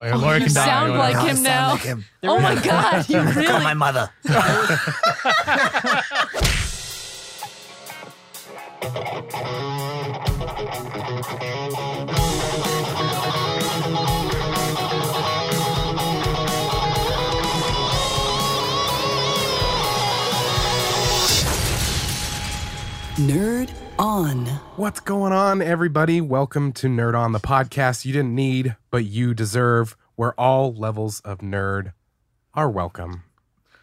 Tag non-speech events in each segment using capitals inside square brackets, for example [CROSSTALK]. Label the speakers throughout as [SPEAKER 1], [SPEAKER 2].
[SPEAKER 1] Like a lawyer
[SPEAKER 2] you
[SPEAKER 1] can die.
[SPEAKER 2] sound
[SPEAKER 1] or whatever.
[SPEAKER 2] like him
[SPEAKER 3] sound
[SPEAKER 2] now.
[SPEAKER 3] like him.
[SPEAKER 4] [LAUGHS]
[SPEAKER 2] Oh my God, you
[SPEAKER 3] Call
[SPEAKER 2] really Oh,
[SPEAKER 3] my mother.
[SPEAKER 5] Nerd on.
[SPEAKER 6] What's going on, everybody? Welcome to Nerd On, the podcast you didn't need, but you deserve, where all levels of nerd are welcome,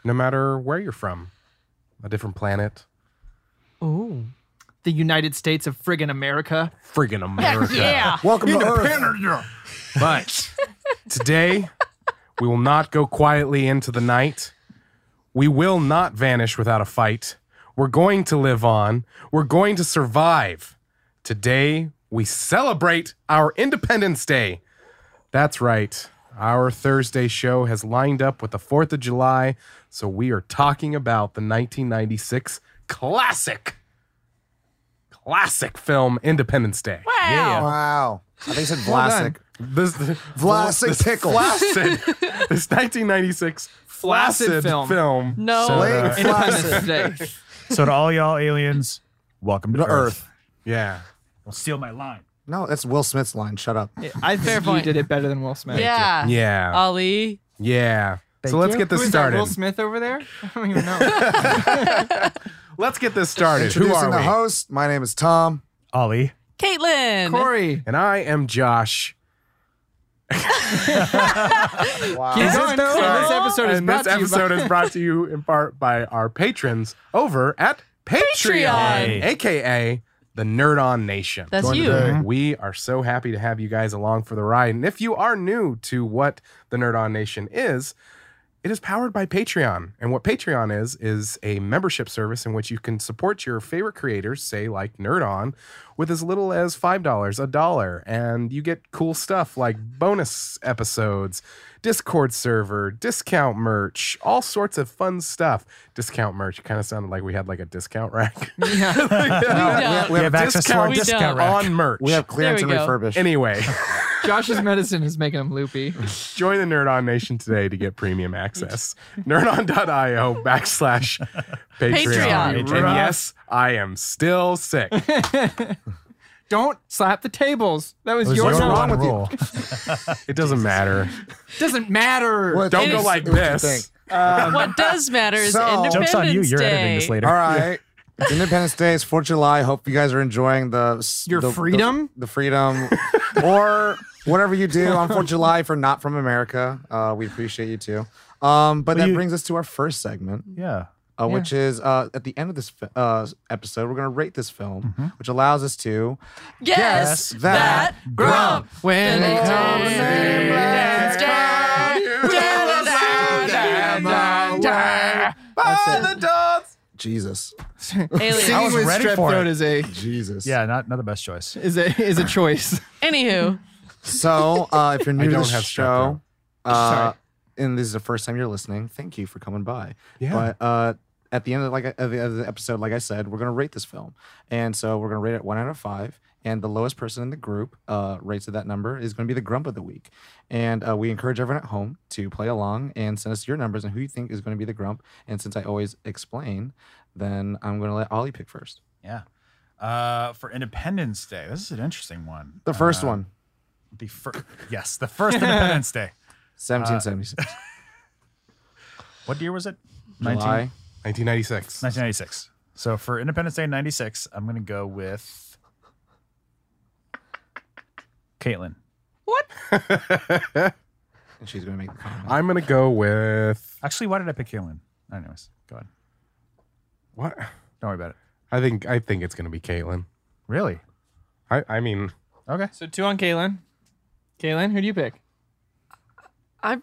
[SPEAKER 6] no matter where you're from. A different planet,
[SPEAKER 4] Ooh. The United States of friggin' America.
[SPEAKER 6] friggin' America.
[SPEAKER 4] yeah.
[SPEAKER 3] Welcome to Earth.
[SPEAKER 6] Independent. But today, we will not go quietly into the night. We will not vanish without a fight. We're going to live on. We're going to survive. Today, we celebrate our Independence Day. That's right. Our Thursday show has lined up with the 4th of July, so we are talking about the 1996 classic, classic film Independence Day.
[SPEAKER 2] wow.
[SPEAKER 3] Wow. I think it said Vlasic.
[SPEAKER 6] This
[SPEAKER 3] Vlasic
[SPEAKER 6] this [LAUGHS]
[SPEAKER 3] pickle.
[SPEAKER 6] Flaccid. this 1996
[SPEAKER 4] Flaccid
[SPEAKER 6] flaccid film.
[SPEAKER 4] film.
[SPEAKER 2] No.
[SPEAKER 6] So,
[SPEAKER 3] Blake
[SPEAKER 6] uh,
[SPEAKER 4] Independence
[SPEAKER 3] Vlasic.
[SPEAKER 4] Day.
[SPEAKER 7] So to all y'all aliens, welcome to,
[SPEAKER 3] To
[SPEAKER 7] Earth.
[SPEAKER 3] Earth.
[SPEAKER 6] yeah.
[SPEAKER 7] Don't steal my line.
[SPEAKER 3] No, that's Will Smith's line. Shut up.
[SPEAKER 4] I think you
[SPEAKER 2] point.
[SPEAKER 4] did it better than Will Smith.
[SPEAKER 2] Yeah.
[SPEAKER 6] Yeah.
[SPEAKER 2] Ali.
[SPEAKER 6] yeah. So let's get this
[SPEAKER 4] Who's that, Will
[SPEAKER 6] started.
[SPEAKER 4] Smith over there? I don't even
[SPEAKER 2] [LAUGHS]
[SPEAKER 4] know.
[SPEAKER 6] Let's get this started. Who
[SPEAKER 3] Introducing
[SPEAKER 6] are
[SPEAKER 3] the
[SPEAKER 6] we?
[SPEAKER 3] host. My name is Tom.
[SPEAKER 7] Ollie.
[SPEAKER 2] Caitlin.
[SPEAKER 4] Corey.
[SPEAKER 6] And I am Josh.
[SPEAKER 3] Wow.
[SPEAKER 4] Keep
[SPEAKER 2] Is this
[SPEAKER 4] going. And
[SPEAKER 2] the-
[SPEAKER 4] this
[SPEAKER 2] Sorry.
[SPEAKER 4] episode is
[SPEAKER 6] And
[SPEAKER 4] brought
[SPEAKER 6] this
[SPEAKER 4] to you by-
[SPEAKER 6] episode is brought to you in part by our patrons over at Patreon,
[SPEAKER 2] Patreon.
[SPEAKER 6] aka the Nerd On Nation.
[SPEAKER 2] That's
[SPEAKER 3] Join
[SPEAKER 2] you.
[SPEAKER 3] today.
[SPEAKER 6] We are so happy to have you guys along for the ride. And if you are new to what the Nerd On Nation is, it is powered by Patreon. And what Patreon is, is a membership service in which you can support your favorite creators, say like Nerd On, with as little as $5, a dollar. And you get cool stuff like bonus episodes, Discord server, discount merch, all sorts of fun stuff. Discount merch kind of sounded like we had like a discount rack. [LAUGHS]
[SPEAKER 3] No,
[SPEAKER 2] We
[SPEAKER 3] we
[SPEAKER 2] don't.
[SPEAKER 3] have, we have
[SPEAKER 7] access to our
[SPEAKER 2] We
[SPEAKER 7] discount
[SPEAKER 2] don't.
[SPEAKER 7] rack.
[SPEAKER 6] on merch.
[SPEAKER 3] we have
[SPEAKER 2] There
[SPEAKER 3] clearance
[SPEAKER 2] we
[SPEAKER 3] and
[SPEAKER 2] go.
[SPEAKER 7] [LAUGHS]
[SPEAKER 3] refurbish.
[SPEAKER 6] anyway.
[SPEAKER 4] Josh's medicine is making him loopy.
[SPEAKER 6] Join the Nerd On Nation today to get premium access. NerdOn.io backslash
[SPEAKER 2] Patreon.
[SPEAKER 6] Patreon. And
[SPEAKER 7] Patreon.
[SPEAKER 6] yes, I am still sick.
[SPEAKER 4] Don't slap the tables. That was,
[SPEAKER 7] It was
[SPEAKER 4] your
[SPEAKER 7] your
[SPEAKER 4] number
[SPEAKER 7] one
[SPEAKER 4] one.
[SPEAKER 7] rule.
[SPEAKER 6] It doesn't matter.
[SPEAKER 4] Doesn't matter.
[SPEAKER 3] What-
[SPEAKER 6] Don't
[SPEAKER 2] It
[SPEAKER 6] go
[SPEAKER 2] is-
[SPEAKER 6] like
[SPEAKER 3] it was a
[SPEAKER 6] this.
[SPEAKER 2] What does matter is
[SPEAKER 3] So-
[SPEAKER 2] Independence
[SPEAKER 7] Um, Jokes on you. You're
[SPEAKER 2] Day.
[SPEAKER 7] editing this later.
[SPEAKER 3] All right. It's Independence Day. It's 4th of July. Hope you guys are enjoying the s-
[SPEAKER 4] Your
[SPEAKER 3] the-
[SPEAKER 4] freedom?
[SPEAKER 3] the, the freedom, or whatever you do on 4th of July. If you're not from America, uh, we appreciate you too. Um, but that
[SPEAKER 7] you-
[SPEAKER 3] brings us to our first segment,
[SPEAKER 7] Yeah.
[SPEAKER 3] uh, which is uh, at the end of this fi- uh, episode, we're going to rate this film,
[SPEAKER 7] Mm-hmm.
[SPEAKER 3] which allows us to
[SPEAKER 2] Guess that
[SPEAKER 3] that
[SPEAKER 2] grump.
[SPEAKER 4] when
[SPEAKER 2] When
[SPEAKER 4] it
[SPEAKER 2] it
[SPEAKER 4] comes
[SPEAKER 2] comes
[SPEAKER 4] to
[SPEAKER 2] Independence
[SPEAKER 4] Day. That's [LAUGHS] it.
[SPEAKER 3] Jesus.
[SPEAKER 7] Oh, I
[SPEAKER 2] Alien.
[SPEAKER 7] was
[SPEAKER 4] Singing with
[SPEAKER 7] ready
[SPEAKER 4] strep
[SPEAKER 7] for
[SPEAKER 4] throat
[SPEAKER 7] it.
[SPEAKER 4] is a
[SPEAKER 3] Jesus.
[SPEAKER 7] Yeah, not, not the best choice.
[SPEAKER 4] is a is a choice.
[SPEAKER 2] Anywho,
[SPEAKER 3] So uh,
[SPEAKER 6] [LAUGHS]
[SPEAKER 3] if you're new to
[SPEAKER 6] don't
[SPEAKER 3] the
[SPEAKER 6] have strep
[SPEAKER 3] show, uh,
[SPEAKER 4] Sorry.
[SPEAKER 3] and this is the first time you're listening, thank you for coming by.
[SPEAKER 6] Yeah.
[SPEAKER 3] But uh, at the end of like of the, of the episode, like I said, we're gonna rate this film, and so we're gonna rate it one out of five. And the lowest person in the group uh, rates of that number is going to be the grump of the week. And uh, we encourage everyone at home to play along and send us your numbers and who you think is going to be the grump. And since I always explain, then I'm going to let Ollie pick first.
[SPEAKER 7] Yeah. Uh, for Independence Day, this is an interesting one.
[SPEAKER 3] The first
[SPEAKER 7] Uh,
[SPEAKER 3] one,
[SPEAKER 7] The fir- yes, the
[SPEAKER 2] [LAUGHS]
[SPEAKER 7] first Independence Day.
[SPEAKER 6] [LAUGHS]
[SPEAKER 3] 1776.
[SPEAKER 7] What year was it? 19-
[SPEAKER 3] July.
[SPEAKER 6] 1996.
[SPEAKER 7] 1996. So for Independence Day 96, I'm going to go with Caitlin.
[SPEAKER 3] And she's going to make the comment.
[SPEAKER 6] I'm going to go with
[SPEAKER 7] Actually, why did I pick Caitlin? Anyways, go ahead.
[SPEAKER 6] what?
[SPEAKER 7] Don't worry about it.
[SPEAKER 6] I think I think it's going to be Caitlin.
[SPEAKER 7] Really?
[SPEAKER 6] I, I mean,
[SPEAKER 7] Okay.
[SPEAKER 4] So two on Kalen. Kalen, who do you pick?
[SPEAKER 2] I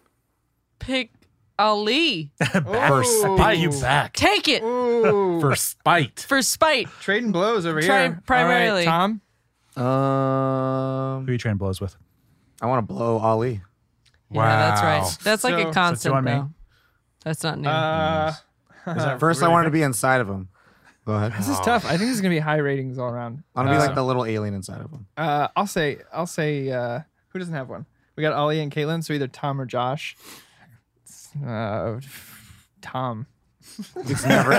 [SPEAKER 2] pick Ali.
[SPEAKER 6] Oh.
[SPEAKER 7] First, I pick you
[SPEAKER 4] Ooh.
[SPEAKER 7] back.
[SPEAKER 2] Take it
[SPEAKER 4] Ooh.
[SPEAKER 6] for spite.
[SPEAKER 2] for spite.
[SPEAKER 7] [LAUGHS]
[SPEAKER 4] Trading blows over
[SPEAKER 2] Tri-
[SPEAKER 4] here.
[SPEAKER 2] primarily.
[SPEAKER 4] All right, Tom.
[SPEAKER 3] Um,
[SPEAKER 7] Who you train blows with?
[SPEAKER 3] I want to blow Ali.
[SPEAKER 6] Wow.
[SPEAKER 2] Yeah, that's right. That's like
[SPEAKER 4] So-
[SPEAKER 2] a
[SPEAKER 7] so two
[SPEAKER 2] constant
[SPEAKER 7] on me.
[SPEAKER 2] though. That's not new.
[SPEAKER 4] Uh,
[SPEAKER 3] First, I wanted to be inside of him. Go ahead.
[SPEAKER 4] this is tough. I think this is gonna be high ratings all around.
[SPEAKER 3] I want to be
[SPEAKER 4] Uh,
[SPEAKER 6] [LAUGHS]
[SPEAKER 3] like the little alien inside of him.
[SPEAKER 4] uh, I'll say. I'll say. Uh, who doesn't have one? We got Ollie and Caitlin, so either Tom or Josh. Uh, Tom.
[SPEAKER 3] It's never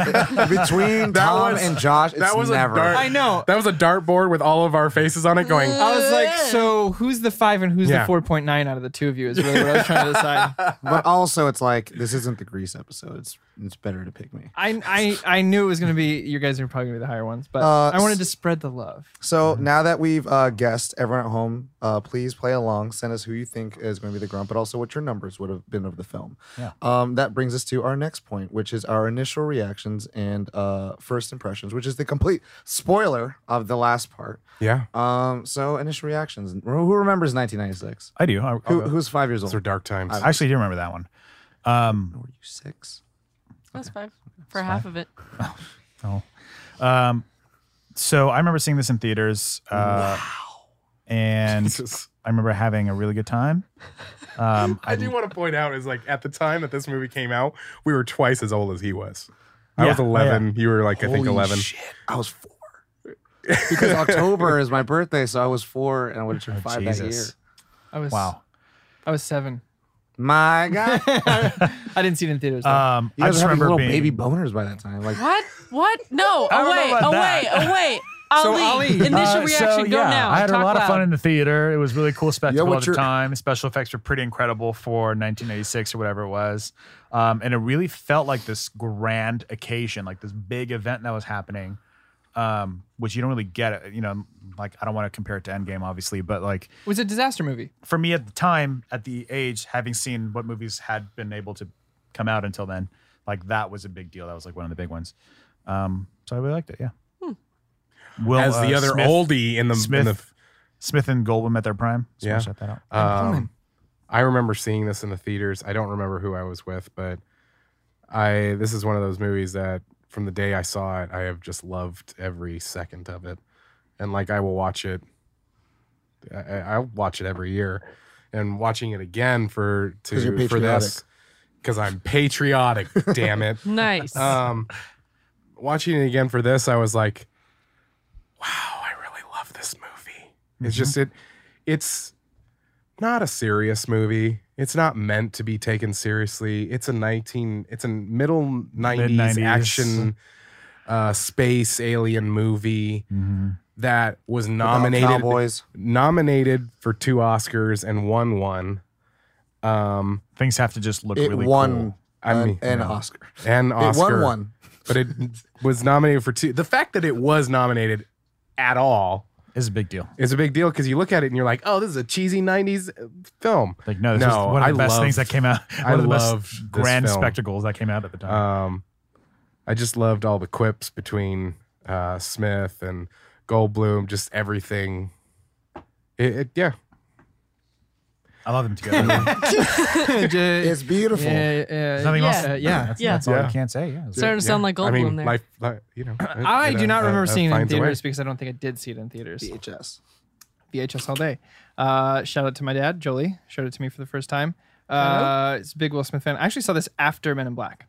[SPEAKER 6] [LAUGHS]
[SPEAKER 3] between Tom
[SPEAKER 6] was-
[SPEAKER 3] and Josh. It's
[SPEAKER 6] that was a
[SPEAKER 3] never.
[SPEAKER 6] dark-
[SPEAKER 4] I know. Uh,
[SPEAKER 6] That was a dartboard with all of our faces on it going,
[SPEAKER 4] I was like, so who's the five and who's
[SPEAKER 6] Yeah.
[SPEAKER 4] the four point nine out of the two of you? Is really what I was trying to [LAUGHS] decide.
[SPEAKER 3] But also, it's like this isn't the Grease episode. It's it's better to pick me.
[SPEAKER 4] I, I I knew it was gonna be you guys are probably gonna be the higher ones, but
[SPEAKER 3] Uh,
[SPEAKER 4] I wanted to spread the love.
[SPEAKER 3] So now that we've uh, guessed, everyone at home, uh, please play along. Send us who you think is going to be the grump, but also what your numbers would have been of the film.
[SPEAKER 7] Yeah.
[SPEAKER 3] Um, that brings us to our next point, which is our initial reactions and uh, first impressions, which is the complete spoiler of the last part.
[SPEAKER 6] yeah,
[SPEAKER 3] Um, so initial reactions. Who remembers 1996?
[SPEAKER 7] I do. I, I'll
[SPEAKER 3] Who,
[SPEAKER 7] go.
[SPEAKER 3] who's five years old?
[SPEAKER 6] those are dark times. [LAUGHS]
[SPEAKER 7] I actually do remember that one. Um,
[SPEAKER 3] Were you six?
[SPEAKER 2] That's five for half of it.
[SPEAKER 7] um, so I remember seeing this in theaters. Uh, And
[SPEAKER 3] [LAUGHS]
[SPEAKER 6] Jesus.
[SPEAKER 7] I remember having a really good time. Um,
[SPEAKER 6] I do want to point out is like at the time that this movie came out, we were twice as old as he was. I was
[SPEAKER 7] Yeah. Oh, yeah.
[SPEAKER 6] 11. You were like, I think
[SPEAKER 3] Holy
[SPEAKER 6] 11.
[SPEAKER 3] Shit, I was four. [LAUGHS] because October is my birthday, so I was four, and I would have turned
[SPEAKER 7] Oh,
[SPEAKER 3] five that year.
[SPEAKER 7] Jesus.
[SPEAKER 4] I was
[SPEAKER 7] wow.
[SPEAKER 4] I was seven.
[SPEAKER 3] My God, you
[SPEAKER 4] I didn't see it in theaters. though.
[SPEAKER 7] Um, I
[SPEAKER 3] guys
[SPEAKER 7] just
[SPEAKER 3] were having
[SPEAKER 7] remember
[SPEAKER 3] little
[SPEAKER 7] being
[SPEAKER 3] baby boners by that time. Like,
[SPEAKER 2] What? What? No.
[SPEAKER 7] I don't know
[SPEAKER 2] Away.
[SPEAKER 7] about
[SPEAKER 2] Away.
[SPEAKER 7] that. [LAUGHS]
[SPEAKER 2] Away. Ali.
[SPEAKER 4] Ali-
[SPEAKER 2] Initial
[SPEAKER 7] Uh,
[SPEAKER 2] reaction.
[SPEAKER 7] so,
[SPEAKER 2] Go
[SPEAKER 7] yeah,
[SPEAKER 2] now.
[SPEAKER 7] I had
[SPEAKER 2] Talk
[SPEAKER 7] a lot
[SPEAKER 2] loud.
[SPEAKER 7] of fun in the theater. It was really cool spectacle
[SPEAKER 3] what's
[SPEAKER 7] at the
[SPEAKER 3] your-
[SPEAKER 7] time. Special effects were pretty incredible for 1996 or whatever it was, um, and it really felt like this grand occasion, like this big event that was happening, um, which you don't really get. It, you know, like I don't want to compare it to Endgame, obviously, but like
[SPEAKER 4] it was a disaster [LAUGHS] movie.
[SPEAKER 7] for me at the time, at the age, having seen what movies had been able to come out until then, like that was a big deal. That was like one of the big ones. Um, so I really liked it. Yeah.
[SPEAKER 2] Hmm.
[SPEAKER 7] Will
[SPEAKER 6] As the
[SPEAKER 7] uh,
[SPEAKER 6] other
[SPEAKER 7] Smith-
[SPEAKER 6] oldie in the, in
[SPEAKER 7] Smith,
[SPEAKER 6] the
[SPEAKER 7] Smith and Goldblum at their prime. So
[SPEAKER 6] Yeah.
[SPEAKER 7] yeah. Shut that out.
[SPEAKER 6] Um, I remember seeing this in the theaters. I don't remember who I was with, but I this is one of those movies that from the day I saw it, I have just loved every second of it, and like I will watch it. I, I- I'll watch it every year, and watching it again for
[SPEAKER 3] 'Cause you're
[SPEAKER 6] to for this because I'm patriotic. damn it!
[SPEAKER 2] Nice.
[SPEAKER 7] Uh,
[SPEAKER 6] Um, watching it again for this, I was like, "Wow, I really love this movie." It's just
[SPEAKER 3] Mm-hmm.
[SPEAKER 6] it, it's not a serious movie. It's not meant to be taken seriously. It's a nineteen, it's a middle nineties
[SPEAKER 7] Mid-nineties.
[SPEAKER 6] action, uh, space alien movie
[SPEAKER 7] Mm-hmm.
[SPEAKER 6] that was
[SPEAKER 3] without
[SPEAKER 6] nominated
[SPEAKER 3] Cowboys.
[SPEAKER 6] nominated for two Oscars and won one. Um,
[SPEAKER 7] Things have to just look
[SPEAKER 3] It
[SPEAKER 7] really
[SPEAKER 3] won
[SPEAKER 6] I
[SPEAKER 3] an,
[SPEAKER 6] mean,
[SPEAKER 3] an
[SPEAKER 6] yeah.
[SPEAKER 3] Oscar.
[SPEAKER 6] and Oscar
[SPEAKER 3] It won one.
[SPEAKER 6] but it was nominated for two. The fact that it was nominated at all
[SPEAKER 7] cool is a big deal.
[SPEAKER 6] is a big deal because you look at it and you're like, oh, this is a cheesy 90s film.
[SPEAKER 7] Like no, this
[SPEAKER 6] No,
[SPEAKER 7] is one of the
[SPEAKER 6] I
[SPEAKER 7] best things that
[SPEAKER 6] loved-
[SPEAKER 7] came out.
[SPEAKER 6] I
[SPEAKER 7] One of the
[SPEAKER 6] loved this
[SPEAKER 7] best grand
[SPEAKER 6] film.
[SPEAKER 7] spectacles that came out at the time.
[SPEAKER 6] Um, I just loved all the quips between uh, Smith and Goldblum, just everything. It, it- yeah,
[SPEAKER 7] I love them
[SPEAKER 4] [LAUGHS]
[SPEAKER 7] together. There's
[SPEAKER 3] It's beautiful.
[SPEAKER 4] yeah, yeah,
[SPEAKER 7] nothing else.
[SPEAKER 4] yeah, yeah.
[SPEAKER 7] That's,
[SPEAKER 2] Yeah.
[SPEAKER 7] that's all
[SPEAKER 6] Yeah.
[SPEAKER 7] I can say. Yeah.
[SPEAKER 2] Starting to sound
[SPEAKER 6] yeah.
[SPEAKER 2] like Goldblum
[SPEAKER 6] I mean,
[SPEAKER 2] there.
[SPEAKER 6] Life, life- you know, it-
[SPEAKER 4] I
[SPEAKER 6] it,
[SPEAKER 4] do not
[SPEAKER 6] uh,
[SPEAKER 4] remember
[SPEAKER 6] uh,
[SPEAKER 4] seeing it in
[SPEAKER 6] finds a way.
[SPEAKER 4] theaters because I don't think I did see it in theaters.
[SPEAKER 3] VHS.
[SPEAKER 4] VHS all day. Uh, shout out to my dad, Jolie. Showed it to me for the first time. Uh, it's a big Will Smith fan. I actually saw this after Men in Black.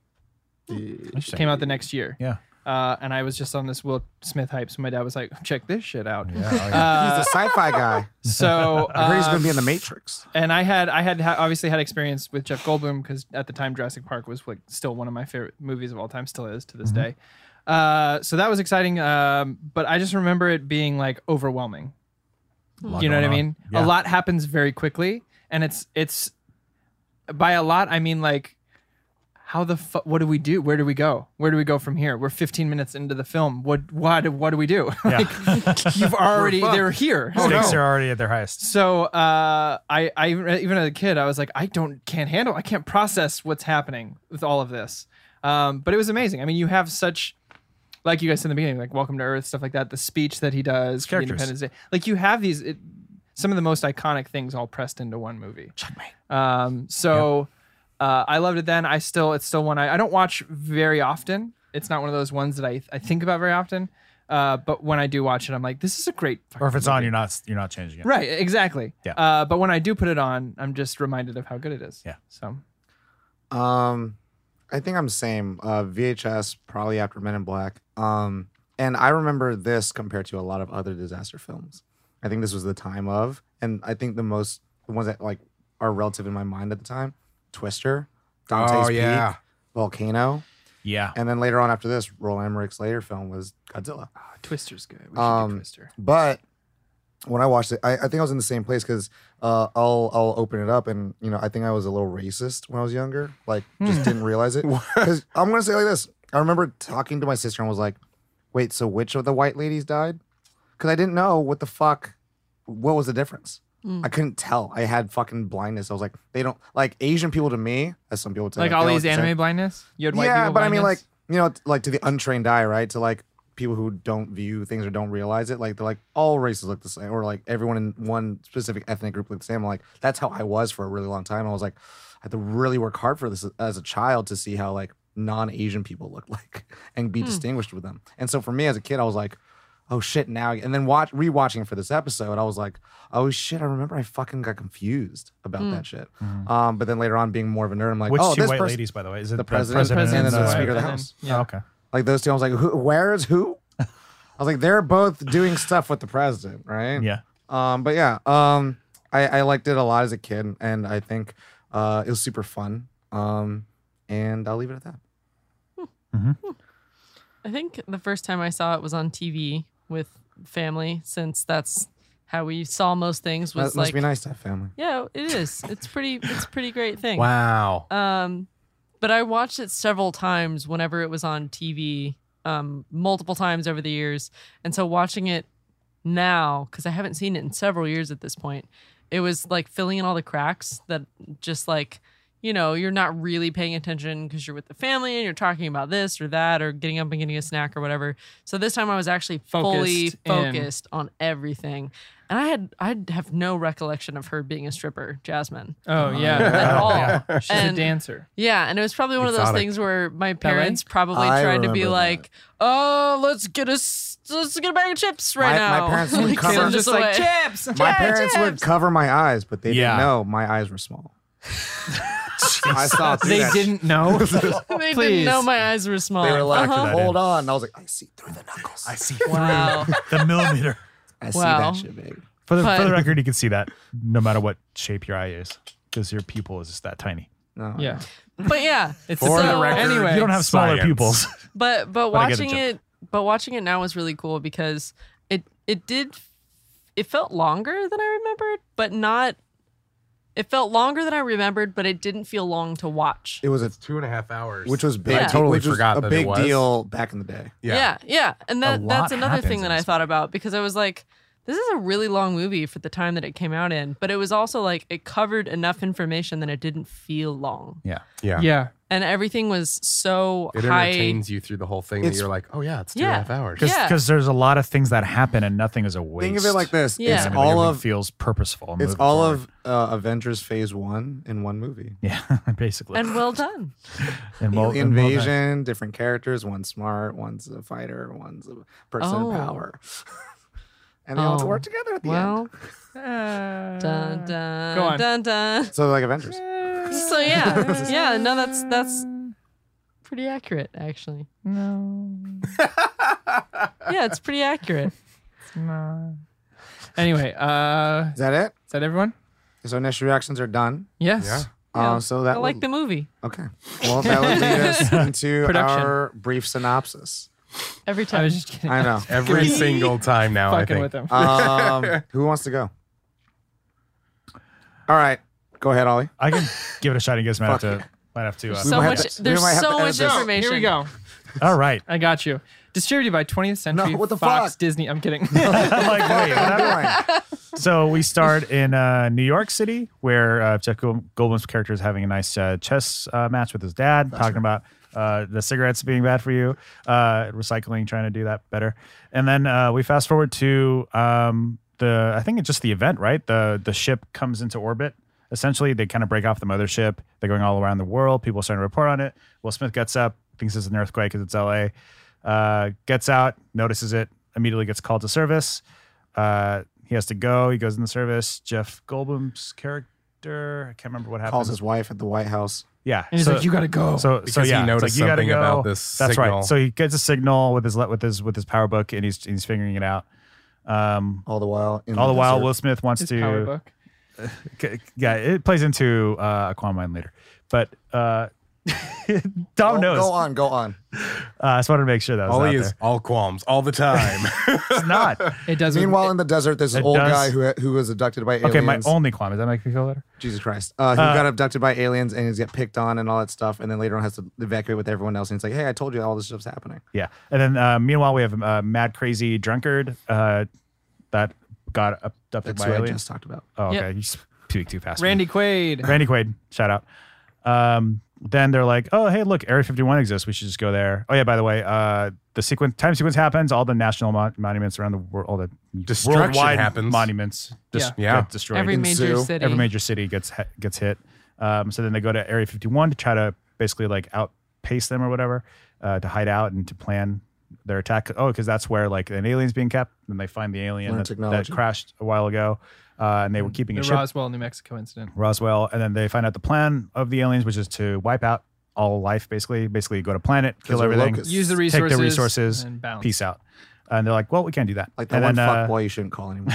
[SPEAKER 4] It came out the next year.
[SPEAKER 7] Yeah.
[SPEAKER 4] Uh, and I was just on this Will Smith hype, so my dad was like, "Check this shit out."
[SPEAKER 7] oh,
[SPEAKER 4] Uh,
[SPEAKER 3] [LAUGHS] He's a sci-fi guy.
[SPEAKER 4] So
[SPEAKER 3] I heard he's
[SPEAKER 4] um,
[SPEAKER 3] gonna be in the Matrix.
[SPEAKER 4] and I had I had ha- obviously had experience with Jeff Goldblum because at the time Jurassic Park was like still one of my favorite movies of all time, still is to this day. Uh, so that was exciting, um, but I just remember it being like overwhelming. You know what I mean? A lot happens very quickly, and it's it's by a lot I mean like how the fu- what do we do? Where do we go? Where do we go from here? We're 15 minutes into the film. What what what do we do? [LAUGHS]
[SPEAKER 7] [LAUGHS]
[SPEAKER 4] like, you've already they're here.
[SPEAKER 3] Oh,
[SPEAKER 7] Stakes are already at their highest.
[SPEAKER 4] So uh, I, I even as a kid, I was like, I don't can't handle, I can't process what's happening with all of this. Um, but it was amazing. I mean, you have such, like you guys said in the beginning, like Welcome to Earth, stuff like that. The speech that he does, for the
[SPEAKER 7] characters.
[SPEAKER 4] Independence Day, like you have these, it, some of the most iconic things all pressed into one movie. Um, so uh, I loved it then. I still, it's still one I, I don't watch very often. It's not one of those ones that I, I think about very often. Uh, but when I do watch it, I'm like, this is a great.
[SPEAKER 7] Or if it's on, you're not you're not changing it.
[SPEAKER 4] Right, exactly.
[SPEAKER 7] Yeah.
[SPEAKER 4] Uh, but when I do put it on, I'm just reminded of how good it is.
[SPEAKER 7] Yeah.
[SPEAKER 4] So
[SPEAKER 3] Um, I think I'm same. Uh, VHS probably after Men in Black. Um, and I remember this compared to a lot of other disaster films. I think this was the time of, and I think the most the ones that like are relative in my mind at the time. Twister,
[SPEAKER 6] Oh
[SPEAKER 3] Dante's
[SPEAKER 6] yeah.
[SPEAKER 3] Peak, Volcano,
[SPEAKER 7] Yeah.
[SPEAKER 3] and then later on after this, Roland Emmerich's later film was Godzilla.
[SPEAKER 4] Uh, Twister's good. We should do
[SPEAKER 3] Um,
[SPEAKER 4] Twister.
[SPEAKER 3] But when I watched it, I, I think I was in the same place because uh, I'll I'll open it up and you know I think I was a little racist when I was younger, like
[SPEAKER 4] Hmm.
[SPEAKER 3] just didn't
[SPEAKER 4] [LAUGHS]
[SPEAKER 3] realize it. Because I'm gonna say it like this, I remember talking to my sister and was like, "Wait, so which of the white ladies died?" Because I didn't know what the fuck, what was the difference.
[SPEAKER 4] Hmm.
[SPEAKER 3] I couldn't tell. I had fucking blindness. I was like, they don't like Asian people to me, as some people would say.
[SPEAKER 4] Like
[SPEAKER 3] they
[SPEAKER 4] all
[SPEAKER 3] don't
[SPEAKER 4] these
[SPEAKER 3] say-
[SPEAKER 4] anime blindness. You had white
[SPEAKER 3] yeah,
[SPEAKER 4] people
[SPEAKER 3] but I mean, like
[SPEAKER 4] blindness?
[SPEAKER 3] you know, t- like to the untrained eye, right? To like people who don't view things or don't realize it, like they're like all races look the same, or like everyone in one specific ethnic group look the same. Like that's how I was for a really long time. I was like, I had to really work hard for this as a child to see how like non-Asian people look [LAUGHS] like and be
[SPEAKER 4] Hmm.
[SPEAKER 3] distinguished with them. And so for me as a kid, I was like. Oh shit! Now and then watch rewatching for this episode, I was like, "Oh shit! I remember I fucking got confused about
[SPEAKER 4] Hmm.
[SPEAKER 3] that shit." Um, but then later on, being more of a nerd, I'm like,
[SPEAKER 7] Mm-hmm. Which
[SPEAKER 3] "Oh,
[SPEAKER 7] two
[SPEAKER 3] this
[SPEAKER 7] white
[SPEAKER 3] person,
[SPEAKER 7] ladies, by the way? Is it
[SPEAKER 3] the president,
[SPEAKER 4] president
[SPEAKER 3] and then
[SPEAKER 4] and
[SPEAKER 3] the
[SPEAKER 4] the
[SPEAKER 3] speaker of the
[SPEAKER 4] wife.
[SPEAKER 3] house.
[SPEAKER 4] Yeah.
[SPEAKER 7] Oh, okay.
[SPEAKER 3] Like those two, I was like, who, where is who? I was like, they're both doing stuff with the president, right?
[SPEAKER 7] Yeah.
[SPEAKER 3] Um, but yeah, um, I, I liked it a lot as a kid, and I think uh, it was super fun. Um, and I'll leave it at that.
[SPEAKER 2] I think the first time I saw it was on TV with family, since that's how we saw most things.
[SPEAKER 3] That
[SPEAKER 2] Was
[SPEAKER 3] must
[SPEAKER 2] like,
[SPEAKER 3] be nice to have family.
[SPEAKER 2] yeah, it is. It's pretty. It's a pretty great thing.
[SPEAKER 6] Wow.
[SPEAKER 2] Um, but I watched it several times whenever it was on TV, um, multiple times over the years. And so watching it now, because I haven't seen it in several years at this point, it was like filling in all the cracks that just like, you know, you're not really paying attention because you're with the family and you're talking about this or that or getting up and getting a snack or whatever. So this time I was actually fully
[SPEAKER 4] Focused in.
[SPEAKER 2] focused on everything. And I had I have no recollection of her being a stripper, Jasmine.
[SPEAKER 4] oh [LAUGHS]
[SPEAKER 3] [LAUGHS]
[SPEAKER 4] yeah,
[SPEAKER 2] At all.
[SPEAKER 4] she's a
[SPEAKER 2] And-
[SPEAKER 4] dancer.
[SPEAKER 2] Yeah, and it was probably one of
[SPEAKER 6] Exotic.
[SPEAKER 2] those things where my parents probably
[SPEAKER 3] I
[SPEAKER 2] tried to be
[SPEAKER 3] remember that.
[SPEAKER 2] like, "Oh, let's get a s- let's get a bag of chips right
[SPEAKER 3] My- my
[SPEAKER 2] now." [LAUGHS]
[SPEAKER 3] parents would
[SPEAKER 2] Like,
[SPEAKER 3] cover-
[SPEAKER 2] send
[SPEAKER 4] They're
[SPEAKER 3] They're
[SPEAKER 4] just
[SPEAKER 2] us
[SPEAKER 4] like
[SPEAKER 2] away.
[SPEAKER 4] chips. [LAUGHS]
[SPEAKER 3] My parents would cover my eyes, but they
[SPEAKER 7] Yeah.
[SPEAKER 3] didn't know my eyes were small. I saw through
[SPEAKER 4] They
[SPEAKER 3] that shit.
[SPEAKER 4] didn't know.
[SPEAKER 2] [LAUGHS] they
[SPEAKER 4] Please.
[SPEAKER 2] didn't know my eyes were small.
[SPEAKER 3] They were like,
[SPEAKER 2] Uh-huh.
[SPEAKER 7] that
[SPEAKER 3] hold on. And I was like, I see through the knuckles. I,
[SPEAKER 7] see.
[SPEAKER 2] Wow.
[SPEAKER 7] [LAUGHS] the millimeter.
[SPEAKER 3] see
[SPEAKER 2] Wow.
[SPEAKER 3] that shit, baby.
[SPEAKER 7] For the, for
[SPEAKER 2] But-
[SPEAKER 7] the record, you can see that no matter what shape your eye is, because your pupil is just that tiny.
[SPEAKER 3] No,
[SPEAKER 4] [LAUGHS] yeah,
[SPEAKER 2] [LAUGHS] but yeah,
[SPEAKER 4] it's
[SPEAKER 2] For the
[SPEAKER 4] so-
[SPEAKER 2] record,
[SPEAKER 4] Anyway,
[SPEAKER 7] you don't have smaller
[SPEAKER 6] science.
[SPEAKER 7] pupils.
[SPEAKER 2] but but
[SPEAKER 7] But I get the
[SPEAKER 2] watching
[SPEAKER 7] joke.
[SPEAKER 2] it but watching it now was really cool because it it did it felt longer than I remembered, but not. It felt longer than I remembered, but it didn't feel long to watch.
[SPEAKER 3] it was a
[SPEAKER 6] Two and a half hours.
[SPEAKER 3] which was big.
[SPEAKER 2] I
[SPEAKER 6] totally
[SPEAKER 3] which was
[SPEAKER 6] forgot
[SPEAKER 3] a
[SPEAKER 6] that it
[SPEAKER 3] big
[SPEAKER 6] was.
[SPEAKER 3] deal back in the day.
[SPEAKER 2] Yeah, yeah. And that
[SPEAKER 7] lot
[SPEAKER 2] that's another
[SPEAKER 7] happens
[SPEAKER 2] thing
[SPEAKER 7] in
[SPEAKER 2] that I
[SPEAKER 7] this
[SPEAKER 2] thought about because I was like, this is a really long movie for the time that it came out in, but it was also like it covered enough information that it didn't feel long.
[SPEAKER 7] [LAUGHS] yeah.
[SPEAKER 6] Yeah.
[SPEAKER 4] yeah.
[SPEAKER 2] And everything was so
[SPEAKER 6] It
[SPEAKER 2] high.
[SPEAKER 6] entertains you through the whole thing. That
[SPEAKER 3] It's-
[SPEAKER 6] you're like, oh yeah, it's two and a
[SPEAKER 2] Yeah.
[SPEAKER 6] half hours.
[SPEAKER 7] Because
[SPEAKER 2] Yeah.
[SPEAKER 7] there's a lot of things that happen and nothing is a waste.
[SPEAKER 3] Think of it like this:
[SPEAKER 2] Yeah.
[SPEAKER 3] it's
[SPEAKER 2] I mean,
[SPEAKER 3] all
[SPEAKER 7] Everything
[SPEAKER 3] of
[SPEAKER 7] feels purposeful. and
[SPEAKER 3] It's
[SPEAKER 7] moving
[SPEAKER 3] all
[SPEAKER 7] forward.
[SPEAKER 3] of uh, Avengers Phase One in one movie.
[SPEAKER 7] [LAUGHS] yeah, [LAUGHS] basically.
[SPEAKER 2] And well done.
[SPEAKER 7] And well-
[SPEAKER 3] Well,
[SPEAKER 7] and well done.
[SPEAKER 3] invasion, different characters. One's smart, one's a fighter, one's a person
[SPEAKER 2] Oh.
[SPEAKER 3] in power, [LAUGHS] and they all
[SPEAKER 2] Oh.
[SPEAKER 3] work together at [LAUGHS] the end.
[SPEAKER 2] Well, dun
[SPEAKER 4] Uh, Dun,
[SPEAKER 2] dun
[SPEAKER 4] Go on.
[SPEAKER 2] dun dun.
[SPEAKER 3] So like Avengers.
[SPEAKER 2] [LAUGHS]
[SPEAKER 3] [LAUGHS]
[SPEAKER 2] So yeah, yeah. No, that's that's pretty accurate actually.
[SPEAKER 4] No,
[SPEAKER 2] Yeah, it's pretty accurate.
[SPEAKER 4] no. Anyway, uh,
[SPEAKER 3] Is that it?
[SPEAKER 4] is that everyone?
[SPEAKER 3] So initial reactions are done.
[SPEAKER 4] Yes.
[SPEAKER 6] Yeah.
[SPEAKER 2] Yeah.
[SPEAKER 3] Uh, so [LAUGHS] that
[SPEAKER 2] I like
[SPEAKER 3] would-
[SPEAKER 2] the movie
[SPEAKER 3] okay. Well, that would lead
[SPEAKER 2] [LAUGHS]
[SPEAKER 3] us into
[SPEAKER 4] Production.
[SPEAKER 3] our brief synopsis.
[SPEAKER 2] every
[SPEAKER 4] I
[SPEAKER 2] time.
[SPEAKER 4] was just kidding.
[SPEAKER 3] I
[SPEAKER 2] [LAUGHS]
[SPEAKER 3] know.
[SPEAKER 6] Every single time now, I
[SPEAKER 4] fucking
[SPEAKER 6] think.
[SPEAKER 4] with them.
[SPEAKER 3] Um, who wants to go? All right, go ahead, Ollie.
[SPEAKER 7] I can give it a shot. You guys might have
[SPEAKER 3] Fuck. [LAUGHS]
[SPEAKER 7] to. Might have to. Uh,
[SPEAKER 2] so
[SPEAKER 3] might have
[SPEAKER 2] much.
[SPEAKER 3] to- we
[SPEAKER 2] there's
[SPEAKER 3] might have to
[SPEAKER 2] so
[SPEAKER 3] edit
[SPEAKER 2] much
[SPEAKER 3] this. No,
[SPEAKER 2] information.
[SPEAKER 4] Here we go.
[SPEAKER 7] all right. [LAUGHS]
[SPEAKER 4] I got you. Distributed by 20th Century
[SPEAKER 3] No, what the
[SPEAKER 4] Fox,
[SPEAKER 3] fuck?
[SPEAKER 4] Disney. I'm
[SPEAKER 3] [LAUGHS]
[SPEAKER 4] kidding.
[SPEAKER 7] I'm like, wait, what happened?
[SPEAKER 3] Ryan.
[SPEAKER 7] So we start in uh, New York City, where uh, Jeff Gold- Goldblum's character is having a nice uh, chess uh, match with his dad, talking about uh, the cigarettes being bad for you, uh, recycling, trying to do that better. And then uh, we fast forward to um, the, I think it's just the event, right? The the ship comes into orbit. Essentially, they kind of break off the mothership. They're going all around the world. People are starting to report on it. Will Smith gets up, thinks it's an earthquake because it's LA. Uh, gets out, notices it, immediately gets called to service uh, he has to go. He goes in the service. Jeff Goldblum's character, I can't remember what happened.
[SPEAKER 3] Calls his wife at the White House.
[SPEAKER 7] yeah,
[SPEAKER 4] And he's
[SPEAKER 7] so-
[SPEAKER 4] like, you gotta go.
[SPEAKER 7] So, so
[SPEAKER 6] Because he
[SPEAKER 7] yeah, it's
[SPEAKER 6] noticed
[SPEAKER 7] like, you gotta
[SPEAKER 6] something
[SPEAKER 7] go.
[SPEAKER 6] about this
[SPEAKER 7] That's
[SPEAKER 6] signal.
[SPEAKER 7] right. So he gets a signal with his le- with his with his power book, and he's he's figuring it out. Um,
[SPEAKER 3] All the while, in
[SPEAKER 7] all the while,
[SPEAKER 3] desert.
[SPEAKER 7] Will Smith wants
[SPEAKER 4] His
[SPEAKER 7] to
[SPEAKER 4] power book.
[SPEAKER 7] K- yeah, it plays into uh, Aquamine later, but uh, [LAUGHS] Dom
[SPEAKER 3] Go-
[SPEAKER 7] knows.
[SPEAKER 3] Go on, go on.
[SPEAKER 7] Uh, I just wanted to make sure that was
[SPEAKER 6] Ollie
[SPEAKER 7] out
[SPEAKER 6] is
[SPEAKER 7] there.
[SPEAKER 6] all qualms all the [LAUGHS] time.
[SPEAKER 7] It's not.
[SPEAKER 4] It doesn't.
[SPEAKER 3] Meanwhile, in the desert, there's this
[SPEAKER 7] It
[SPEAKER 3] old
[SPEAKER 7] does-
[SPEAKER 3] guy who who was abducted by aliens.
[SPEAKER 7] okay, my only qualm. Does that make me feel better?
[SPEAKER 3] Jesus Christ. Uh, who got abducted by aliens and he's get picked on and all that stuff. And then later on has to evacuate with everyone else. And it's like, hey, I told you all this stuff's happening.
[SPEAKER 7] Yeah. And then uh, meanwhile, we have uh, Mad Crazy Drunkard uh, that got abducted
[SPEAKER 3] That's
[SPEAKER 7] by
[SPEAKER 3] what I
[SPEAKER 7] aliens.
[SPEAKER 3] just talked about.
[SPEAKER 7] Oh, okay.
[SPEAKER 2] Yep.
[SPEAKER 7] You speak too fast. for me.
[SPEAKER 4] Randy Quaid.
[SPEAKER 7] Randy Quaid, shout out. Um, then they're like, oh, hey, look, Area 51 exists. We should just go there. Oh, yeah, by the way, uh, the sequence, time sequence happens. All the national mon- monuments around the world, all the
[SPEAKER 6] Destruction
[SPEAKER 7] worldwide
[SPEAKER 6] happens.
[SPEAKER 7] monuments just
[SPEAKER 6] Yeah. Yeah.
[SPEAKER 7] get destroyed.
[SPEAKER 2] Every
[SPEAKER 3] In
[SPEAKER 2] major
[SPEAKER 3] zoo,
[SPEAKER 2] city.
[SPEAKER 7] Every major city gets ha- gets hit. Um, so then they go to Area 51 to try to basically like outpace them or whatever, uh, to hide out and to plan their attack. Oh, because that's where like an alien's being kept. Then they find the alien
[SPEAKER 3] Learn
[SPEAKER 7] that, that
[SPEAKER 3] technology.
[SPEAKER 7] crashed a while ago, uh, and they were keeping
[SPEAKER 4] The
[SPEAKER 7] a ship
[SPEAKER 4] Roswell, New Mexico incident.
[SPEAKER 7] Roswell, and then they find out the plan of the aliens, which is to wipe out all life, basically. Basically, go to planet, kill
[SPEAKER 3] they're
[SPEAKER 7] everything,
[SPEAKER 3] locusts.
[SPEAKER 4] Use the
[SPEAKER 7] take
[SPEAKER 4] resources.
[SPEAKER 7] the resources,
[SPEAKER 4] and balance.
[SPEAKER 7] peace out. And they're like, "Well, we can't do that."
[SPEAKER 3] Like that
[SPEAKER 7] and
[SPEAKER 3] one
[SPEAKER 7] then,
[SPEAKER 3] fuck
[SPEAKER 7] uh,
[SPEAKER 3] boy you shouldn't call
[SPEAKER 7] [LAUGHS]
[SPEAKER 3] anymore.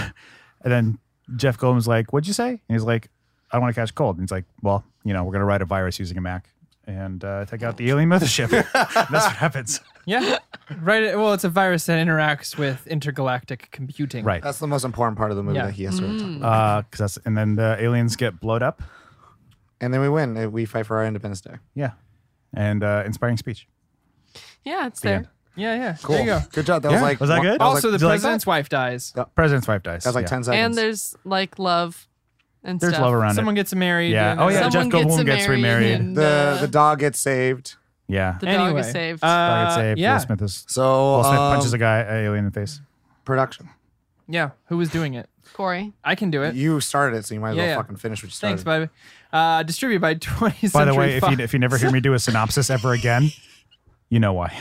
[SPEAKER 7] and then Jeff Goldman's like, "What'd you say?" And he's like, "I want to catch cold." And he's like, "Well, you know, we're gonna ride a virus using a Mac and uh, take out the alien
[SPEAKER 3] [LAUGHS]
[SPEAKER 7] mothership." And that's what happens,
[SPEAKER 4] Yeah. Right. Well, it's a virus that interacts with intergalactic computing.
[SPEAKER 7] right?
[SPEAKER 3] That's the most important part of the movie
[SPEAKER 4] Yeah. Mm.
[SPEAKER 3] that he has to really talk about.
[SPEAKER 7] Because Uh, that's and then the aliens get blowed up.
[SPEAKER 3] And then we win. Uh, We fight for our Independence Day.
[SPEAKER 7] Yeah, and uh, inspiring speech.
[SPEAKER 2] Yeah, it's there.
[SPEAKER 7] end.
[SPEAKER 4] Yeah. Yeah. There you go.
[SPEAKER 3] Good job. That was like
[SPEAKER 7] Was that
[SPEAKER 3] one-
[SPEAKER 7] good?
[SPEAKER 3] was
[SPEAKER 4] Also,
[SPEAKER 3] like-
[SPEAKER 4] the
[SPEAKER 7] you like that?
[SPEAKER 4] president's wife dies.
[SPEAKER 7] President's wife dies.
[SPEAKER 3] that was like
[SPEAKER 7] yeah.
[SPEAKER 3] ten seconds.
[SPEAKER 2] And there's like love and
[SPEAKER 7] There's
[SPEAKER 2] stuff.
[SPEAKER 7] love around
[SPEAKER 4] Someone
[SPEAKER 7] it.
[SPEAKER 4] gets married.
[SPEAKER 7] Yeah.
[SPEAKER 4] and
[SPEAKER 7] Oh, yeah.
[SPEAKER 4] then-
[SPEAKER 2] Someone
[SPEAKER 7] Jeff Goldblum
[SPEAKER 2] gets,
[SPEAKER 7] gets
[SPEAKER 2] remarried.
[SPEAKER 7] remarried.
[SPEAKER 2] and,
[SPEAKER 3] the
[SPEAKER 2] uh,
[SPEAKER 3] the dog gets saved.
[SPEAKER 7] yeah.
[SPEAKER 2] the
[SPEAKER 4] Anyway.
[SPEAKER 2] dog is saved.
[SPEAKER 7] Dog gets
[SPEAKER 4] Uh,
[SPEAKER 7] saved.
[SPEAKER 4] Yeah.
[SPEAKER 7] Will Smith is
[SPEAKER 3] So
[SPEAKER 7] Will Smith punches a
[SPEAKER 3] um,
[SPEAKER 7] guy, an alien in the face.
[SPEAKER 3] production.
[SPEAKER 4] Yeah. Who was doing it?
[SPEAKER 2] Corey.
[SPEAKER 4] I can do it.
[SPEAKER 3] You started it, so you might as
[SPEAKER 4] Yeah,
[SPEAKER 3] well
[SPEAKER 4] yeah.
[SPEAKER 3] fucking finish what you started.
[SPEAKER 4] Thanks, baby. Uh, distributed by [LAUGHS] 20th
[SPEAKER 7] By the
[SPEAKER 4] Century
[SPEAKER 7] way, if
[SPEAKER 4] Fox.
[SPEAKER 7] you, if you never hear me do a synopsis ever again, you know why.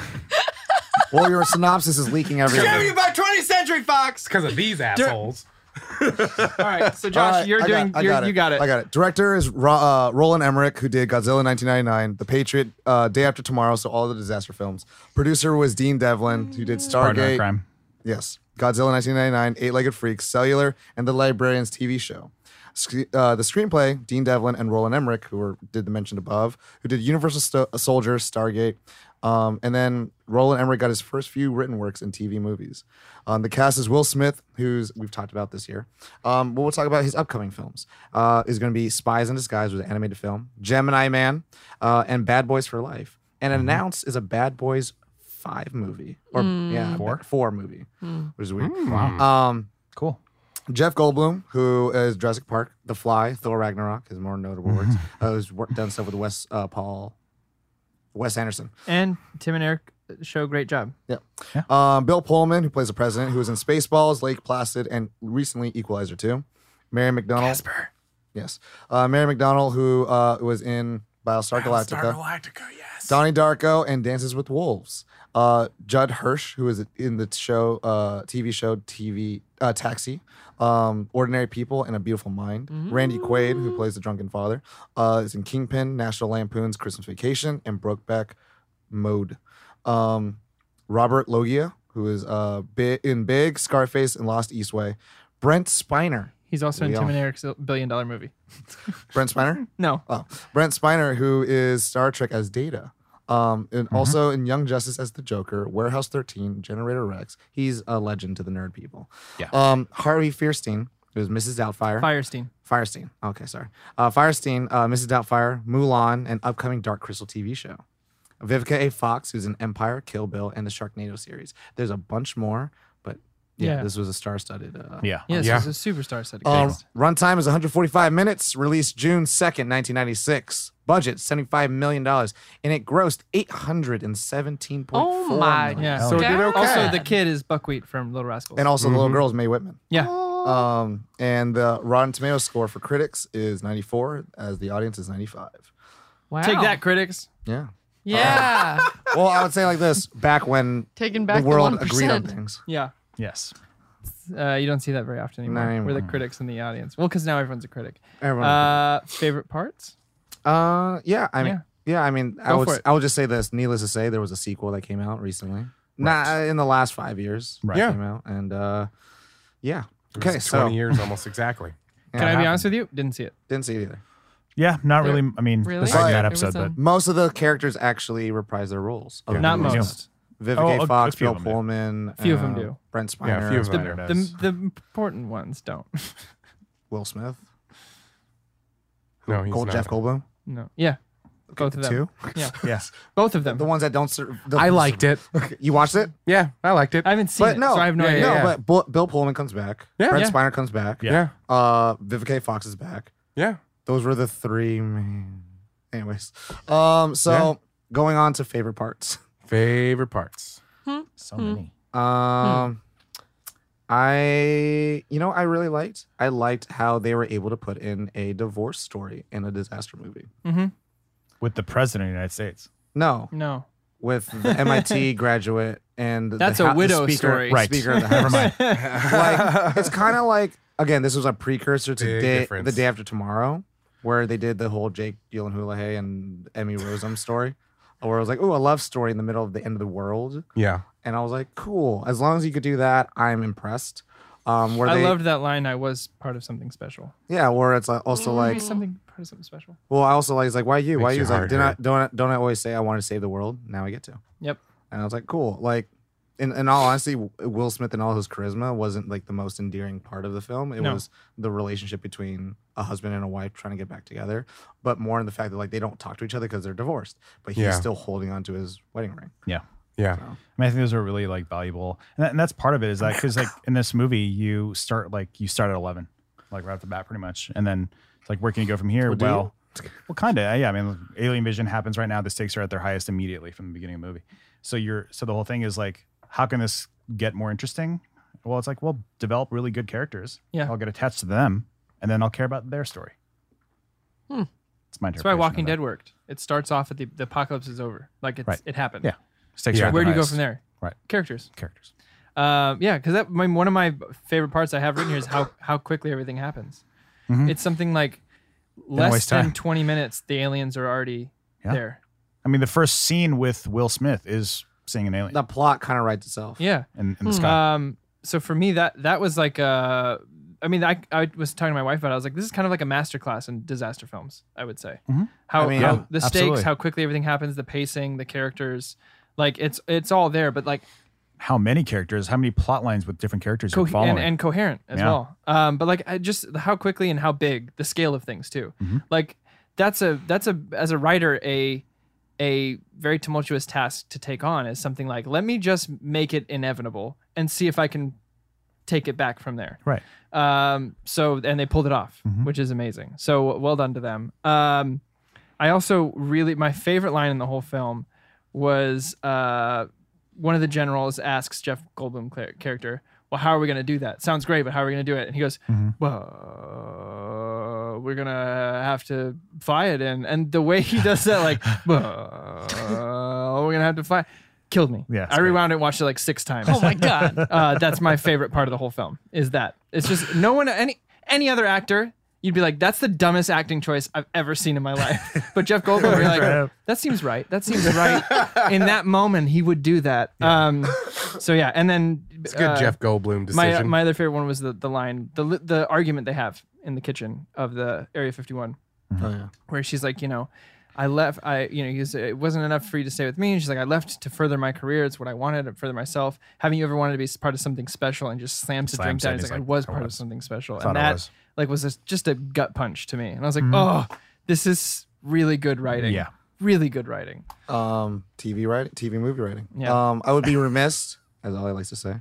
[SPEAKER 3] well, your synopsis is leaking everywhere.
[SPEAKER 6] by 20th Century Fox because of these assholes.
[SPEAKER 4] All right. So,
[SPEAKER 3] All
[SPEAKER 4] Josh,
[SPEAKER 3] right,
[SPEAKER 4] you're
[SPEAKER 3] I
[SPEAKER 4] doing.
[SPEAKER 3] got, I
[SPEAKER 4] you're,
[SPEAKER 3] got it.
[SPEAKER 4] You got it.
[SPEAKER 3] I got it. Director is Ro- uh, Roland Emmerich, who did Godzilla 1999, The Patriot, uh, Day After Tomorrow, so all the disaster films. Producer was Dean Devlin, who did
[SPEAKER 7] Partner in
[SPEAKER 3] Stargate.
[SPEAKER 7] crime.
[SPEAKER 3] Yes. Godzilla 1999, Eight Legged Freaks, Cellular, and The Librarians TV show. Sc- uh, the screenplay, Dean Devlin and Roland Emmerich, who were did the mentioned above, who did Universal Sto- uh, Soldier, Stargate, um, and then Roland Emmerich got his first few written works in TV movies. Um, the cast is Will Smith, who's we've talked about this year. Um, but we'll talk about his upcoming films. Uh, is going to be Spies in Disguise, was an animated film, Gemini Man, uh, and Bad Boys for Life. And announced is a Bad Boys five movie or yeah four four movie, which is weird. Um,
[SPEAKER 7] Cool.
[SPEAKER 3] Jeff Goldblum, who is Jurassic Park, The Fly, Thor Ragnarok, his more notable works, uh, who's worked, done stuff with Wes uh, Paul, Wes Anderson.
[SPEAKER 4] And Tim and Eric show great job.
[SPEAKER 3] Yeah. Um, Bill Pullman, who plays the president, who was in Spaceballs, Lake Placid, and recently Equalizer 2. Mary McDonald. Casper. Yes. Uh, Mary McDonald, who uh, was in Battlestar Galactica.
[SPEAKER 6] Galactica, yes.
[SPEAKER 3] Donnie Darko and Dances with Wolves. Uh, Judd Hirsch, who is in the show, uh, TV show, TV uh, Taxi, um, Ordinary People, and A Beautiful Mind. Randy Quaid, who plays the drunken father, uh, is in Kingpin, National Lampoon's Christmas Vacation, and Brokeback Mode. Um, Robert Loggia, who is uh, bi- in Big, Scarface, and Lost Eastway. Brent Spiner.
[SPEAKER 4] He's also in
[SPEAKER 3] We
[SPEAKER 4] Tim
[SPEAKER 3] all-
[SPEAKER 4] and Eric's billion dollar movie.
[SPEAKER 3] Brent Spiner?
[SPEAKER 4] No.
[SPEAKER 3] Oh, Brent Spiner, who is Star Trek as Data, um, and also in Young Justice as the Joker, Warehouse 13, Generator Rex. He's a legend to the nerd people.
[SPEAKER 7] Yeah.
[SPEAKER 3] Um, Harvey Fierstein, who's Mrs. Doubtfire.
[SPEAKER 4] Firestein.
[SPEAKER 3] Firestein. Okay, sorry. Uh, Firestein, uh, Mrs. Doubtfire, Mulan, and upcoming Dark Crystal TV show. Vivica A. Fox, who's in Empire, Kill Bill, and the Sharknado series. There's a bunch more, but yeah,
[SPEAKER 4] Yeah.
[SPEAKER 3] this was a star-studded. Uh,
[SPEAKER 7] Yeah.
[SPEAKER 4] Yes,
[SPEAKER 6] Yeah.
[SPEAKER 4] he's a superstar set of
[SPEAKER 3] um,
[SPEAKER 4] kids.
[SPEAKER 3] runtime is 145 minutes. Released June 2nd, 1996. Budget 75 million dollars, and it grossed 817.4
[SPEAKER 2] Oh my
[SPEAKER 3] million.
[SPEAKER 4] Yeah.
[SPEAKER 7] Oh, So it
[SPEAKER 2] did okay.
[SPEAKER 4] Also, the kid is Buckwheat from Little Rascals.
[SPEAKER 3] And also, the little girl is Mae Whitman.
[SPEAKER 4] yeah.
[SPEAKER 3] Um, and the Rotten Tomatoes score for critics is 94, as the audience is 95.
[SPEAKER 2] Wow.
[SPEAKER 4] Take that, critics.
[SPEAKER 3] Yeah.
[SPEAKER 2] Yeah.
[SPEAKER 3] Well, I would say like this: back when
[SPEAKER 2] [LAUGHS] Taking back
[SPEAKER 3] the world
[SPEAKER 2] the 1%.
[SPEAKER 3] agreed on things.
[SPEAKER 4] [LAUGHS] Yeah.
[SPEAKER 7] Yes.
[SPEAKER 4] Uh, you don't see that very often anymore.
[SPEAKER 3] anymore.
[SPEAKER 4] We're the critics in the audience. Well, because now everyone's a critic.
[SPEAKER 3] Everyone.
[SPEAKER 4] Uh, favorite parts?
[SPEAKER 3] Uh, yeah. I mean, yeah. I mean, I
[SPEAKER 4] Go
[SPEAKER 3] would.
[SPEAKER 4] for it.
[SPEAKER 3] I would just say this. Needless to say, there was a sequel that came out recently. Not in the last five years.
[SPEAKER 7] Right.
[SPEAKER 3] Came out and uh, yeah. Okay. So
[SPEAKER 6] years almost exactly.
[SPEAKER 4] Can I be honest with you? Didn't see it.
[SPEAKER 3] Didn't see it either.
[SPEAKER 7] Yeah, not
[SPEAKER 2] There-
[SPEAKER 7] really. I mean,
[SPEAKER 2] Really?
[SPEAKER 7] besides that
[SPEAKER 2] There
[SPEAKER 7] episode,
[SPEAKER 2] was a-
[SPEAKER 7] but
[SPEAKER 3] Most of the characters actually reprise their roles. of
[SPEAKER 4] Not
[SPEAKER 3] the
[SPEAKER 7] Yeah.
[SPEAKER 3] movies.
[SPEAKER 4] most.
[SPEAKER 3] Vivica
[SPEAKER 7] Oh, a- a
[SPEAKER 3] Fox,
[SPEAKER 7] few of
[SPEAKER 3] Bill
[SPEAKER 7] them do.
[SPEAKER 3] Pullman,
[SPEAKER 4] Few of
[SPEAKER 3] uh,
[SPEAKER 4] them do.
[SPEAKER 3] Brent Spiner,
[SPEAKER 6] Yeah, a few of them.
[SPEAKER 7] Spider
[SPEAKER 4] The,
[SPEAKER 6] do.
[SPEAKER 4] the important ones don't.
[SPEAKER 3] Will Smith,
[SPEAKER 6] No, he's
[SPEAKER 3] Gold,
[SPEAKER 6] not.
[SPEAKER 3] Jeff Goldblum,
[SPEAKER 4] No. Yeah. Both of them.
[SPEAKER 3] two.
[SPEAKER 4] Yeah.
[SPEAKER 7] yeah,
[SPEAKER 4] Both of them.
[SPEAKER 3] The ones that don't. Ser- the-
[SPEAKER 6] I liked it.
[SPEAKER 3] You watched it,
[SPEAKER 6] Yeah, I liked it.
[SPEAKER 4] I haven't seen
[SPEAKER 3] but
[SPEAKER 4] it,
[SPEAKER 3] no,
[SPEAKER 4] so I have no
[SPEAKER 6] yeah,
[SPEAKER 4] idea.
[SPEAKER 6] yeah.
[SPEAKER 3] No, but Bu- Bill Pullman comes back.
[SPEAKER 6] Yeah.
[SPEAKER 3] Brent
[SPEAKER 4] Yeah.
[SPEAKER 3] Spiner comes back.
[SPEAKER 7] Yeah.
[SPEAKER 6] yeah,
[SPEAKER 3] Uh, Vivica A. Fox is back.
[SPEAKER 6] yeah.
[SPEAKER 3] Those were the three. Main... Anyways, um, so going on to favorite parts.
[SPEAKER 6] Favorite parts.
[SPEAKER 7] so
[SPEAKER 4] Hmm.
[SPEAKER 7] many.
[SPEAKER 3] Um, I you know I really liked I liked how they were able to put in a divorce story in a disaster movie.
[SPEAKER 7] With the president of the United States,
[SPEAKER 3] No,
[SPEAKER 4] No.
[SPEAKER 3] with the MIT graduate and
[SPEAKER 4] That's
[SPEAKER 3] the
[SPEAKER 4] a
[SPEAKER 3] hou- the
[SPEAKER 4] widow
[SPEAKER 3] speaker,
[SPEAKER 4] story.
[SPEAKER 7] Right. [LAUGHS]
[SPEAKER 3] Speaker of the
[SPEAKER 7] Never
[SPEAKER 3] House.
[SPEAKER 7] mind.
[SPEAKER 3] like it's
[SPEAKER 6] [LAUGHS]
[SPEAKER 3] kind of like again, this was a precursor to
[SPEAKER 6] Big
[SPEAKER 3] day,
[SPEAKER 6] difference.
[SPEAKER 3] the day after tomorrow, where they did the whole Jake Gyllenhaal and Emmy Rossum story, where it was like, oh, a love story in the middle of the end of the world,
[SPEAKER 6] Yeah.
[SPEAKER 3] and I was like, cool. As long as you could do that, I'm impressed. Um, where
[SPEAKER 4] I
[SPEAKER 3] they,
[SPEAKER 4] loved that line. I was part of something special.
[SPEAKER 3] yeah, where it's like also like,
[SPEAKER 4] something part of something special.
[SPEAKER 3] well, I also like, it's like, why you? Why you?
[SPEAKER 6] Makes your
[SPEAKER 3] It's like,
[SPEAKER 6] heart
[SPEAKER 3] didn't I,
[SPEAKER 6] hurt.
[SPEAKER 3] don't I, don't I always say I want to save the world? Now I get to.
[SPEAKER 4] Yep.
[SPEAKER 3] And I was like, cool. Like, in, in all honesty, W- Will Smith and all his charisma wasn't like the most endearing part of the film. It
[SPEAKER 4] No.
[SPEAKER 3] was the relationship between a husband and a wife trying to get back together, but more in the fact that like they don't talk to each other because they're divorced, but he's
[SPEAKER 6] Yeah.
[SPEAKER 3] still holding on to his wedding ring.
[SPEAKER 7] Yeah.
[SPEAKER 6] Yeah.
[SPEAKER 7] I mean, I think those are really like valuable, and, that, and that's part of it is that because like in this movie, you start like you start at eleven, like right off the bat, pretty much, and then it's like where can you go from here?
[SPEAKER 3] do
[SPEAKER 7] well, well, kind of, yeah. I mean, Alien Vision happens right now. The stakes are at their highest immediately from the beginning of the movie. So you're so the whole thing is like, how can this get more interesting? Well, it's like, well, develop really good characters.
[SPEAKER 4] Yeah.
[SPEAKER 7] I'll get attached to them, and then I'll care about their story. It's my
[SPEAKER 4] Hmm. That's why
[SPEAKER 7] interpretation
[SPEAKER 4] Walking
[SPEAKER 7] of that.
[SPEAKER 4] Dead worked. It starts off at the, the apocalypse is over. Like it's
[SPEAKER 7] Right.
[SPEAKER 4] it happened.
[SPEAKER 7] Yeah. Stakes
[SPEAKER 6] Yeah.
[SPEAKER 7] are at
[SPEAKER 4] Where
[SPEAKER 7] their
[SPEAKER 4] do you go
[SPEAKER 7] highest.
[SPEAKER 4] from there?
[SPEAKER 7] Right.
[SPEAKER 4] Characters.
[SPEAKER 7] Characters.
[SPEAKER 4] Uh, yeah, because that I mean, one of my favorite parts I have written here is how how quickly everything happens. It's something like less
[SPEAKER 7] Mm-hmm. waste
[SPEAKER 4] than
[SPEAKER 7] time.
[SPEAKER 4] twenty minutes. The aliens are already
[SPEAKER 7] Yeah.
[SPEAKER 4] there.
[SPEAKER 7] I mean, the first scene with Will Smith is seeing an alien
[SPEAKER 3] The plot kind of writes itself.
[SPEAKER 4] Yeah.
[SPEAKER 7] in, in the sky.
[SPEAKER 4] Um. So for me, that that was like uh, I mean, I I was talking to my wife about. it. I was like, this is kind of like a masterclass in disaster films. I would say how,
[SPEAKER 3] I mean,
[SPEAKER 4] how
[SPEAKER 7] yeah,
[SPEAKER 4] the stakes,
[SPEAKER 7] absolutely.
[SPEAKER 4] how quickly everything happens, the pacing, the characters, like it's it's all there, but like
[SPEAKER 7] how many characters, how many plot lines with different characters
[SPEAKER 4] co-
[SPEAKER 7] you're following.
[SPEAKER 4] and, and coherent as
[SPEAKER 7] Yeah.
[SPEAKER 4] well. Um, but like I just how quickly and how big the scale of things too. Like that's a that's a as a writer a a very tumultuous task to take on is something like let me just make it inevitable and see if I can take it back from there.
[SPEAKER 7] right.
[SPEAKER 4] Um, so and they pulled it off, which is amazing. So well done to them. Um, I also really my favorite line in the whole film was uh, one of the generals asks Jeff Goldblum cla- character, "Well, how are we going to do that? Sounds great, but how are we going to do it?" And he goes, "Well, we're gonna have to fly it in." And the way he does that, like, [LAUGHS] "Well, we're gonna have to fly," killed me.
[SPEAKER 7] Yeah, it's
[SPEAKER 4] I
[SPEAKER 7] great.
[SPEAKER 4] rewound it, and watched it like six times
[SPEAKER 2] Oh my god.
[SPEAKER 4] [LAUGHS] uh, that's my favorite part of the whole film is that it's just no one any any other actor you'd be like that's the dumbest acting choice i've ever seen in my life [LAUGHS] but jeff goldblum you're like that seems right that seems right in that moment he would do that um so yeah and then
[SPEAKER 6] It's a good
[SPEAKER 4] uh,
[SPEAKER 6] Jeff Goldblum decision.
[SPEAKER 4] my, my other favorite one was the, the line the li- the argument they have in the kitchen of the area 51
[SPEAKER 2] Mm-hmm.
[SPEAKER 3] Oh, yeah.
[SPEAKER 4] where she's like, you know, I left. I, you know, you said it wasn't enough for you to stay with me. And she's like, I left to further my career. It's what I wanted to further myself. Haven't you ever wanted to be part of something special? And just slams the drink
[SPEAKER 7] Slams
[SPEAKER 4] down.
[SPEAKER 7] it.
[SPEAKER 4] He's
[SPEAKER 7] He's
[SPEAKER 4] like, I
[SPEAKER 7] like,
[SPEAKER 4] was
[SPEAKER 7] I
[SPEAKER 4] part of
[SPEAKER 7] was.
[SPEAKER 4] something special.
[SPEAKER 7] thought
[SPEAKER 4] And
[SPEAKER 7] I
[SPEAKER 4] that
[SPEAKER 7] was. Mm-hmm.
[SPEAKER 4] like was a, just a gut punch to me. And I was like, oh, this is really good writing.
[SPEAKER 7] Yeah.
[SPEAKER 4] really good writing.
[SPEAKER 3] um TV writing, TV movie writing.
[SPEAKER 4] Yeah.
[SPEAKER 3] Um, I would be remiss, as Ollie likes to say,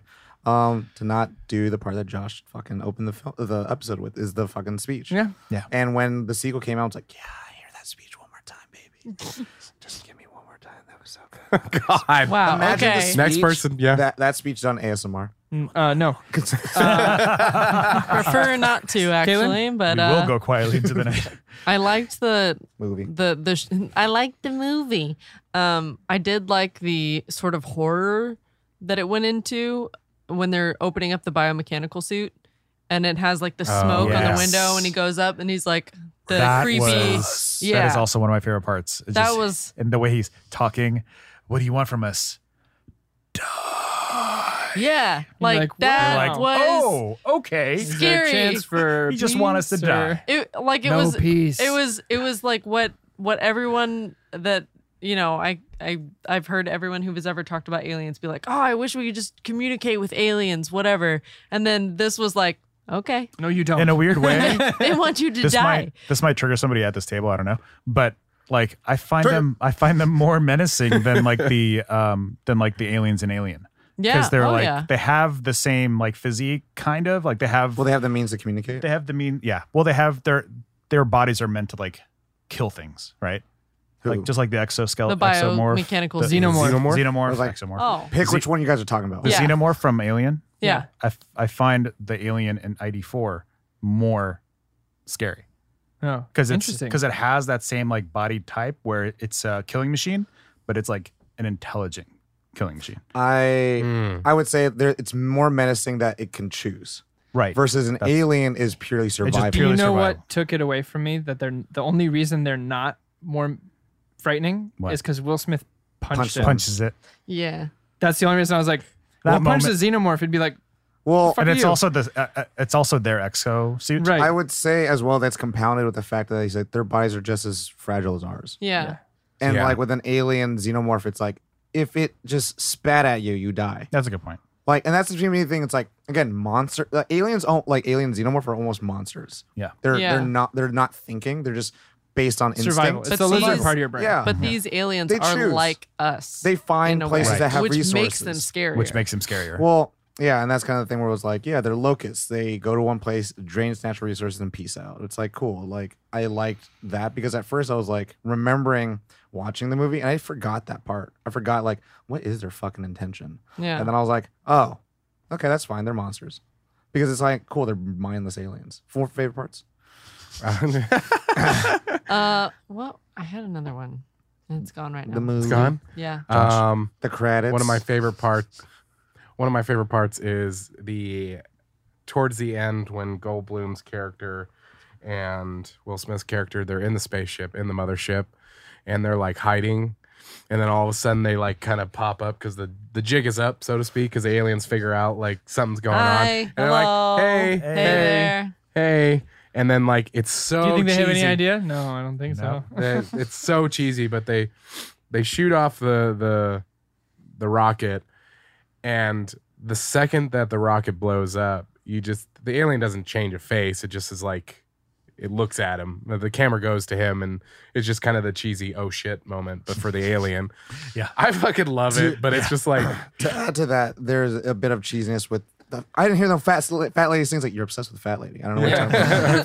[SPEAKER 3] um, to not do the part that Josh fucking opened the film, the episode with is the fucking speech.
[SPEAKER 4] Yeah.
[SPEAKER 7] Yeah.
[SPEAKER 3] And when the sequel came out, it's like, yeah, I hear that speech one more time, baby. Just give me one more time. That was so good.
[SPEAKER 6] God.
[SPEAKER 2] Wow.
[SPEAKER 3] Imagine the
[SPEAKER 2] Oh, okay.
[SPEAKER 6] Next
[SPEAKER 3] speech-
[SPEAKER 6] person, yeah.
[SPEAKER 3] That that speech done ASMR.
[SPEAKER 4] Mm, Uh, no,
[SPEAKER 2] Prefer not [LAUGHS] to actually, but
[SPEAKER 7] we
[SPEAKER 2] uh,
[SPEAKER 7] will go quietly into the night.
[SPEAKER 2] I liked the
[SPEAKER 3] Movie.
[SPEAKER 2] the the sh- I liked the movie. Um, I did like the sort of horror that it went into when they're opening up the biomechanical suit, and it has like the
[SPEAKER 7] Oh,
[SPEAKER 2] smoke on
[SPEAKER 7] yes.
[SPEAKER 2] the window, and he goes up, and he's like the creepy.
[SPEAKER 7] was-
[SPEAKER 2] yeah,
[SPEAKER 7] That is also one of my favorite parts. It's
[SPEAKER 2] That
[SPEAKER 7] just-
[SPEAKER 2] was-
[SPEAKER 7] and the way he's talking. What do you want from us? Die.
[SPEAKER 2] Yeah, like,
[SPEAKER 4] like,
[SPEAKER 2] that
[SPEAKER 4] wow.
[SPEAKER 7] Like,
[SPEAKER 2] was
[SPEAKER 7] oh, okay.
[SPEAKER 4] Is there a
[SPEAKER 2] Scary.
[SPEAKER 4] chance for
[SPEAKER 7] You just want us to
[SPEAKER 4] peace,
[SPEAKER 7] die.
[SPEAKER 4] or-
[SPEAKER 2] it. Like it
[SPEAKER 4] No
[SPEAKER 2] was.
[SPEAKER 4] peace.
[SPEAKER 2] It was. It was like what what everyone that you know. I I I've heard everyone who has ever talked about aliens be like, oh, I wish we could just communicate with aliens, whatever. And then this was like,
[SPEAKER 3] [LAUGHS]
[SPEAKER 2] okay,
[SPEAKER 4] No, you don't.
[SPEAKER 7] In a weird way,
[SPEAKER 2] they want you to
[SPEAKER 7] this
[SPEAKER 2] die.
[SPEAKER 7] might this might trigger somebody at this table. I don't know, but like I find them I find them more menacing than
[SPEAKER 3] [LAUGHS]
[SPEAKER 7] like the um than like the aliens in Alien
[SPEAKER 2] yeah.
[SPEAKER 7] because they're
[SPEAKER 2] oh,
[SPEAKER 7] like
[SPEAKER 2] yeah.
[SPEAKER 7] they have the same like physique kind of like they have
[SPEAKER 3] Well, they have the means to communicate.
[SPEAKER 7] they have the mean yeah well they have their their bodies are meant to like kill things right like
[SPEAKER 3] Who?
[SPEAKER 7] just like the exoskeleton
[SPEAKER 2] The
[SPEAKER 7] exomorph
[SPEAKER 2] biomechanical
[SPEAKER 7] the-
[SPEAKER 4] Xenomorph.
[SPEAKER 7] xenomorph
[SPEAKER 3] I
[SPEAKER 7] xenomorph
[SPEAKER 3] was like-
[SPEAKER 7] exomorph
[SPEAKER 2] Oh.
[SPEAKER 3] Pick
[SPEAKER 7] Z-
[SPEAKER 3] which one you guys are talking about.
[SPEAKER 7] the
[SPEAKER 2] Yeah.
[SPEAKER 7] xenomorph from Alien
[SPEAKER 2] Yeah.
[SPEAKER 7] I, f- I find the Alien in ID four more scary
[SPEAKER 4] no,
[SPEAKER 7] because it's
[SPEAKER 4] interesting.
[SPEAKER 7] because it has that same like body type where it's a killing machine but it's like an intelligent killing machine
[SPEAKER 3] I
[SPEAKER 6] Mm. [LAUGHS]
[SPEAKER 3] I would say there it's more menacing that it can choose
[SPEAKER 7] right
[SPEAKER 3] versus an
[SPEAKER 7] That's-
[SPEAKER 3] alien is purely survival.
[SPEAKER 4] Do you know
[SPEAKER 7] purely survival.
[SPEAKER 4] what took it away from me? That they're the only reason they're not more frightening
[SPEAKER 7] What?
[SPEAKER 4] is because Will Smith punched,
[SPEAKER 3] Punched
[SPEAKER 4] him.
[SPEAKER 3] him.
[SPEAKER 7] punches it
[SPEAKER 2] yeah.
[SPEAKER 4] That's the only reason I was like,
[SPEAKER 7] That
[SPEAKER 4] well, punch the
[SPEAKER 7] moment-
[SPEAKER 4] xenomorph. It'd be like,
[SPEAKER 3] well,
[SPEAKER 4] Fuck
[SPEAKER 7] and it's
[SPEAKER 4] you.
[SPEAKER 7] also the uh, uh, it's also their exo suit
[SPEAKER 4] right.
[SPEAKER 3] I would say as well that's compounded with the fact that he's like their bodies are just as fragile as ours.
[SPEAKER 2] Yeah.
[SPEAKER 4] Yeah.
[SPEAKER 3] And
[SPEAKER 6] Yeah.
[SPEAKER 3] like with an alien xenomorph, it's like if it just spat at you, you die.
[SPEAKER 7] that's a good point
[SPEAKER 3] Like, and that's the me thing. It's like again, monster like, aliens. al- Like alien xenomorph are almost monsters.
[SPEAKER 7] Yeah.
[SPEAKER 3] they're
[SPEAKER 2] Yeah.
[SPEAKER 3] they're not they're not thinking. They're just based on
[SPEAKER 4] survival.
[SPEAKER 3] instinct.
[SPEAKER 4] It's
[SPEAKER 2] But
[SPEAKER 4] the lizard
[SPEAKER 2] these-
[SPEAKER 4] part of your brain.
[SPEAKER 3] yeah,
[SPEAKER 2] But these aliens
[SPEAKER 3] Uh-huh. They
[SPEAKER 2] are
[SPEAKER 3] choose.
[SPEAKER 2] like us.
[SPEAKER 3] they find
[SPEAKER 2] in a
[SPEAKER 3] places
[SPEAKER 2] way,
[SPEAKER 3] that have
[SPEAKER 2] which
[SPEAKER 3] resources,
[SPEAKER 2] makes them scarier.
[SPEAKER 7] which makes him scarier
[SPEAKER 3] Well, yeah, and that's kind of the thing where it was like, yeah, they're locusts. They go to one place, drain its natural resources, and peace out. It's like cool. Like I liked that because at first I was like remembering watching the movie and I forgot that part. I forgot like what is their fucking intention,
[SPEAKER 2] yeah.
[SPEAKER 3] and then I was like, oh, okay, that's fine. They're monsters because it's like cool. They're mindless aliens. Four favorite parts.
[SPEAKER 2] Uh, well, I had another one. And it's gone right now.
[SPEAKER 3] The movie,
[SPEAKER 6] it's gone.
[SPEAKER 2] Yeah.
[SPEAKER 6] Um,
[SPEAKER 3] the credits.
[SPEAKER 6] one of my favorite parts. One of my favorite parts is the towards the end when Goldblum's character and Will Smith's character they're in the spaceship in the mothership, and they're like hiding, and then all of a sudden they like kind of pop up because the the jig is up so to speak because the aliens figure out like something's going on,
[SPEAKER 2] Hi.
[SPEAKER 6] and they're
[SPEAKER 2] Hello.
[SPEAKER 6] like, hey,
[SPEAKER 2] Hey,
[SPEAKER 6] hey,
[SPEAKER 2] there.
[SPEAKER 6] hey, and then like it's so.
[SPEAKER 4] Do you think they have any
[SPEAKER 6] cheesy.
[SPEAKER 4] idea? No, I don't think
[SPEAKER 7] Oh, No.
[SPEAKER 4] so.
[SPEAKER 6] They- it's so cheesy, but they they shoot off the the the rocket, and the second that the rocket blows up, you just the alien doesn't change a face. It just is like it looks at him. The camera goes to him, and it's just kind of the cheesy oh shit moment, but for the alien. [LAUGHS]
[SPEAKER 7] Yeah.
[SPEAKER 6] I fucking love it, but it's just like
[SPEAKER 3] to add to that, there's a bit of cheesiness with. The, I didn't hear the fat fat lady sings like you're obsessed with fat lady. I don't know what you're
[SPEAKER 6] [LAUGHS]
[SPEAKER 3] talking about.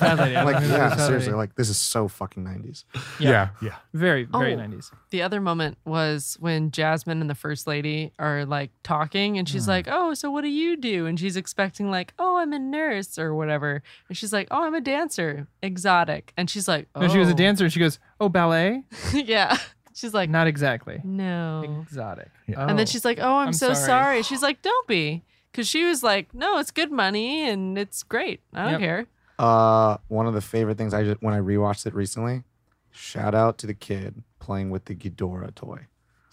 [SPEAKER 4] [LAUGHS] Bad lady. I don't
[SPEAKER 3] I'm [LAUGHS] like,
[SPEAKER 4] think
[SPEAKER 3] yeah,
[SPEAKER 4] that's how
[SPEAKER 3] seriously,
[SPEAKER 4] they-
[SPEAKER 3] like this is so fucking nineties.
[SPEAKER 6] [LAUGHS] yeah.
[SPEAKER 4] very, very
[SPEAKER 2] Oh.
[SPEAKER 4] 90s.
[SPEAKER 2] The other moment was when Jasmine and the First Lady are like talking, and she's like, "Oh, so what do you do?" And she's expecting like, "Oh, I'm a nurse or whatever," and she's like, "Oh, I'm a dancer, exotic," and she's like, "Oh,
[SPEAKER 4] No, she was a dancer. and She goes, oh, ballet?
[SPEAKER 2] [LAUGHS] yeah." She's like,
[SPEAKER 4] Not exactly.
[SPEAKER 2] "No,"
[SPEAKER 4] Exotic.
[SPEAKER 7] Yeah.
[SPEAKER 2] and
[SPEAKER 4] Oh.
[SPEAKER 2] then she's like, "Oh, I'm,
[SPEAKER 4] I'm
[SPEAKER 2] so
[SPEAKER 4] sorry."
[SPEAKER 2] sorry. She's like, "Don't be," because she was like, "No, it's good money and it's great. I don't
[SPEAKER 4] Yep.
[SPEAKER 2] care."
[SPEAKER 3] Uh, one of the favorite things I just when I rewatched it recently. Shout out to the kid playing with the Ghidorah toy.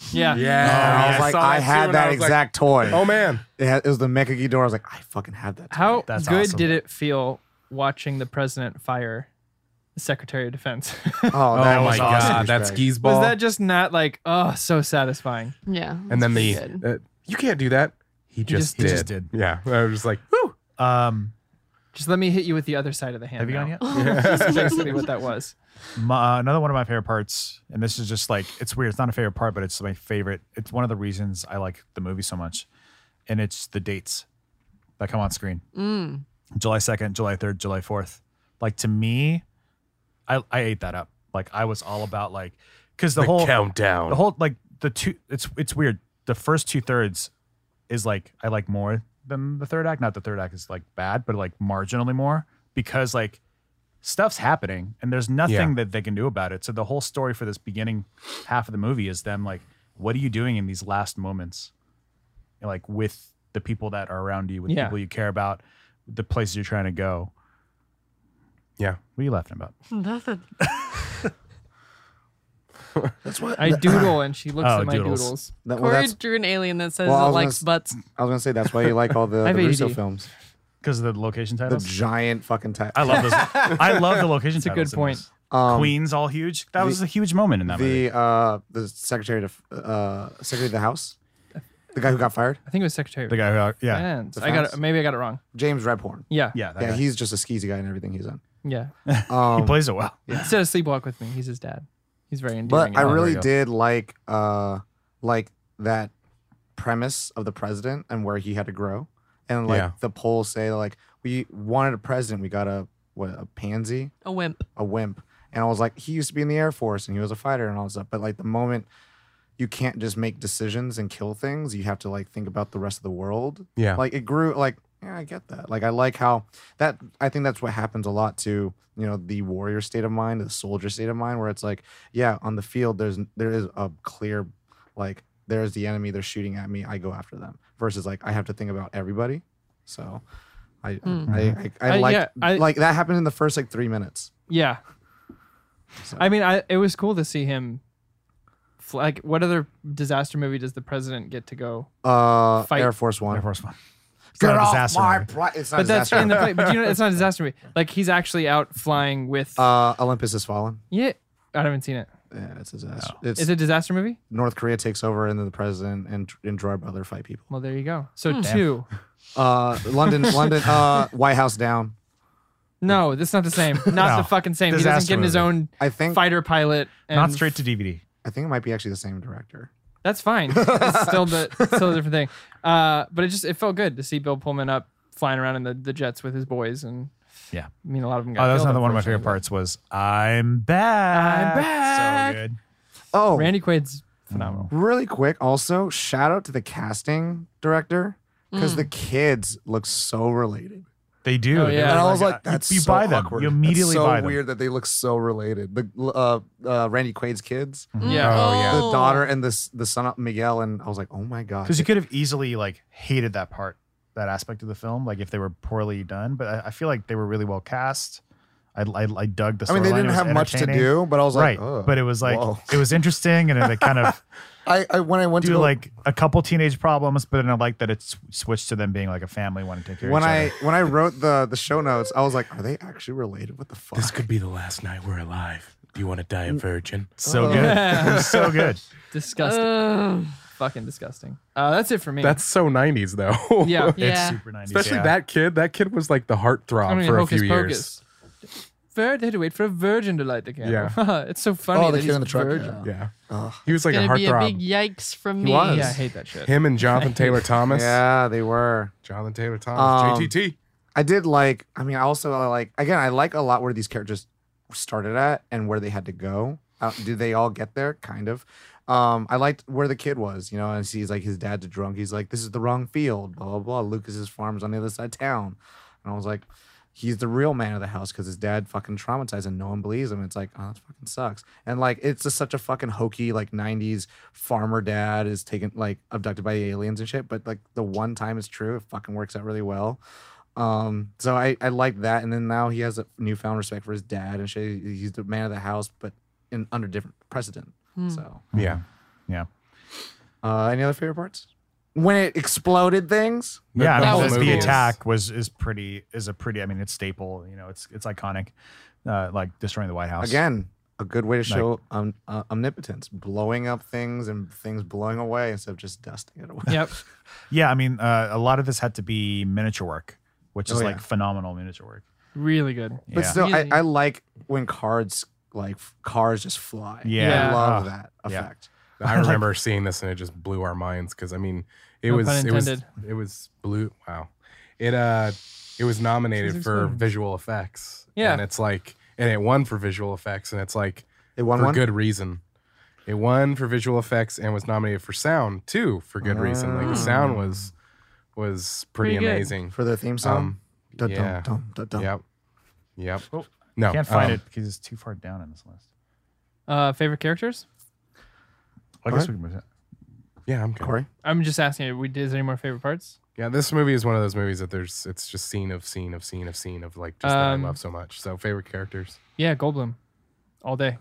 [SPEAKER 4] Oh. Yeah.
[SPEAKER 6] Oh, Yeah.
[SPEAKER 3] I was like,
[SPEAKER 6] saw
[SPEAKER 3] I
[SPEAKER 6] too,
[SPEAKER 3] had
[SPEAKER 6] and
[SPEAKER 3] that
[SPEAKER 6] I was like,
[SPEAKER 3] exact toy.
[SPEAKER 6] oh man.
[SPEAKER 3] It, had, it was the Mecha Ghidorah. I was like, I fucking had that. Toy.
[SPEAKER 4] How
[SPEAKER 7] That's
[SPEAKER 4] good
[SPEAKER 7] awesome.
[SPEAKER 4] did it feel watching the president fire the Secretary of Defense? [LAUGHS]
[SPEAKER 3] Oh, that
[SPEAKER 6] [LAUGHS] oh
[SPEAKER 3] was
[SPEAKER 6] my
[SPEAKER 3] awesome,
[SPEAKER 6] god, that's
[SPEAKER 3] Respect.
[SPEAKER 6] geez ball.
[SPEAKER 4] Was that just not like, oh, so satisfying?
[SPEAKER 2] Yeah.
[SPEAKER 6] and
[SPEAKER 2] that's
[SPEAKER 6] then
[SPEAKER 2] pretty
[SPEAKER 6] the [LAUGHS]
[SPEAKER 2] good.
[SPEAKER 6] uh, you can't do that. He
[SPEAKER 4] just-
[SPEAKER 6] just,
[SPEAKER 4] he
[SPEAKER 7] just
[SPEAKER 6] did. Yeah. I was just like,
[SPEAKER 7] um
[SPEAKER 4] Just let me hit you with the other side of the hand.
[SPEAKER 7] have you
[SPEAKER 4] now.
[SPEAKER 7] gone yet
[SPEAKER 4] [LAUGHS] That's basically what that was.
[SPEAKER 7] My, uh, another one of my favorite parts, and this is just like it's weird. It's not a favorite part, but it's my favorite. It's one of the reasons I like the movie so much, and it's the dates that come on screen:
[SPEAKER 2] [LAUGHS] Mm.
[SPEAKER 7] July second, July third, July fourth. Like to me, I I ate that up. Like I was all about like because the,
[SPEAKER 6] the,
[SPEAKER 7] whole
[SPEAKER 6] countdown.
[SPEAKER 7] the whole like the two. It's it's weird. The first two thirds is like I like more than the third act. Not the third act is like bad, but like marginally more because like stuff's happening and there's nothing
[SPEAKER 6] Yeah.
[SPEAKER 7] that they can do about it. So the whole story for this beginning half of the movie is them like, what are you doing in these last moments? And, Like with the people that are around you, with
[SPEAKER 4] Yeah.
[SPEAKER 7] people you care about, the places you're trying to go.
[SPEAKER 6] Yeah.
[SPEAKER 7] What are you laughing about?
[SPEAKER 2] Nothing.
[SPEAKER 3] That's what [LAUGHS]
[SPEAKER 4] I doodle and she looks
[SPEAKER 7] Oh,
[SPEAKER 4] at my
[SPEAKER 7] doodles.
[SPEAKER 4] doodles.
[SPEAKER 3] That, well,
[SPEAKER 2] Corey
[SPEAKER 3] that's,
[SPEAKER 2] drew an alien that says
[SPEAKER 3] Well, I
[SPEAKER 2] it
[SPEAKER 3] was gonna
[SPEAKER 2] likes
[SPEAKER 3] s-
[SPEAKER 2] butts.
[SPEAKER 3] I was gonna say that's why you like all
[SPEAKER 6] [LAUGHS]
[SPEAKER 3] the, the
[SPEAKER 4] have ADD.
[SPEAKER 3] Russo films.
[SPEAKER 7] because of the location
[SPEAKER 3] The
[SPEAKER 7] titles.
[SPEAKER 4] [LAUGHS]
[SPEAKER 3] giant fucking type.
[SPEAKER 7] I love those. I love the location. It's
[SPEAKER 4] a good point.
[SPEAKER 3] Um,
[SPEAKER 7] Queens all huge. That was a huge moment in that movie.
[SPEAKER 3] the uh the secretary of uh secretary of the house the guy who got fired
[SPEAKER 4] I think it was Secretary.
[SPEAKER 7] The guy
[SPEAKER 6] uh,
[SPEAKER 7] who, yeah,
[SPEAKER 4] Man,
[SPEAKER 3] the
[SPEAKER 4] I got it.
[SPEAKER 3] fans.
[SPEAKER 4] Maybe I got it wrong.
[SPEAKER 3] james redhorn
[SPEAKER 4] Yeah.
[SPEAKER 7] yeah, that
[SPEAKER 3] yeah
[SPEAKER 7] guy.
[SPEAKER 3] he's just a skeezy guy in everything he's in
[SPEAKER 4] Yeah.
[SPEAKER 7] he
[SPEAKER 3] um
[SPEAKER 7] plays it well.
[SPEAKER 4] Instead of sleepwalk with me, he's his dad. He's very endearing.
[SPEAKER 3] but i
[SPEAKER 4] and-
[SPEAKER 3] really
[SPEAKER 7] you go.
[SPEAKER 3] did like uh like that premise of the president and where he had to grow and like
[SPEAKER 6] Yeah.
[SPEAKER 3] the polls say like we wanted a president we got a what a pansy
[SPEAKER 2] A wimp.
[SPEAKER 3] a wimp. And I was like, he used to be in the Air Force and he was a fighter and all this stuff. But like the moment you can't just make decisions and kill things, you have to like think about the rest of the world.
[SPEAKER 6] Yeah.
[SPEAKER 3] [LAUGHS] Like it grew like, yeah, I get that. Like I like how that I think that's what happens a lot to, you know, the warrior state of mind, the soldier state of mind, where it's like, yeah, on the field there's there is a clear like there's the enemy, they're shooting at me, I go after them. Versus like I have to think about everybody. So I
[SPEAKER 2] Hmm.
[SPEAKER 3] I, I, I,
[SPEAKER 4] Mm-hmm. I-
[SPEAKER 3] like
[SPEAKER 4] yeah, I-
[SPEAKER 3] like that happened in the first like three minutes.
[SPEAKER 4] Yeah.
[SPEAKER 3] So-
[SPEAKER 4] I mean, I it was cool to see him. fl- Like, what other disaster movie does the president get to go?
[SPEAKER 3] Uh,
[SPEAKER 4] Fight.
[SPEAKER 3] Air Force One.
[SPEAKER 7] Air Force One. It's
[SPEAKER 3] Get
[SPEAKER 7] not a
[SPEAKER 3] off
[SPEAKER 7] disaster
[SPEAKER 3] my
[SPEAKER 7] movie.
[SPEAKER 3] pla- It's not a
[SPEAKER 4] But that's
[SPEAKER 3] disaster.
[SPEAKER 4] in the play. But you know, it's not a disaster movie. Like he's actually out flying with.
[SPEAKER 3] [LAUGHS] uh, Olympus Has Fallen.
[SPEAKER 4] yeah, I haven't seen it.
[SPEAKER 3] Yeah, it's a disaster. It's
[SPEAKER 4] Is it a disaster movie?
[SPEAKER 3] North Korea takes over, and then the president and and Gerard Butler fight people.
[SPEAKER 4] Well, there you go. So
[SPEAKER 3] Hmm.
[SPEAKER 4] two.
[SPEAKER 3] Uh, London, [LAUGHS] London, uh, White House down.
[SPEAKER 4] No, that's not
[SPEAKER 7] [LAUGHS]
[SPEAKER 4] the same. Not
[SPEAKER 7] No.
[SPEAKER 4] the fucking same. he doesn't
[SPEAKER 7] Disaster
[SPEAKER 4] get in his
[SPEAKER 7] movie.
[SPEAKER 4] own
[SPEAKER 3] I think.
[SPEAKER 4] fighter pilot. And
[SPEAKER 7] Not straight to DVD.
[SPEAKER 3] I think it might be actually the same director.
[SPEAKER 4] That's fine. It's
[SPEAKER 7] [LAUGHS]
[SPEAKER 4] still the still a different thing. Uh, but it just it felt good to see Bill Pullman up flying around in the, the jets with his boys and
[SPEAKER 7] Yeah.
[SPEAKER 4] I mean a lot of them got.
[SPEAKER 7] Oh, that was
[SPEAKER 4] killed,
[SPEAKER 7] another one of my favorite
[SPEAKER 4] unfortunately,
[SPEAKER 7] parts. Was I'm back.
[SPEAKER 4] I'm back.
[SPEAKER 7] So good.
[SPEAKER 3] Oh,
[SPEAKER 4] but Randy Quaid's phenomenal.
[SPEAKER 3] really quick. Also, shout out to the casting director because the kids look so related.
[SPEAKER 7] They do.
[SPEAKER 4] Oh,
[SPEAKER 7] They're
[SPEAKER 4] yeah.
[SPEAKER 3] And I was
[SPEAKER 7] uh,
[SPEAKER 3] like, "That's
[SPEAKER 7] you, you
[SPEAKER 3] so
[SPEAKER 7] buy them.
[SPEAKER 3] awkward.
[SPEAKER 7] You
[SPEAKER 3] That's
[SPEAKER 7] immediately
[SPEAKER 3] so
[SPEAKER 7] buy them.
[SPEAKER 3] weird that they look so related." The uh, uh, Randy Quaid's kids.
[SPEAKER 4] Yeah.
[SPEAKER 6] Oh, yeah.
[SPEAKER 3] the daughter and this the son of Miguel and I was like, oh my god,
[SPEAKER 7] Because you could have easily like hated that part, that aspect of the film, like if they were poorly done. But I, I feel like they were really well cast. I I, I dug the.
[SPEAKER 3] I mean, they
[SPEAKER 7] storyline. It
[SPEAKER 3] didn't
[SPEAKER 7] was
[SPEAKER 3] have much to
[SPEAKER 7] entertaining.
[SPEAKER 3] do, but I was
[SPEAKER 7] Right,
[SPEAKER 3] like, oh,
[SPEAKER 7] but it was like
[SPEAKER 3] whoa.
[SPEAKER 7] it was interesting, and it kind
[SPEAKER 3] [LAUGHS]
[SPEAKER 7] of
[SPEAKER 3] I, I when I went to
[SPEAKER 7] do
[SPEAKER 3] go-
[SPEAKER 7] like a couple teenage problems, but then I like that it's switched to them being like a family wanting to take care
[SPEAKER 3] when
[SPEAKER 7] of each
[SPEAKER 3] I
[SPEAKER 7] other.
[SPEAKER 3] when I wrote the the show notes, I was like, are they actually related? What the fuck?
[SPEAKER 6] This could be the last night we're alive. Do you want to die a virgin?
[SPEAKER 7] So good, It was so good.
[SPEAKER 4] Disgusting.
[SPEAKER 7] Uh,
[SPEAKER 2] Ugh.
[SPEAKER 4] Fucking disgusting. Uh, that's it for me.
[SPEAKER 6] That's so 90s,
[SPEAKER 7] [LAUGHS]
[SPEAKER 6] though. [LAUGHS]
[SPEAKER 4] yeah.
[SPEAKER 2] [LAUGHS] Yeah.
[SPEAKER 7] Super 90s,
[SPEAKER 6] Especially
[SPEAKER 7] yeah.
[SPEAKER 6] that kid. That kid was like the heartthrob
[SPEAKER 4] I mean,
[SPEAKER 6] for a
[SPEAKER 4] hocus
[SPEAKER 6] few years.
[SPEAKER 4] pocus. Vir- they had to wait for a virgin to light the candle. [LAUGHS] it's so funny.
[SPEAKER 3] oh, the
[SPEAKER 4] that
[SPEAKER 3] kid
[SPEAKER 4] he's
[SPEAKER 3] in the truck.
[SPEAKER 4] virgin.
[SPEAKER 3] Yeah.
[SPEAKER 6] Yeah. He was like a
[SPEAKER 2] Gonna be a big
[SPEAKER 6] heartthrob.
[SPEAKER 2] yikes from
[SPEAKER 3] He
[SPEAKER 2] me.
[SPEAKER 3] was.
[SPEAKER 4] Yeah, I hate that shit.
[SPEAKER 6] Him
[SPEAKER 2] [LAUGHS]
[SPEAKER 6] and Jonathan Taylor Thomas.
[SPEAKER 3] Yeah, they were.
[SPEAKER 6] Jonathan Taylor Thomas.
[SPEAKER 3] Um,
[SPEAKER 6] JTT.
[SPEAKER 3] I did like. I mean, I also like again. I like a lot where these characters started at and where they had to go. Uh, did they all get there? Kind of. Um, I liked where the kid was, you know, and he's like his dad's a drunk. He's like, this is the wrong field. Blah blah blah. Lucas's farm's on the other side of town, and I was like, he's the real man of the house because his dad fucking traumatized and no one believes him. It's like, oh, that fucking sucks. And like, it's just such a fucking hokey like '90s farmer dad is taken like abducted by the aliens and shit. But like the one time it's true, it fucking works out really well. Um, so I I like that, and then now he has a newfound respect for his dad, and shit. he's the man of the house, but in under different precedent.
[SPEAKER 7] Hmm.
[SPEAKER 2] Hmm.
[SPEAKER 3] So,
[SPEAKER 6] Yeah.
[SPEAKER 7] Yeah,
[SPEAKER 3] uh, any other favorite parts? When it exploded things,
[SPEAKER 7] yeah.
[SPEAKER 6] the
[SPEAKER 7] I
[SPEAKER 6] whole
[SPEAKER 7] mean, the,
[SPEAKER 6] movie
[SPEAKER 7] the
[SPEAKER 6] is-
[SPEAKER 7] attack was is pretty is a pretty. I mean, it's staple. You know, it's it's iconic. Uh, like destroying the White House
[SPEAKER 3] again, a good way to show um, uh, omnipotence, blowing up things and things blowing away instead of just dusting it away.
[SPEAKER 4] Yep.
[SPEAKER 7] Yeah, I mean, uh, a lot of this had to be miniature work, which is
[SPEAKER 3] Oh,
[SPEAKER 7] like
[SPEAKER 3] yeah.
[SPEAKER 7] phenomenal miniature work.
[SPEAKER 4] Really good.
[SPEAKER 3] [LAUGHS] But
[SPEAKER 7] yeah.
[SPEAKER 3] still,
[SPEAKER 2] Really?
[SPEAKER 3] I, I like when cards like f- cars just fly.
[SPEAKER 7] Yeah.
[SPEAKER 3] I love
[SPEAKER 7] Yeah.
[SPEAKER 3] that
[SPEAKER 7] Yeah.
[SPEAKER 3] effect.
[SPEAKER 6] I remember seeing this and it just blew our minds because I mean it
[SPEAKER 4] No
[SPEAKER 6] was
[SPEAKER 4] pun
[SPEAKER 6] it was
[SPEAKER 4] intended.
[SPEAKER 6] it was blue wow it uh it was nominated
[SPEAKER 4] Sounds
[SPEAKER 6] for
[SPEAKER 4] exciting.
[SPEAKER 6] visual effects
[SPEAKER 4] Yeah.
[SPEAKER 6] and it's like and it won for visual effects and it's like
[SPEAKER 3] It won
[SPEAKER 6] for
[SPEAKER 3] one.
[SPEAKER 6] good reason it won for visual effects and was nominated for sound too for good reason like the sound was was pretty,
[SPEAKER 2] Pretty good.
[SPEAKER 6] amazing
[SPEAKER 3] for the theme song.
[SPEAKER 6] Um,
[SPEAKER 3] Dun, dun,
[SPEAKER 6] yeah.
[SPEAKER 3] dun, dun, dun.
[SPEAKER 6] yep yep
[SPEAKER 7] Oh,
[SPEAKER 6] no
[SPEAKER 7] Can't find
[SPEAKER 6] um,
[SPEAKER 7] it because it's too far down in this list.
[SPEAKER 4] Uh, favorite characters?
[SPEAKER 7] I guess we can move it.
[SPEAKER 6] yeah I'm good.
[SPEAKER 3] Corey,
[SPEAKER 4] I'm just asking. you, We is there any more favorite parts?
[SPEAKER 6] Yeah, this movie is one of those movies that there's it's just scene of scene of scene of scene of like just that I
[SPEAKER 4] Um,
[SPEAKER 6] love so much. So favorite characters.
[SPEAKER 4] Yeah, Goldblum, all day.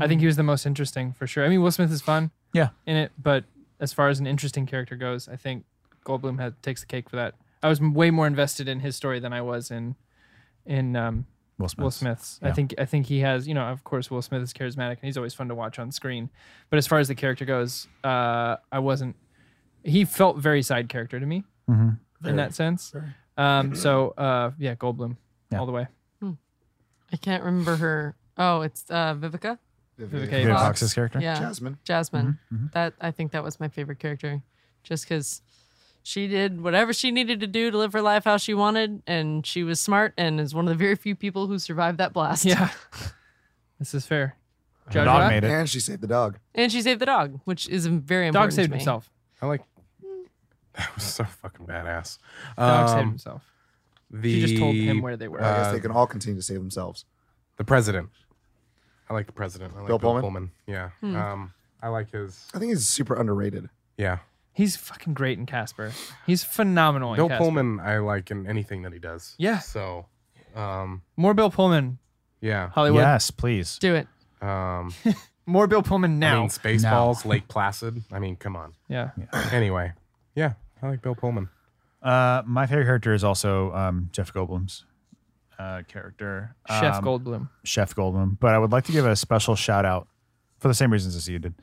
[SPEAKER 4] I think he was the most interesting for sure. I mean, Will Smith is fun
[SPEAKER 7] Yeah.
[SPEAKER 4] in it, but as far as an interesting character goes, I think Goldblum had, takes the cake for that. I was way more invested in his story than I was in in um,
[SPEAKER 7] Will Smith.
[SPEAKER 4] Will Smith's. I
[SPEAKER 7] Yeah.
[SPEAKER 4] think I think he has, you know, of course, Will Smith is charismatic and he's always fun to watch on screen. But as far as the character goes, uh, I wasn't. He felt very side character to me in that sense. Um, so uh, yeah, Goldblum
[SPEAKER 7] Yeah.
[SPEAKER 4] all the way.
[SPEAKER 2] I can't remember her. Oh, it's uh, Vivica.
[SPEAKER 4] Vivica A.
[SPEAKER 7] Vivica
[SPEAKER 4] Uh,
[SPEAKER 2] Fox.
[SPEAKER 7] Fox's character.
[SPEAKER 2] Yeah,
[SPEAKER 3] Jasmine.
[SPEAKER 2] Jasmine.
[SPEAKER 4] Mm-hmm.
[SPEAKER 2] That I think that was my favorite character, just because she did whatever she needed to do to live her life how she wanted, and she was smart and is one of the very few people who survived that blast.
[SPEAKER 4] Yeah, this is fair.
[SPEAKER 7] The
[SPEAKER 4] Joshua?
[SPEAKER 7] dog made it.
[SPEAKER 3] And she saved the dog.
[SPEAKER 2] and she saved the dog, which is very
[SPEAKER 4] Dog
[SPEAKER 2] important. to
[SPEAKER 4] saved
[SPEAKER 2] me.
[SPEAKER 4] himself.
[SPEAKER 6] I like [LAUGHS] that was so fucking badass.
[SPEAKER 4] Dog saved
[SPEAKER 6] Um,
[SPEAKER 4] himself.
[SPEAKER 6] the
[SPEAKER 4] She just told him where they were.
[SPEAKER 3] I guess
[SPEAKER 6] Uh,
[SPEAKER 3] they can all continue to save themselves.
[SPEAKER 6] the president. I like the president. I like
[SPEAKER 3] Bill
[SPEAKER 6] Bill,
[SPEAKER 3] Pullman?
[SPEAKER 6] Pullman. Yeah. Um, I like his.
[SPEAKER 3] I think he's super underrated.
[SPEAKER 6] Yeah.
[SPEAKER 4] He's fucking great in Casper. He's phenomenal.
[SPEAKER 6] Bill
[SPEAKER 4] in Casper.
[SPEAKER 6] Pullman, I like in anything that he does.
[SPEAKER 4] Yeah.
[SPEAKER 6] So, um,
[SPEAKER 4] More Bill Pullman.
[SPEAKER 6] yeah.
[SPEAKER 4] Hollywood.
[SPEAKER 7] Yes, please.
[SPEAKER 2] Do it.
[SPEAKER 6] Um,
[SPEAKER 4] More Bill Pullman
[SPEAKER 6] I
[SPEAKER 4] now.
[SPEAKER 6] mean, Spaceballs, Lake Placid. I mean, come on.
[SPEAKER 4] yeah.
[SPEAKER 6] Anyway, yeah, I like Bill Pullman.
[SPEAKER 7] Uh, my favorite character is also um, Jeff Goldblum's uh, character,
[SPEAKER 4] Chef
[SPEAKER 7] Um,
[SPEAKER 4] Goldblum.
[SPEAKER 7] Chef Goldblum. But I would like to give a special shout out for the same reasons as you did.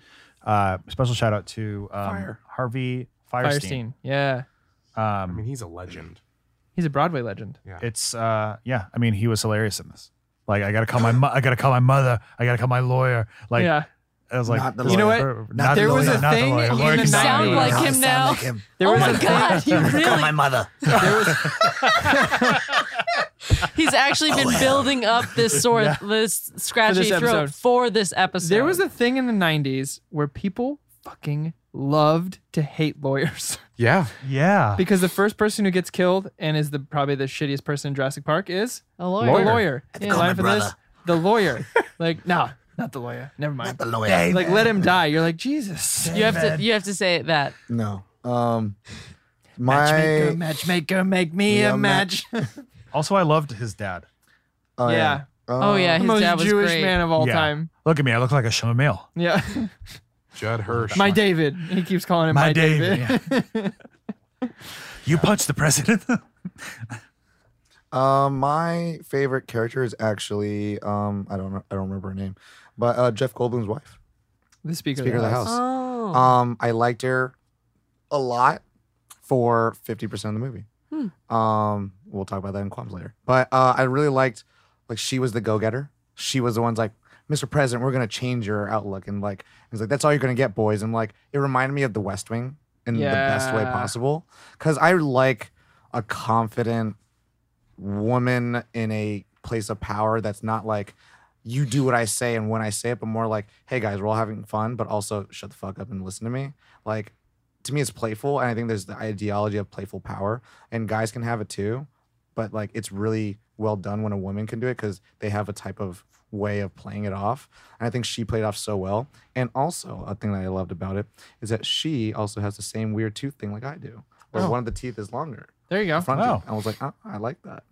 [SPEAKER 7] Uh, special shout out to um, Harvey Firestein.
[SPEAKER 4] Firestein. Yeah.
[SPEAKER 6] I
[SPEAKER 7] Um,
[SPEAKER 6] mean, he's a legend.
[SPEAKER 4] He's a Broadway legend.
[SPEAKER 7] it's uh, yeah. I mean, he was hilarious in this. Like, I gotta call my, mo- I gotta call my mother. I gotta call my lawyer. Like,
[SPEAKER 4] yeah.
[SPEAKER 7] I was like,
[SPEAKER 3] Not the
[SPEAKER 7] you know
[SPEAKER 3] lawyer.
[SPEAKER 7] what?
[SPEAKER 3] Not
[SPEAKER 7] Not
[SPEAKER 4] the
[SPEAKER 7] the
[SPEAKER 4] lawyer.
[SPEAKER 7] not the
[SPEAKER 4] thing
[SPEAKER 7] lawyer.
[SPEAKER 4] in
[SPEAKER 7] Lawyer
[SPEAKER 4] the
[SPEAKER 7] can sound
[SPEAKER 2] Sound
[SPEAKER 7] anyone.
[SPEAKER 2] like
[SPEAKER 3] Doesn't
[SPEAKER 2] him
[SPEAKER 3] sound
[SPEAKER 2] now.
[SPEAKER 3] like him.
[SPEAKER 4] There
[SPEAKER 2] oh
[SPEAKER 4] was
[SPEAKER 2] my
[SPEAKER 4] a [LAUGHS]
[SPEAKER 2] god, you really
[SPEAKER 7] mother.
[SPEAKER 2] He's actually been building up this sore, this scratchy throat
[SPEAKER 4] episode.
[SPEAKER 2] for this episode.
[SPEAKER 4] There was a thing in the 90s where people fucking loved to hate lawyers [LAUGHS]
[SPEAKER 6] Yeah.
[SPEAKER 7] Yeah.
[SPEAKER 4] because the first person who gets killed and is the probably the shittiest person in Jurassic Park is
[SPEAKER 2] a
[SPEAKER 4] the
[SPEAKER 2] lawyer.
[SPEAKER 4] lawyer.
[SPEAKER 2] call
[SPEAKER 4] Line for this, the [LAUGHS] lawyer. like, nah, not the lawyer. Never mind.
[SPEAKER 3] The lawyer.
[SPEAKER 4] Like, let him die. You're like, Jesus.
[SPEAKER 2] You have to, you have to say it that.
[SPEAKER 3] No. Um,
[SPEAKER 4] Matchmaker,
[SPEAKER 3] my
[SPEAKER 4] matchmaker, make me
[SPEAKER 3] Yeah,
[SPEAKER 4] a [LAUGHS] match.
[SPEAKER 7] Also, I loved his dad.
[SPEAKER 3] uh,
[SPEAKER 4] yeah.
[SPEAKER 2] Oh yeah,
[SPEAKER 4] The
[SPEAKER 2] his
[SPEAKER 4] most
[SPEAKER 2] dad was
[SPEAKER 4] Jewish
[SPEAKER 2] great.
[SPEAKER 4] man of all
[SPEAKER 7] Yeah.
[SPEAKER 4] time.
[SPEAKER 7] Look at me. I look like a shlemiel.
[SPEAKER 4] Yeah. [LAUGHS]
[SPEAKER 6] Judd Hirsch.
[SPEAKER 4] my David. He keeps calling him my, David.
[SPEAKER 7] you punched the president. [LAUGHS]
[SPEAKER 3] Um, my favorite character is actually um, I don't know, I don't remember her name, but uh, Jeff Goldblum's wife,
[SPEAKER 4] [LAUGHS] the speaker,
[SPEAKER 3] Speaker of the House.
[SPEAKER 2] Oh,
[SPEAKER 3] Um, I liked her a lot for fifty percent of the movie. Um, we'll talk about that in qualms later. But uh, I really liked like she was the go getter. She was the one's like, Mr. President, we're gonna change your outlook, and like it's like that's all you're gonna get, boys. And like it reminded me of The West Wing in the best way
[SPEAKER 4] Yeah.
[SPEAKER 3] possible because I like a confident woman in a place of power that's not like you do what I say and when I say it, but more like, hey guys, we're all having fun, but also shut the fuck up and listen to me. Like, to me, it's playful, and I think there's the ideology of playful power, and guys can have it too, but like it's really well done when a woman can do it because they have a type of way of playing it off, and I think she played off so well. And also, a thing that I loved about it is that she also has the same weird tooth thing like I do, where one of the teeth is longer.
[SPEAKER 4] There you go.
[SPEAKER 3] Front
[SPEAKER 7] Wow.
[SPEAKER 3] teeth. I was like, oh, I like that.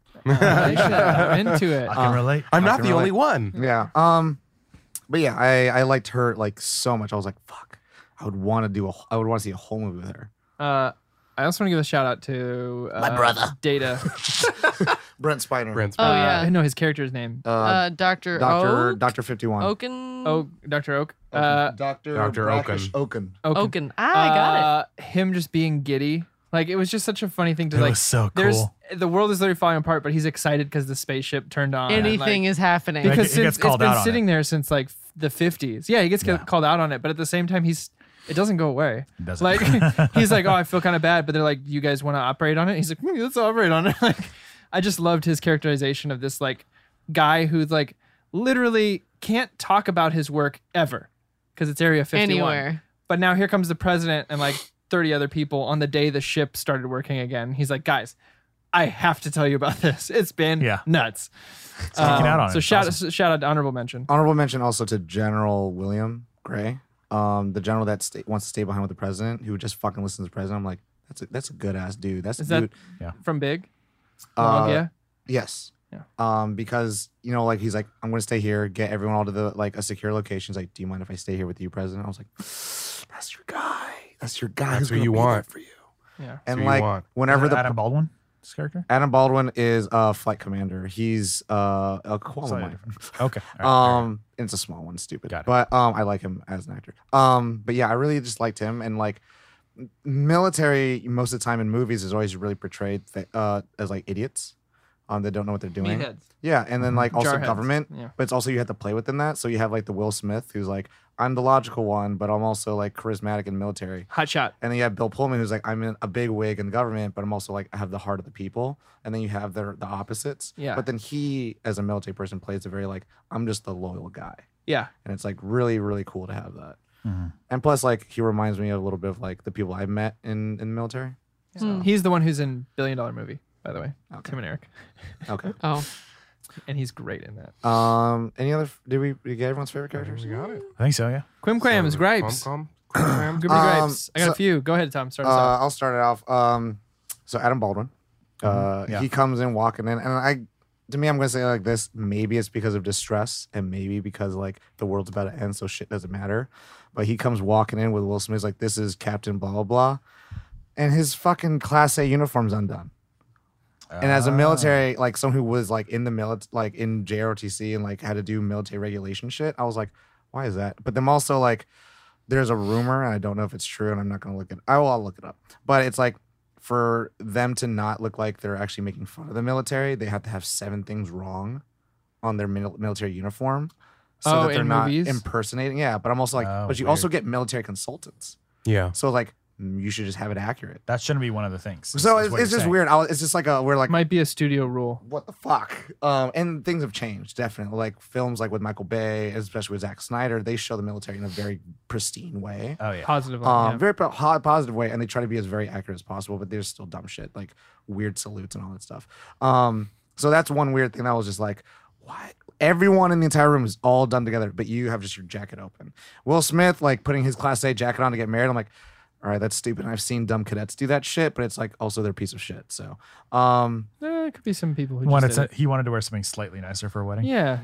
[SPEAKER 7] [LAUGHS]
[SPEAKER 4] I'm into it.
[SPEAKER 7] I can relate.
[SPEAKER 6] Uh, I'm not
[SPEAKER 3] can
[SPEAKER 6] the only
[SPEAKER 3] relate.
[SPEAKER 4] Oh,
[SPEAKER 6] one.
[SPEAKER 3] Yeah. Um, but yeah, I I liked her like so much. I was like, fuck, I would want to do a I would want to see a whole movie with her.
[SPEAKER 4] Uh, I also want to give a shout out to uh, my brother
[SPEAKER 7] [LAUGHS]
[SPEAKER 4] Data.
[SPEAKER 3] Brent Spiner,
[SPEAKER 6] Brent's
[SPEAKER 2] oh
[SPEAKER 4] Uh,
[SPEAKER 2] yeah,
[SPEAKER 4] I know his character's name.
[SPEAKER 7] Oh.
[SPEAKER 3] uh,
[SPEAKER 2] uh, Doctor
[SPEAKER 3] Doctor
[SPEAKER 2] Oak?
[SPEAKER 3] Doctor Fifty One,
[SPEAKER 2] Oaken.
[SPEAKER 4] Oh, Dr. Oak. Uh,
[SPEAKER 3] Doctor
[SPEAKER 6] Dr.
[SPEAKER 3] Brackish
[SPEAKER 6] Oaken.
[SPEAKER 3] Oaken.
[SPEAKER 4] Oaken.
[SPEAKER 2] Oaken. Ah, I got it.
[SPEAKER 4] Uh, him just being giddy. Like it was just such a funny thing to
[SPEAKER 7] It
[SPEAKER 4] like.
[SPEAKER 7] was so
[SPEAKER 4] There's
[SPEAKER 7] cool.
[SPEAKER 4] the world is literally falling apart, but he's excited because the spaceship turned on. and, like,
[SPEAKER 2] Anything is happening.
[SPEAKER 7] Like,
[SPEAKER 4] because
[SPEAKER 7] it
[SPEAKER 4] since
[SPEAKER 7] gets
[SPEAKER 4] it's
[SPEAKER 7] called out
[SPEAKER 4] been
[SPEAKER 7] on
[SPEAKER 4] sitting there since like f- the 50s. Yeah, he gets ca- called out on it, but at the same time, he's it doesn't go away.
[SPEAKER 7] doesn't.
[SPEAKER 4] [LAUGHS] Like he's like, oh, I feel kind of bad, but they're like, you guys want to operate on it? He's like, "Mm, let's operate on it. [LAUGHS] Like, I just loved his characterization of this like guy who's like literally can't talk about his work ever because it's Area 51.
[SPEAKER 2] Anywhere.
[SPEAKER 4] But now here comes the president and like 30 other people on the day the ship started working again. He's like, guys, I have to tell you about this. It's been
[SPEAKER 7] Yeah.
[SPEAKER 4] nuts. Um,
[SPEAKER 7] geeking out on it.
[SPEAKER 4] so
[SPEAKER 7] It's
[SPEAKER 4] shout s- shout out to honorable mention.
[SPEAKER 3] Honorable mention also to General William Gray, um, the general that sta- wants to stay behind with the president, who just fucking listens to the president. I'm like, that's a that's a good ass dude. That's a
[SPEAKER 4] Is that
[SPEAKER 3] dude.
[SPEAKER 4] from Big?
[SPEAKER 3] Uh,
[SPEAKER 4] Columbia?
[SPEAKER 3] Yes.
[SPEAKER 4] Yeah.
[SPEAKER 3] Um, because you know, like he's like, I'm gonna stay here, get everyone all to the like a secure location. He's like, Do you mind if I stay here with you, President? I was like, [SIGHS] That's your guy. That's your guy.
[SPEAKER 6] That's
[SPEAKER 3] who's
[SPEAKER 6] who
[SPEAKER 3] gonna
[SPEAKER 6] you
[SPEAKER 3] be there
[SPEAKER 6] want.
[SPEAKER 3] for you.
[SPEAKER 4] Yeah.
[SPEAKER 3] And
[SPEAKER 6] who you
[SPEAKER 3] like
[SPEAKER 6] want.
[SPEAKER 3] [LAUGHS] whenever the
[SPEAKER 7] Adam Baldwin, his character.
[SPEAKER 3] Adam Baldwin is a flight commander. He's uh,
[SPEAKER 7] Slightly
[SPEAKER 3] a qualified.
[SPEAKER 7] different. Okay. all right,
[SPEAKER 3] Um, and it's a small one, stupid.
[SPEAKER 7] Got it.
[SPEAKER 3] But um, I like him as an actor. Um, but yeah, I really just liked him and like m- military. Most of the time in movies is always really portrayed th- uh as like idiots, um, that don't know what they're doing.
[SPEAKER 1] Meatheads.
[SPEAKER 3] Yeah, and then like also
[SPEAKER 4] Mm-hmm. Jarheads.
[SPEAKER 3] government,
[SPEAKER 4] Yeah.
[SPEAKER 3] but it's also you have to play within that. So you have like the Will Smith who's like I'm the logical one, but I'm also like charismatic and military.
[SPEAKER 4] Hot shot.
[SPEAKER 3] And then you have Bill Pullman, who's like, I'm in a big wig in the government, but I'm also like, I have the heart of the people. And then you have their the opposites.
[SPEAKER 4] Yeah.
[SPEAKER 3] But then he, as a military person, plays a very like, I'm just the loyal guy.
[SPEAKER 4] Yeah.
[SPEAKER 3] And it's like really, really cool to have that.
[SPEAKER 7] Mhm.
[SPEAKER 3] And plus, like, he reminds me of a little bit of like the people I've met in in the military.
[SPEAKER 2] Hmm.
[SPEAKER 4] He's the one who's in Billion Dollar Movie, by the way.
[SPEAKER 3] Okay.
[SPEAKER 4] Tim and Eric.
[SPEAKER 3] Okay.
[SPEAKER 2] Oh,
[SPEAKER 4] And he's great in that.
[SPEAKER 3] um. Any other? Did we, we get everyone's favorite characters?
[SPEAKER 6] We got it.
[SPEAKER 7] I think so. Yeah.
[SPEAKER 4] Quimquams, gripes.
[SPEAKER 6] Quam, quam, quam.
[SPEAKER 4] Gooby
[SPEAKER 3] Um,
[SPEAKER 4] gripes. I got
[SPEAKER 3] so-
[SPEAKER 4] a few. Go ahead, Tom. Start us
[SPEAKER 3] Uh,
[SPEAKER 4] off.
[SPEAKER 3] I'll start it off. Um, so Adam Baldwin, uh,
[SPEAKER 7] Yeah.
[SPEAKER 3] he comes in walking in, and I, to me, I'm gonna say it like this. Maybe it's because of distress, and maybe because like the world's about to end, so shit doesn't matter. But he comes walking in with Will Smith, like this is Captain blah blah blah, and his fucking class A uniform's undone. And as a military,
[SPEAKER 7] Ah.
[SPEAKER 3] like someone who was like in the milit, like in JROTC and like had to do military regulation shit, I was like, why is that? But then also like, there's a rumor, and I don't know if it's true, and I'm not gonna look it. I will I'll look it up. But it's like for them to not look like they're actually making fun of the military, they have to have seven things wrong on their mil- military uniform, so
[SPEAKER 4] Oh,
[SPEAKER 3] that they're
[SPEAKER 4] in
[SPEAKER 3] not
[SPEAKER 4] movies?
[SPEAKER 3] impersonating. Yeah, but I'm also like,
[SPEAKER 7] Oh,
[SPEAKER 3] but you
[SPEAKER 7] weird.
[SPEAKER 3] also get military consultants,
[SPEAKER 6] Yeah.
[SPEAKER 3] so like mm, you should just have it accurate.
[SPEAKER 7] that shouldn't be one of the things. is-
[SPEAKER 3] So
[SPEAKER 7] is
[SPEAKER 3] it's,
[SPEAKER 7] what
[SPEAKER 3] it's
[SPEAKER 7] you're
[SPEAKER 3] just
[SPEAKER 7] saying.
[SPEAKER 3] weird. I'll, it's just like a we're like
[SPEAKER 4] Might be a studio rule.
[SPEAKER 3] what the fuck? Um, and things have changed, definitely. Like films like with Michael Bay, especially with Zack Snyder, they show the military in a very pristine way.
[SPEAKER 7] Oh yeah.
[SPEAKER 4] Positive.
[SPEAKER 3] Um,
[SPEAKER 4] line, yeah.
[SPEAKER 3] very po- ho- positive way, and they try to be as very accurate as possible, but there's still dumb shit, like weird salutes and all that stuff. Um, so that's one weird thing that I was just like, what? Everyone in the entire room is all done together, but you have just your jacket open. Will Smith, like putting his class A jacket on to get married, I'm like, all right, that's stupid. And I've seen dumb cadets do that shit, but it's like also they're a piece of shit. So, um,
[SPEAKER 4] Eh, it could be some people who
[SPEAKER 7] He
[SPEAKER 4] just
[SPEAKER 7] wanted
[SPEAKER 4] did
[SPEAKER 7] to,
[SPEAKER 4] it.
[SPEAKER 7] he wanted to wear something slightly nicer for a wedding.
[SPEAKER 4] Yeah.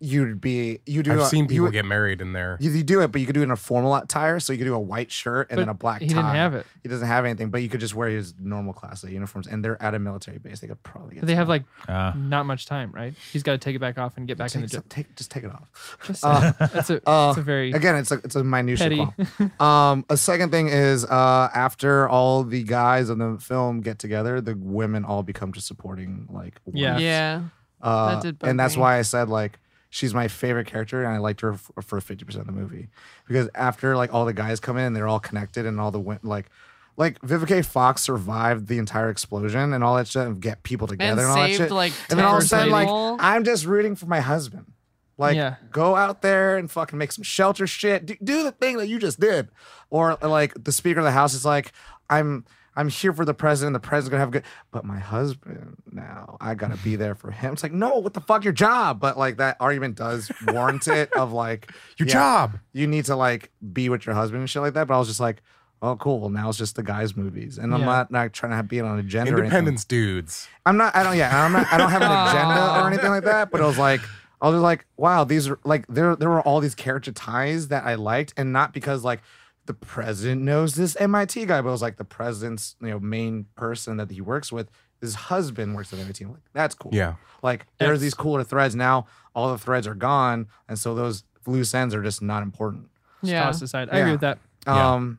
[SPEAKER 3] you'd be you do.
[SPEAKER 6] I've
[SPEAKER 3] a-
[SPEAKER 6] seen
[SPEAKER 3] you
[SPEAKER 6] people
[SPEAKER 3] would-
[SPEAKER 6] get married in there.
[SPEAKER 3] You, you do it, but you could do it in a formal attire. So you could do a white shirt and
[SPEAKER 4] But
[SPEAKER 3] then a black
[SPEAKER 4] He
[SPEAKER 3] tie.
[SPEAKER 4] didn't have it.
[SPEAKER 3] He doesn't have anything, but you could just wear his normal class A uniforms. And they're at a military base. They could probably get.
[SPEAKER 4] They
[SPEAKER 3] [LAUGHS]
[SPEAKER 4] have like
[SPEAKER 7] Uh,
[SPEAKER 4] not much time, right? He's got to take it back off and get back
[SPEAKER 3] Just
[SPEAKER 4] in the
[SPEAKER 3] take,
[SPEAKER 4] gym.
[SPEAKER 3] just take- just take it off.
[SPEAKER 4] Just
[SPEAKER 3] Uh,
[SPEAKER 4] That's a,
[SPEAKER 3] [LAUGHS] uh,
[SPEAKER 4] that's a very
[SPEAKER 3] Again, it's a it's a minute
[SPEAKER 4] petty. [LAUGHS]
[SPEAKER 3] Um, a second thing is uh, after all the guys in the film get together, the women all become just supporting like one
[SPEAKER 4] Yeah.
[SPEAKER 2] yeah.
[SPEAKER 3] Uh,
[SPEAKER 2] That did bug
[SPEAKER 3] and that's
[SPEAKER 2] me.
[SPEAKER 3] why I said like she's my favorite character, and I liked her f- for fifty percent of the movie because after like all the guys come in and they're all connected, and all the win- like like Vivica Fox survived the entire explosion and all that shit, and get people
[SPEAKER 2] And
[SPEAKER 3] together and, all that
[SPEAKER 2] saved
[SPEAKER 3] shit,
[SPEAKER 2] like
[SPEAKER 3] and then all of a
[SPEAKER 2] 10
[SPEAKER 3] sudden like
[SPEAKER 2] people.
[SPEAKER 3] I'm just rooting for my husband. Like,
[SPEAKER 4] Yeah.
[SPEAKER 3] go out there and fucking make some shelter shit. Do, do the thing that you just did, or like the Speaker of the House is like, I'm I'm here for the president. The president's gonna have a good, but my husband now I gotta be there for him. It's like, no, what the fuck, your job. But like that argument does warrant it of like
[SPEAKER 6] Your
[SPEAKER 3] yeah,
[SPEAKER 6] job.
[SPEAKER 3] You need to like be with your husband and shit like that. But I was just like. Oh, cool. Well, now it's just the guys' movies, and I'm
[SPEAKER 4] Yeah.
[SPEAKER 3] not not trying to have, be on a gender. or anything.
[SPEAKER 6] Independence dudes.
[SPEAKER 3] I'm not. I don't. Yeah, I'm not. I don't have an agenda or anything like that. But it was like, I was just like, wow, these are like there. There were all these character ties that I liked, and not because like the president knows this MIT guy, but it was like the president's you know main person that he works with. His husband works at MIT. I'm like, that's cool.
[SPEAKER 6] Yeah.
[SPEAKER 3] Like there are
[SPEAKER 4] That's-
[SPEAKER 3] these cooler threads now. All the threads are gone, and so those loose ends are just not important.
[SPEAKER 2] yeah.
[SPEAKER 4] Toss aside. I agree
[SPEAKER 3] uh, Yeah.
[SPEAKER 4] with that.
[SPEAKER 6] Yeah.
[SPEAKER 3] Um,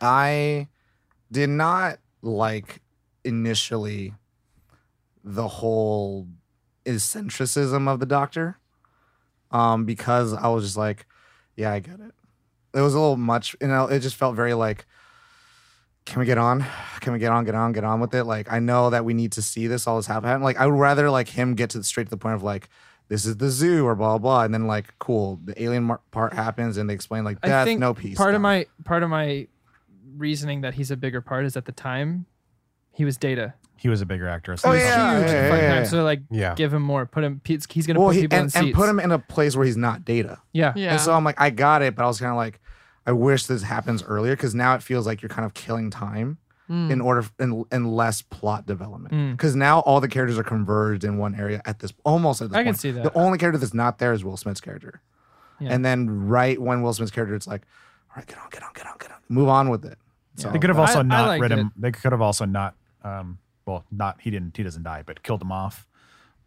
[SPEAKER 3] I did not like initially the whole eccentricism of the doctor, um, because I was just like, yeah, I get it. It was a little much, you know. It just felt very like, can we get on? Can we get on? Get on? Get on with it? Like, I know that we need to see this all this happen. Like, I would rather like him get to the, straight to the point of like. This is the zoo, or blah blah, blah, and then like, cool. The alien mar- part happens, and they explain like
[SPEAKER 4] I
[SPEAKER 3] death,
[SPEAKER 4] think
[SPEAKER 3] no peace.
[SPEAKER 4] part of
[SPEAKER 3] done.
[SPEAKER 4] my part of my reasoning that he's a bigger part is at the time he was data.
[SPEAKER 7] he was a bigger actor.
[SPEAKER 3] Oh, yeah,
[SPEAKER 4] Huge
[SPEAKER 3] yeah, yeah,
[SPEAKER 4] fucking
[SPEAKER 3] yeah,
[SPEAKER 4] time.
[SPEAKER 3] yeah.
[SPEAKER 4] So like
[SPEAKER 6] Yeah.
[SPEAKER 4] give him more. Put him he's he's gonna
[SPEAKER 3] well,
[SPEAKER 4] put
[SPEAKER 3] he,
[SPEAKER 4] people in
[SPEAKER 3] and,
[SPEAKER 4] seats.
[SPEAKER 3] and put him in a place where he's not data.
[SPEAKER 4] yeah.
[SPEAKER 2] Yeah.
[SPEAKER 3] And so I'm like, I got it, but I was kind of like, I wish this happens earlier because now it feels like you're kind of killing time
[SPEAKER 4] Hmm.
[SPEAKER 2] Hmm.
[SPEAKER 3] in order f- and, and less plot development because now all the characters are converged in one area at this almost at this
[SPEAKER 4] I can
[SPEAKER 3] point.
[SPEAKER 4] see that.
[SPEAKER 3] the only character that's not there is will smith's character
[SPEAKER 4] Yeah.
[SPEAKER 3] and then right when will smith's character it's like all right get on get on get on get on move on with it so
[SPEAKER 7] They could have
[SPEAKER 4] I-
[SPEAKER 7] also
[SPEAKER 4] I
[SPEAKER 7] not
[SPEAKER 4] liked
[SPEAKER 7] rid him. They could have also not. Um, well, not he didn't. He doesn't die, but killed him off.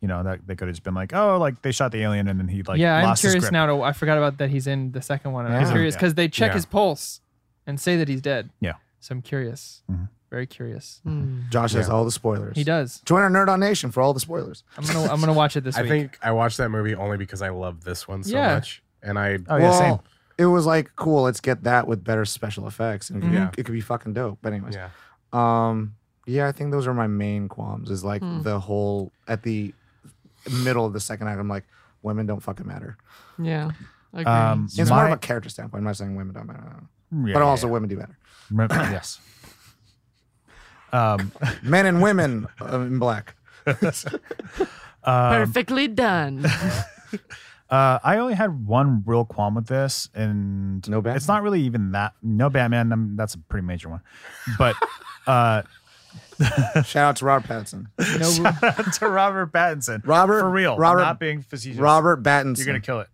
[SPEAKER 7] You know that they could have just been like, oh, like they shot the alien and then he like
[SPEAKER 4] yeah, I'm
[SPEAKER 7] lost his
[SPEAKER 4] curious
[SPEAKER 7] grip.
[SPEAKER 4] now. To, I forgot about that. He's in the second one. and I'm
[SPEAKER 3] Yeah.
[SPEAKER 4] curious
[SPEAKER 7] Yeah.
[SPEAKER 4] because they check
[SPEAKER 6] Yeah.
[SPEAKER 4] his pulse and say that he's dead.
[SPEAKER 7] Yeah.
[SPEAKER 4] So I'm curious.
[SPEAKER 3] Mm-hmm.
[SPEAKER 4] Very curious.
[SPEAKER 2] Hmm.
[SPEAKER 3] josh has all the spoilers
[SPEAKER 4] He does.
[SPEAKER 3] join our nerd on nation for all the spoilers
[SPEAKER 4] I'm gonna. I'm gonna watch
[SPEAKER 7] [LAUGHS]
[SPEAKER 4] it this
[SPEAKER 6] I
[SPEAKER 4] week.
[SPEAKER 6] think I watched that movie only because I love this one so
[SPEAKER 4] Yeah.
[SPEAKER 6] much, and I
[SPEAKER 7] Oh yeah, same.
[SPEAKER 3] it was like cool let's get that with better special effects and it
[SPEAKER 7] Mm-hmm.
[SPEAKER 3] could be-
[SPEAKER 6] Yeah.
[SPEAKER 3] it could be fucking dope but anyways
[SPEAKER 6] yeah.
[SPEAKER 3] Um, yeah, I think those are my main qualms. Is like the whole at the middle of the second act, I'm like, women don't fucking matter.
[SPEAKER 2] Yeah. Agree.
[SPEAKER 7] Um,
[SPEAKER 3] It's more of
[SPEAKER 7] my-
[SPEAKER 3] a character standpoint. I'm not saying women don't matter,
[SPEAKER 7] yeah,
[SPEAKER 3] but also
[SPEAKER 7] yeah,
[SPEAKER 3] women do matter.
[SPEAKER 7] yeah.
[SPEAKER 4] [LAUGHS]
[SPEAKER 7] yes. Um,
[SPEAKER 3] Men and women uh,
[SPEAKER 7] [LAUGHS]
[SPEAKER 3] in black.
[SPEAKER 4] um, [LAUGHS]
[SPEAKER 2] Perfectly done.
[SPEAKER 7] Uh, I only had one real qualm with this, and
[SPEAKER 3] No Batman?
[SPEAKER 7] It's not really even that. No Batman. um, that's a pretty major one,
[SPEAKER 3] [LAUGHS]
[SPEAKER 7] but uh, [LAUGHS]
[SPEAKER 3] Shout out to Robert Pattinson.
[SPEAKER 4] No,
[SPEAKER 7] to Robert Pattinson,
[SPEAKER 3] Robert-
[SPEAKER 7] for real, I'm
[SPEAKER 3] Robert-
[SPEAKER 7] not being facetious.
[SPEAKER 3] Robert Pattinson.
[SPEAKER 7] you're gonna kill it,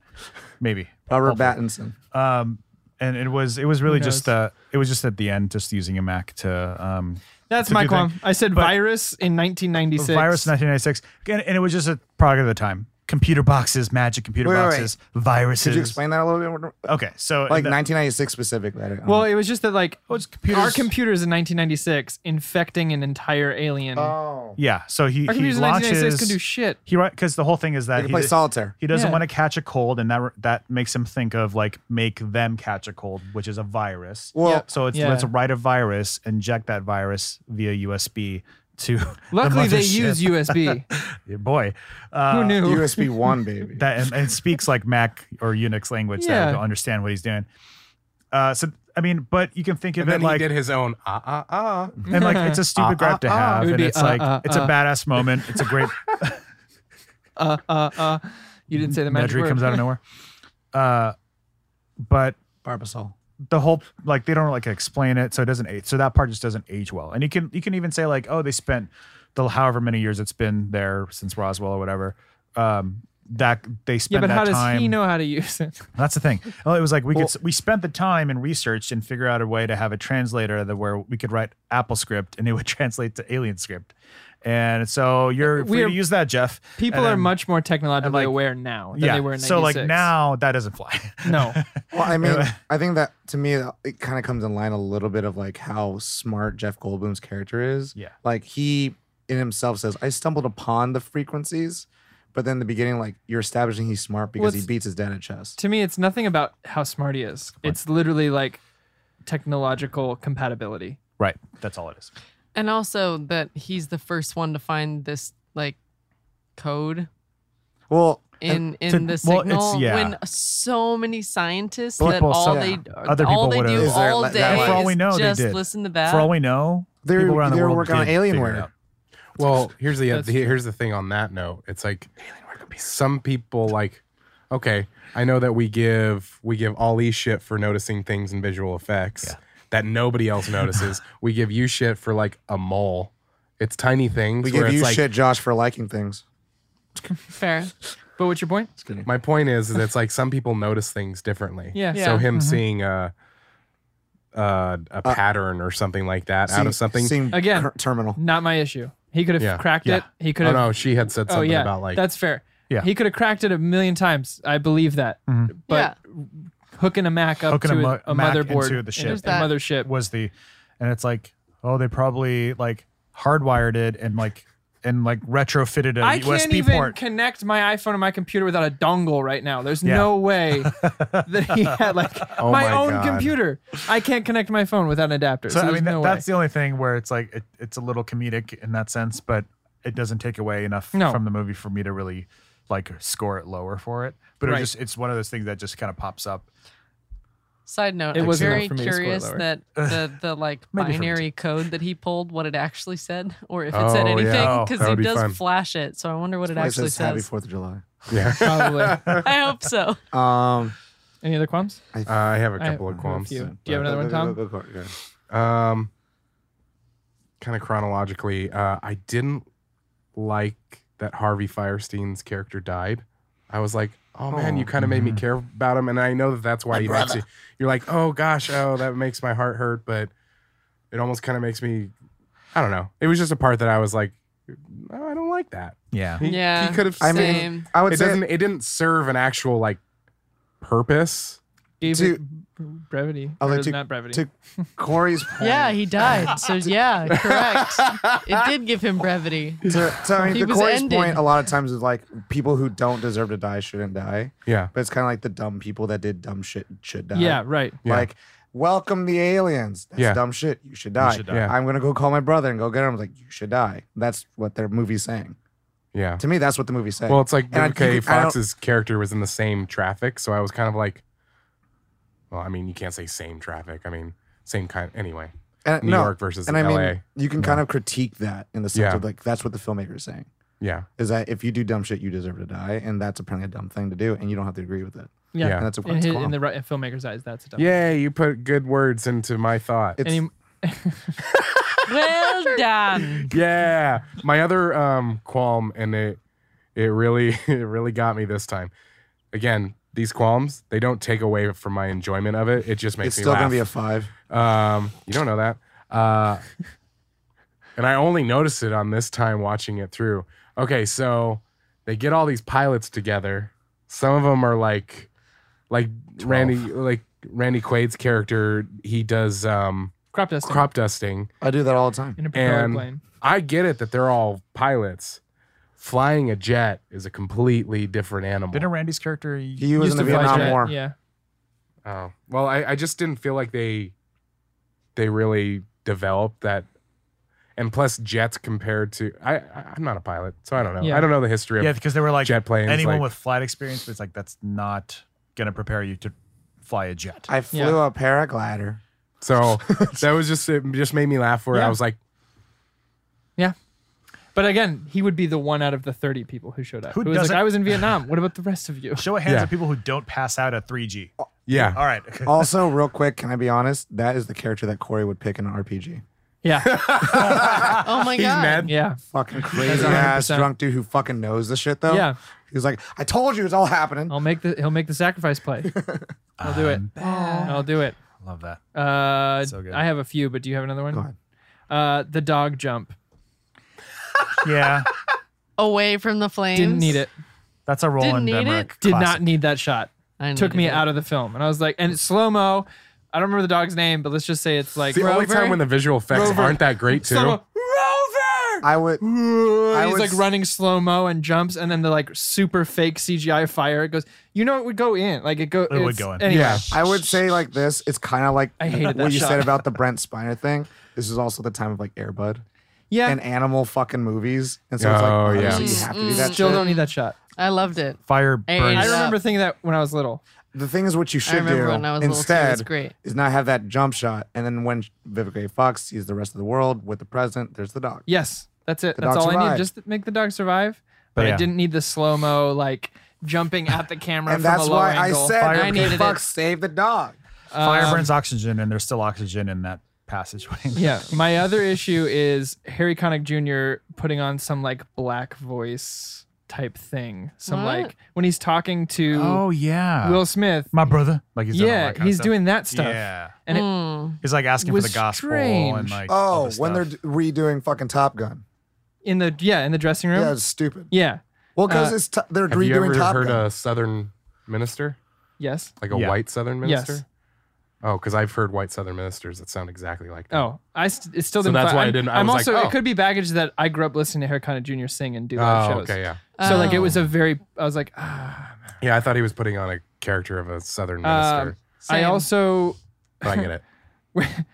[SPEAKER 7] maybe.
[SPEAKER 3] Robert
[SPEAKER 7] Hopefully.
[SPEAKER 3] Pattinson.
[SPEAKER 7] Um, and it was it was really just uh,
[SPEAKER 4] knows?
[SPEAKER 7] it was just at the end, just using a Mac to um,
[SPEAKER 4] that's
[SPEAKER 7] It's a
[SPEAKER 4] my
[SPEAKER 7] good thing.
[SPEAKER 4] qualm. I said
[SPEAKER 7] But- Oh,
[SPEAKER 4] virus in 1996.
[SPEAKER 7] virus 1996, and, and it was just a product of the time. Computer boxes, magic computer
[SPEAKER 3] Wait, wait, wait.
[SPEAKER 7] boxes, viruses.
[SPEAKER 3] Could you explain that a little bit? more?
[SPEAKER 7] Okay, so
[SPEAKER 3] Like
[SPEAKER 7] the-
[SPEAKER 3] 1996 specifically. I don't know.
[SPEAKER 4] Well, it was just that like
[SPEAKER 7] Oh, it's computers.
[SPEAKER 4] our computers in 1996 infecting an entire alien.
[SPEAKER 3] oh,
[SPEAKER 7] yeah. So he
[SPEAKER 4] our
[SPEAKER 7] Uh, he
[SPEAKER 4] computers in 1996
[SPEAKER 7] launches.
[SPEAKER 4] could do shit.
[SPEAKER 7] He because the whole thing is
[SPEAKER 3] they
[SPEAKER 7] that
[SPEAKER 3] can
[SPEAKER 7] he,
[SPEAKER 3] play
[SPEAKER 7] di-
[SPEAKER 3] solitaire.
[SPEAKER 7] he doesn't
[SPEAKER 4] Yeah.
[SPEAKER 7] want to catch a cold, and that re- that makes him think of like make them catch a cold, which is a virus. [LAUGHS]
[SPEAKER 3] Well,
[SPEAKER 4] Yep.
[SPEAKER 7] so it's
[SPEAKER 4] Yeah.
[SPEAKER 7] let's write a virus, inject that virus via USB to. [LAUGHS] the
[SPEAKER 4] Luckily, they
[SPEAKER 7] mothership.
[SPEAKER 4] use
[SPEAKER 7] [LAUGHS]
[SPEAKER 4] USB.
[SPEAKER 7] Yeah, boy. Uh,
[SPEAKER 4] Who knew?
[SPEAKER 3] USB one, baby.
[SPEAKER 7] that and, and speaks like Mac or Unix language
[SPEAKER 4] Yeah.
[SPEAKER 7] that will understand what he's doing. Uh, so I mean, but you can think of
[SPEAKER 6] And then
[SPEAKER 7] it like
[SPEAKER 6] he did his own ah ah ah.
[SPEAKER 7] and like
[SPEAKER 4] [LAUGHS]
[SPEAKER 7] it's a stupid gripe to
[SPEAKER 6] uh, uh.
[SPEAKER 7] have,
[SPEAKER 4] It would
[SPEAKER 7] and
[SPEAKER 4] be,
[SPEAKER 7] it's
[SPEAKER 4] uh,
[SPEAKER 7] like
[SPEAKER 4] uh,
[SPEAKER 7] it's a
[SPEAKER 4] uh.
[SPEAKER 7] badass moment. It's a great
[SPEAKER 4] uh, uh, uh. You didn't say [LAUGHS] the magic
[SPEAKER 7] imagery
[SPEAKER 4] word.
[SPEAKER 7] comes out of nowhere. Uh, but
[SPEAKER 3] Barbasol.
[SPEAKER 7] the whole like they don't like explain it, so it doesn't age. So that part just doesn't age well. And you can you can even say like, oh, they spent the however many years it's been there since Roswell or whatever. Um, that they
[SPEAKER 4] yeah,
[SPEAKER 7] spent
[SPEAKER 4] but
[SPEAKER 7] that
[SPEAKER 4] how does
[SPEAKER 7] time.
[SPEAKER 4] he know how
[SPEAKER 7] [LAUGHS]
[SPEAKER 4] to use it?
[SPEAKER 7] That's the thing. Well, it was like we could we spent the time and researched and figure out a way to have a translator that where we could write Apple script and it would [LAUGHS] translate to alien script. And so you're free
[SPEAKER 4] We're-
[SPEAKER 7] to use that, Jeff.
[SPEAKER 4] People
[SPEAKER 7] And
[SPEAKER 4] are
[SPEAKER 7] then-
[SPEAKER 4] much more technologically
[SPEAKER 7] like,
[SPEAKER 4] aware now than
[SPEAKER 7] yeah.
[SPEAKER 4] they were in 96.
[SPEAKER 7] so like now that doesn't fly. [LAUGHS]
[SPEAKER 4] no,
[SPEAKER 3] Well,
[SPEAKER 6] [LAUGHS]
[SPEAKER 3] I mean, I think that to me, it kind of comes in line a little bit of like how smart Jeff Goldblum's character is.
[SPEAKER 7] Yeah.
[SPEAKER 3] Like he in himself says, I stumbled upon the frequencies, but then in the beginning, like you're establishing he's smart because he
[SPEAKER 4] it's-
[SPEAKER 3] beats his dad at chess.
[SPEAKER 4] to me, it's nothing about how smart he is. It's literally like technological compatibility.
[SPEAKER 7] right. That's all it is.
[SPEAKER 2] and also that he's the first one to find this like code
[SPEAKER 3] Well, and
[SPEAKER 2] in in
[SPEAKER 7] to-
[SPEAKER 2] the
[SPEAKER 7] well,
[SPEAKER 2] signal
[SPEAKER 7] it's- yeah.
[SPEAKER 2] when so many scientists
[SPEAKER 7] Well,
[SPEAKER 2] that
[SPEAKER 7] well,
[SPEAKER 2] all
[SPEAKER 7] so-
[SPEAKER 2] they
[SPEAKER 7] Other
[SPEAKER 2] all
[SPEAKER 7] people
[SPEAKER 2] they do
[SPEAKER 7] would've-
[SPEAKER 3] Is there
[SPEAKER 2] all
[SPEAKER 3] like
[SPEAKER 2] day
[SPEAKER 3] that
[SPEAKER 2] is
[SPEAKER 3] one? For all
[SPEAKER 7] we know, they
[SPEAKER 2] just
[SPEAKER 7] did.
[SPEAKER 2] listen to that.
[SPEAKER 7] For all we know,
[SPEAKER 3] They're-
[SPEAKER 7] people around the
[SPEAKER 3] they're
[SPEAKER 7] world
[SPEAKER 3] working on
[SPEAKER 7] did figure it
[SPEAKER 3] Alienware.
[SPEAKER 7] out.
[SPEAKER 6] Well, here's the
[SPEAKER 4] That's
[SPEAKER 6] here's the thing on that note. It's like some people like okay, I know that we give we give Ali shit for noticing things in visual effects that nobody else [LAUGHS] notices. we give you shit for like a mole. It's tiny things.
[SPEAKER 3] we
[SPEAKER 6] where
[SPEAKER 3] give
[SPEAKER 6] it's
[SPEAKER 3] you
[SPEAKER 6] like,
[SPEAKER 3] shit, Josh, for liking things.
[SPEAKER 2] Fair.
[SPEAKER 4] But what's your point?
[SPEAKER 6] My point is, is it's like some people notice things differently.
[SPEAKER 4] Yeah. Mm-hmm.
[SPEAKER 6] So
[SPEAKER 2] Yeah.
[SPEAKER 6] him seeing a a, a pattern or something like that out
[SPEAKER 3] Uh, Seeing-
[SPEAKER 6] of something.
[SPEAKER 3] seeing
[SPEAKER 4] Again.
[SPEAKER 3] cur- terminal.
[SPEAKER 4] Not my issue. He could have
[SPEAKER 6] Yeah.
[SPEAKER 4] cracked it. He could
[SPEAKER 6] oh
[SPEAKER 4] have.
[SPEAKER 6] no, she had said
[SPEAKER 4] oh
[SPEAKER 6] something
[SPEAKER 4] yeah,
[SPEAKER 6] about like
[SPEAKER 4] that's fair.
[SPEAKER 7] Yeah. Mm-hmm.
[SPEAKER 4] he could have cracked it a million times. I believe that. But hooking a Mac up
[SPEAKER 7] Hooking
[SPEAKER 4] to
[SPEAKER 7] a
[SPEAKER 4] a,
[SPEAKER 7] mo-
[SPEAKER 4] a
[SPEAKER 7] Mac
[SPEAKER 4] motherboard,
[SPEAKER 7] into the
[SPEAKER 4] and
[SPEAKER 7] ship.
[SPEAKER 4] a-
[SPEAKER 2] There's
[SPEAKER 4] a
[SPEAKER 2] that.
[SPEAKER 4] mothership.
[SPEAKER 7] was the and it's like, oh, they probably like hardwired it and like and like retrofitted a
[SPEAKER 4] I
[SPEAKER 7] USB
[SPEAKER 4] can't even
[SPEAKER 7] port.
[SPEAKER 4] connect my iPhone to my computer without a dongle right now. There's
[SPEAKER 7] Yeah. [LAUGHS]
[SPEAKER 4] no way that he had like
[SPEAKER 6] Oh
[SPEAKER 4] my,
[SPEAKER 6] my
[SPEAKER 4] own
[SPEAKER 6] God.
[SPEAKER 4] computer. I can't connect my phone without an adapter. So,
[SPEAKER 7] So I
[SPEAKER 4] there's
[SPEAKER 7] mean, that,
[SPEAKER 4] no
[SPEAKER 7] that's
[SPEAKER 4] way.
[SPEAKER 7] the only thing where it's like it, it's a little comedic in that sense, but it doesn't take away enough
[SPEAKER 4] No.
[SPEAKER 7] from the movie for me to really like score it lower for it. But
[SPEAKER 4] Right.
[SPEAKER 7] it was just it's one of those things that just kind of pops up.
[SPEAKER 2] Side note,
[SPEAKER 4] It
[SPEAKER 2] I'm
[SPEAKER 4] wasn't
[SPEAKER 2] very
[SPEAKER 4] enough for me to score it
[SPEAKER 2] curious
[SPEAKER 4] lower.
[SPEAKER 2] that the the like
[SPEAKER 7] Maybe for me
[SPEAKER 2] binary code that he pulled, what it actually said, or if it said
[SPEAKER 6] Oh, yeah.
[SPEAKER 2] anything,
[SPEAKER 7] Oh,
[SPEAKER 2] because
[SPEAKER 6] that would
[SPEAKER 2] he
[SPEAKER 6] be
[SPEAKER 2] does
[SPEAKER 6] fun.
[SPEAKER 2] flash it. So I wonder what it
[SPEAKER 3] It
[SPEAKER 2] actually
[SPEAKER 3] says Happy
[SPEAKER 2] says.
[SPEAKER 3] Fourth of July.
[SPEAKER 6] yeah.
[SPEAKER 4] [LAUGHS] probably.
[SPEAKER 2] [LAUGHS] I hope so.
[SPEAKER 3] Um,
[SPEAKER 4] Any other qualms?
[SPEAKER 6] [LAUGHS]
[SPEAKER 2] Uh,
[SPEAKER 6] I have a
[SPEAKER 4] I-
[SPEAKER 6] couple of
[SPEAKER 4] a
[SPEAKER 6] qualms.
[SPEAKER 4] few. Do you have another one, Tom?
[SPEAKER 3] go, go, go, go, go.
[SPEAKER 6] Um, kind of chronologically, uh, I didn't like that Harvey Firestein's character died. I was like, oh man, you kind of made me care about him, and I know that that's why you actually you're like, oh gosh, oh that makes my heart hurt, but it almost kind of makes me, I don't know. It was just a part that I was like, oh, I don't like that.
[SPEAKER 7] Yeah.
[SPEAKER 6] He-
[SPEAKER 2] Yeah,
[SPEAKER 6] he could have.
[SPEAKER 3] I mean,
[SPEAKER 2] Same.
[SPEAKER 3] I would
[SPEAKER 6] It
[SPEAKER 3] say
[SPEAKER 6] doesn't. It didn't serve an actual like purpose.
[SPEAKER 4] Gave
[SPEAKER 3] To-
[SPEAKER 4] it brevity.
[SPEAKER 3] I like
[SPEAKER 4] Or
[SPEAKER 3] to-
[SPEAKER 4] not brevity.
[SPEAKER 3] to Corey's point.
[SPEAKER 2] Yeah, he died. [LAUGHS] So yeah, [LAUGHS] correct. It did give him brevity.
[SPEAKER 3] to, to, I
[SPEAKER 2] He
[SPEAKER 3] mean, to
[SPEAKER 2] was
[SPEAKER 3] Corey's
[SPEAKER 2] ended.
[SPEAKER 3] point, a lot of times is like people who don't deserve to die shouldn't die,
[SPEAKER 6] Yeah.
[SPEAKER 3] but it's kind of like the dumb people that did dumb shit should die.
[SPEAKER 4] yeah, right.
[SPEAKER 6] Yeah.
[SPEAKER 3] Like, welcome the aliens. That's
[SPEAKER 6] Yeah.
[SPEAKER 3] dumb shit. You should die.
[SPEAKER 7] should die.
[SPEAKER 6] Yeah.
[SPEAKER 3] I'm gonna go call my brother and go get him. I'm like, you should die. That's what their movie's saying.
[SPEAKER 6] Yeah.
[SPEAKER 3] To me, that's what the movie's saying.
[SPEAKER 6] Well, it's like
[SPEAKER 3] And I-
[SPEAKER 6] okay,
[SPEAKER 3] you could- I don't-
[SPEAKER 6] Fox's character was in the same traffic, so I was kind of like, well, I mean, you can't say same traffic. I mean, same kind. Anyway,
[SPEAKER 3] and,
[SPEAKER 6] New
[SPEAKER 3] no,
[SPEAKER 6] York versus
[SPEAKER 3] and I
[SPEAKER 6] LA.
[SPEAKER 3] mean, you can kind of critique that in the sense
[SPEAKER 6] Yeah.
[SPEAKER 3] of like that's what the filmmaker is saying.
[SPEAKER 6] yeah,
[SPEAKER 3] Is that if you do dumb shit, you deserve to die, and that's apparently a dumb thing to do, and you don't have to agree with it.
[SPEAKER 4] Yeah.
[SPEAKER 6] Yeah.
[SPEAKER 3] And that's a
[SPEAKER 4] In,
[SPEAKER 3] it's
[SPEAKER 4] his,
[SPEAKER 3] cool.
[SPEAKER 4] in the ri- in filmmaker's eyes, that's a dumb.
[SPEAKER 6] yay! You put good words into my thought.
[SPEAKER 3] It's-
[SPEAKER 4] Any,
[SPEAKER 2] Well done.
[SPEAKER 6] [LAUGHS] yeah, my other um, qualm, and it it really [LAUGHS] it really got me this time. Again, these qualms they don't take away from my enjoyment of it. It just makes
[SPEAKER 3] it's
[SPEAKER 6] me
[SPEAKER 3] still
[SPEAKER 6] laugh.
[SPEAKER 3] gonna be a five.
[SPEAKER 6] Um, you don't know that. Uh, and I only noticed it on this time watching it through. Okay, so they get all these pilots together. Some of them are like, like Randy, like Randy Quaid's character. He does um,
[SPEAKER 4] crop dusting
[SPEAKER 6] crop dusting.
[SPEAKER 3] I do that all the time.
[SPEAKER 4] in a propeller
[SPEAKER 6] and-
[SPEAKER 4] plane.
[SPEAKER 6] I get it that they're all pilots. Flying a jet is a completely different animal.
[SPEAKER 7] Didn't Randy's character? he-
[SPEAKER 3] He was in
[SPEAKER 4] Used
[SPEAKER 3] the
[SPEAKER 4] to fly
[SPEAKER 3] Vietnam
[SPEAKER 4] jet,
[SPEAKER 3] War.
[SPEAKER 4] Yeah.
[SPEAKER 6] Oh well, I, I just didn't feel like they they really developed that. And plus, jets compared to I I- I'm not a pilot, so I don't know.
[SPEAKER 4] Yeah.
[SPEAKER 6] I don't know the history of
[SPEAKER 7] Yeah, because they were like
[SPEAKER 6] jet planes.
[SPEAKER 7] anyone
[SPEAKER 6] like-
[SPEAKER 7] with flight experience, but it's like that's not gonna prepare you to fly a jet.
[SPEAKER 3] I flew a paraglider.
[SPEAKER 7] [LAUGHS]
[SPEAKER 6] so that was just it just made me laugh. Where
[SPEAKER 4] Yeah.
[SPEAKER 6] I was like,
[SPEAKER 4] Yeah. But again, he would be the one out of the 30 people who showed up.
[SPEAKER 7] Who
[SPEAKER 4] Who was like,
[SPEAKER 7] doesn't-
[SPEAKER 4] I was in Vietnam. What about the rest
[SPEAKER 3] [LAUGHS]
[SPEAKER 4] of you?
[SPEAKER 7] Show of hands
[SPEAKER 6] Yeah.
[SPEAKER 7] of people who don't pass out at 3G. All
[SPEAKER 6] yeah,
[SPEAKER 7] right. [LAUGHS]
[SPEAKER 3] Also, real quick, can I be honest? That is the character that Corey would pick in an RPG.
[SPEAKER 4] Yeah.
[SPEAKER 2] Oh my
[SPEAKER 6] he's
[SPEAKER 2] god.
[SPEAKER 6] mad.
[SPEAKER 4] Yeah.
[SPEAKER 3] Fucking crazy ass
[SPEAKER 4] 100%.
[SPEAKER 3] drunk dude who fucking knows the shit though.
[SPEAKER 4] Yeah. Oh
[SPEAKER 3] He was like, I told you it's all happening.
[SPEAKER 4] I'll make the he'll make the sacrifice
[SPEAKER 3] [LAUGHS]
[SPEAKER 4] play. I'll do it. I'll do it.
[SPEAKER 7] Love that.
[SPEAKER 4] Uh,
[SPEAKER 7] So good.
[SPEAKER 4] I have a few, but do you have another one?
[SPEAKER 3] Go ahead.
[SPEAKER 4] Uh, the dog jump.
[SPEAKER 7] Yeah,
[SPEAKER 2] Away from the flames.
[SPEAKER 4] Didn't need it.
[SPEAKER 7] that's a Roland
[SPEAKER 2] need
[SPEAKER 7] Emmerich.
[SPEAKER 2] it.
[SPEAKER 4] Did
[SPEAKER 7] classic.
[SPEAKER 4] not need that shot.
[SPEAKER 2] I
[SPEAKER 4] Took
[SPEAKER 2] needed
[SPEAKER 4] me
[SPEAKER 2] it.
[SPEAKER 4] out of the film, and I was like, and it's slow mo. I don't remember the dog's name, but let's just say it's like
[SPEAKER 6] It's the only
[SPEAKER 4] Rover.
[SPEAKER 6] time when the visual effects
[SPEAKER 4] Rover.
[SPEAKER 6] aren't that great too.
[SPEAKER 4] Slow-mo.
[SPEAKER 3] I would I
[SPEAKER 4] He's
[SPEAKER 3] would
[SPEAKER 4] like
[SPEAKER 3] s-
[SPEAKER 4] running slow mo and jumps, and then the like super fake CGI fire. It goes. You know, it would go in. Like it go.
[SPEAKER 7] would
[SPEAKER 4] it's-
[SPEAKER 7] go in.
[SPEAKER 4] anyway.
[SPEAKER 6] Yeah.
[SPEAKER 3] I would
[SPEAKER 4] [LAUGHS]
[SPEAKER 3] say like this. It's kind of like
[SPEAKER 4] I hated
[SPEAKER 3] what
[SPEAKER 4] that
[SPEAKER 3] you
[SPEAKER 4] shot.
[SPEAKER 3] said about
[SPEAKER 4] [LAUGHS]
[SPEAKER 3] the Brent Spiner thing. This is also the time of like Airbud
[SPEAKER 4] Yeah. Mm-hmm.
[SPEAKER 3] and animal fucking movies, and so it's
[SPEAKER 6] Oh,
[SPEAKER 3] like
[SPEAKER 6] yeah.
[SPEAKER 3] obviously you have to do that.
[SPEAKER 4] Still
[SPEAKER 3] shit.
[SPEAKER 4] don't need that shot.
[SPEAKER 2] I loved it.
[SPEAKER 7] Fire
[SPEAKER 2] Hey,
[SPEAKER 7] burns.
[SPEAKER 2] I
[SPEAKER 4] I
[SPEAKER 2] Yeah.
[SPEAKER 4] remember thinking that when I was little.
[SPEAKER 3] The thing is, what you should
[SPEAKER 2] remember
[SPEAKER 3] do
[SPEAKER 2] when I was little too,
[SPEAKER 3] instead
[SPEAKER 2] it's great.
[SPEAKER 3] is not have that jump shot, and then when Vivica A. Fox sees the rest of the world with the present, there's the dog.
[SPEAKER 4] Yes, that's it.
[SPEAKER 3] The
[SPEAKER 4] that's
[SPEAKER 3] dog
[SPEAKER 4] all I need.
[SPEAKER 3] survived.
[SPEAKER 4] Just to make the dog survive. But
[SPEAKER 7] But
[SPEAKER 4] I
[SPEAKER 7] yeah.
[SPEAKER 4] didn't need the slow mo like jumping at the camera.
[SPEAKER 3] and
[SPEAKER 4] from
[SPEAKER 3] that's
[SPEAKER 4] a low
[SPEAKER 3] why
[SPEAKER 4] angle.
[SPEAKER 3] I said,
[SPEAKER 7] Fire- I
[SPEAKER 3] Vivica
[SPEAKER 2] needed
[SPEAKER 3] A. Fox
[SPEAKER 2] it.
[SPEAKER 3] save the dog.
[SPEAKER 7] Fire
[SPEAKER 4] um,
[SPEAKER 7] burns oxygen, and there's still oxygen in that [LAUGHS] passageway.
[SPEAKER 4] Yeah. [LAUGHS] My other issue is Harry Connick Jr. putting on some like black voice type thing. Some
[SPEAKER 2] What?
[SPEAKER 4] like when he's talking to
[SPEAKER 7] Oh yeah.
[SPEAKER 4] Will Smith.
[SPEAKER 7] my brother. Like he's doing all
[SPEAKER 4] yeah,
[SPEAKER 7] that kind of
[SPEAKER 4] he's
[SPEAKER 7] stuff.
[SPEAKER 4] doing that stuff.
[SPEAKER 7] Yeah. Hmm.
[SPEAKER 4] And it,
[SPEAKER 7] He's like asking for
[SPEAKER 4] Was
[SPEAKER 7] the gospel and
[SPEAKER 4] strange.
[SPEAKER 7] like. all
[SPEAKER 3] Oh,
[SPEAKER 7] this
[SPEAKER 3] when
[SPEAKER 7] stuff.
[SPEAKER 3] they're d- redoing fucking Top Gun.
[SPEAKER 4] in the yeah in the dressing room.
[SPEAKER 3] Yeah, it's stupid.
[SPEAKER 4] Yeah.
[SPEAKER 3] Well, because
[SPEAKER 4] Uh,
[SPEAKER 3] it's t- they're
[SPEAKER 6] Have you
[SPEAKER 3] redoing
[SPEAKER 6] ever
[SPEAKER 3] Top
[SPEAKER 6] heard
[SPEAKER 3] Gun.
[SPEAKER 6] a Southern minister,
[SPEAKER 4] Yes.
[SPEAKER 6] like a
[SPEAKER 7] Yeah.
[SPEAKER 6] white Southern
[SPEAKER 4] Yes.
[SPEAKER 6] minister? Oh, because I've heard white Southern ministers that sound exactly like that.
[SPEAKER 4] Oh, I st- it still
[SPEAKER 6] So
[SPEAKER 4] didn't.
[SPEAKER 6] that's
[SPEAKER 4] fi-
[SPEAKER 6] why I
[SPEAKER 4] I'm-
[SPEAKER 6] didn't- I
[SPEAKER 4] I'm
[SPEAKER 6] was like,
[SPEAKER 4] also
[SPEAKER 6] oh.
[SPEAKER 4] it could be baggage that I grew up listening to Harry Connick Jr. sing and do live
[SPEAKER 6] oh
[SPEAKER 4] shows.
[SPEAKER 6] okay, yeah,
[SPEAKER 4] So like it was
[SPEAKER 7] Oh.
[SPEAKER 4] a very I was like ah.
[SPEAKER 6] yeah. I thought he was putting on a character of a Southern
[SPEAKER 4] Um,
[SPEAKER 6] minister,
[SPEAKER 4] I
[SPEAKER 2] Same.
[SPEAKER 4] also
[SPEAKER 6] but I
[SPEAKER 2] [LAUGHS]
[SPEAKER 6] get it.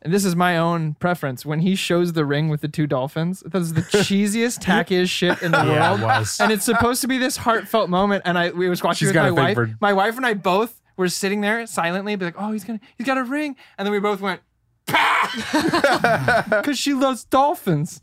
[SPEAKER 4] and this is my own preference when he shows the ring with the two dolphins. That
[SPEAKER 6] [LAUGHS]
[SPEAKER 4] is the cheesiest tackiest shit in the
[SPEAKER 7] Yeah,
[SPEAKER 4] world.
[SPEAKER 7] it was.
[SPEAKER 4] And it's supposed to be this heartfelt moment, and I we was watching
[SPEAKER 6] She's
[SPEAKER 4] with
[SPEAKER 6] got
[SPEAKER 4] my
[SPEAKER 6] a thing
[SPEAKER 4] wife.
[SPEAKER 6] for-
[SPEAKER 4] My wife and I both were sitting there silently, be like, "Oh, he's gonna, he's got a ring," and then we both went,
[SPEAKER 6] [LAUGHS]
[SPEAKER 4] "Because she loves dolphins."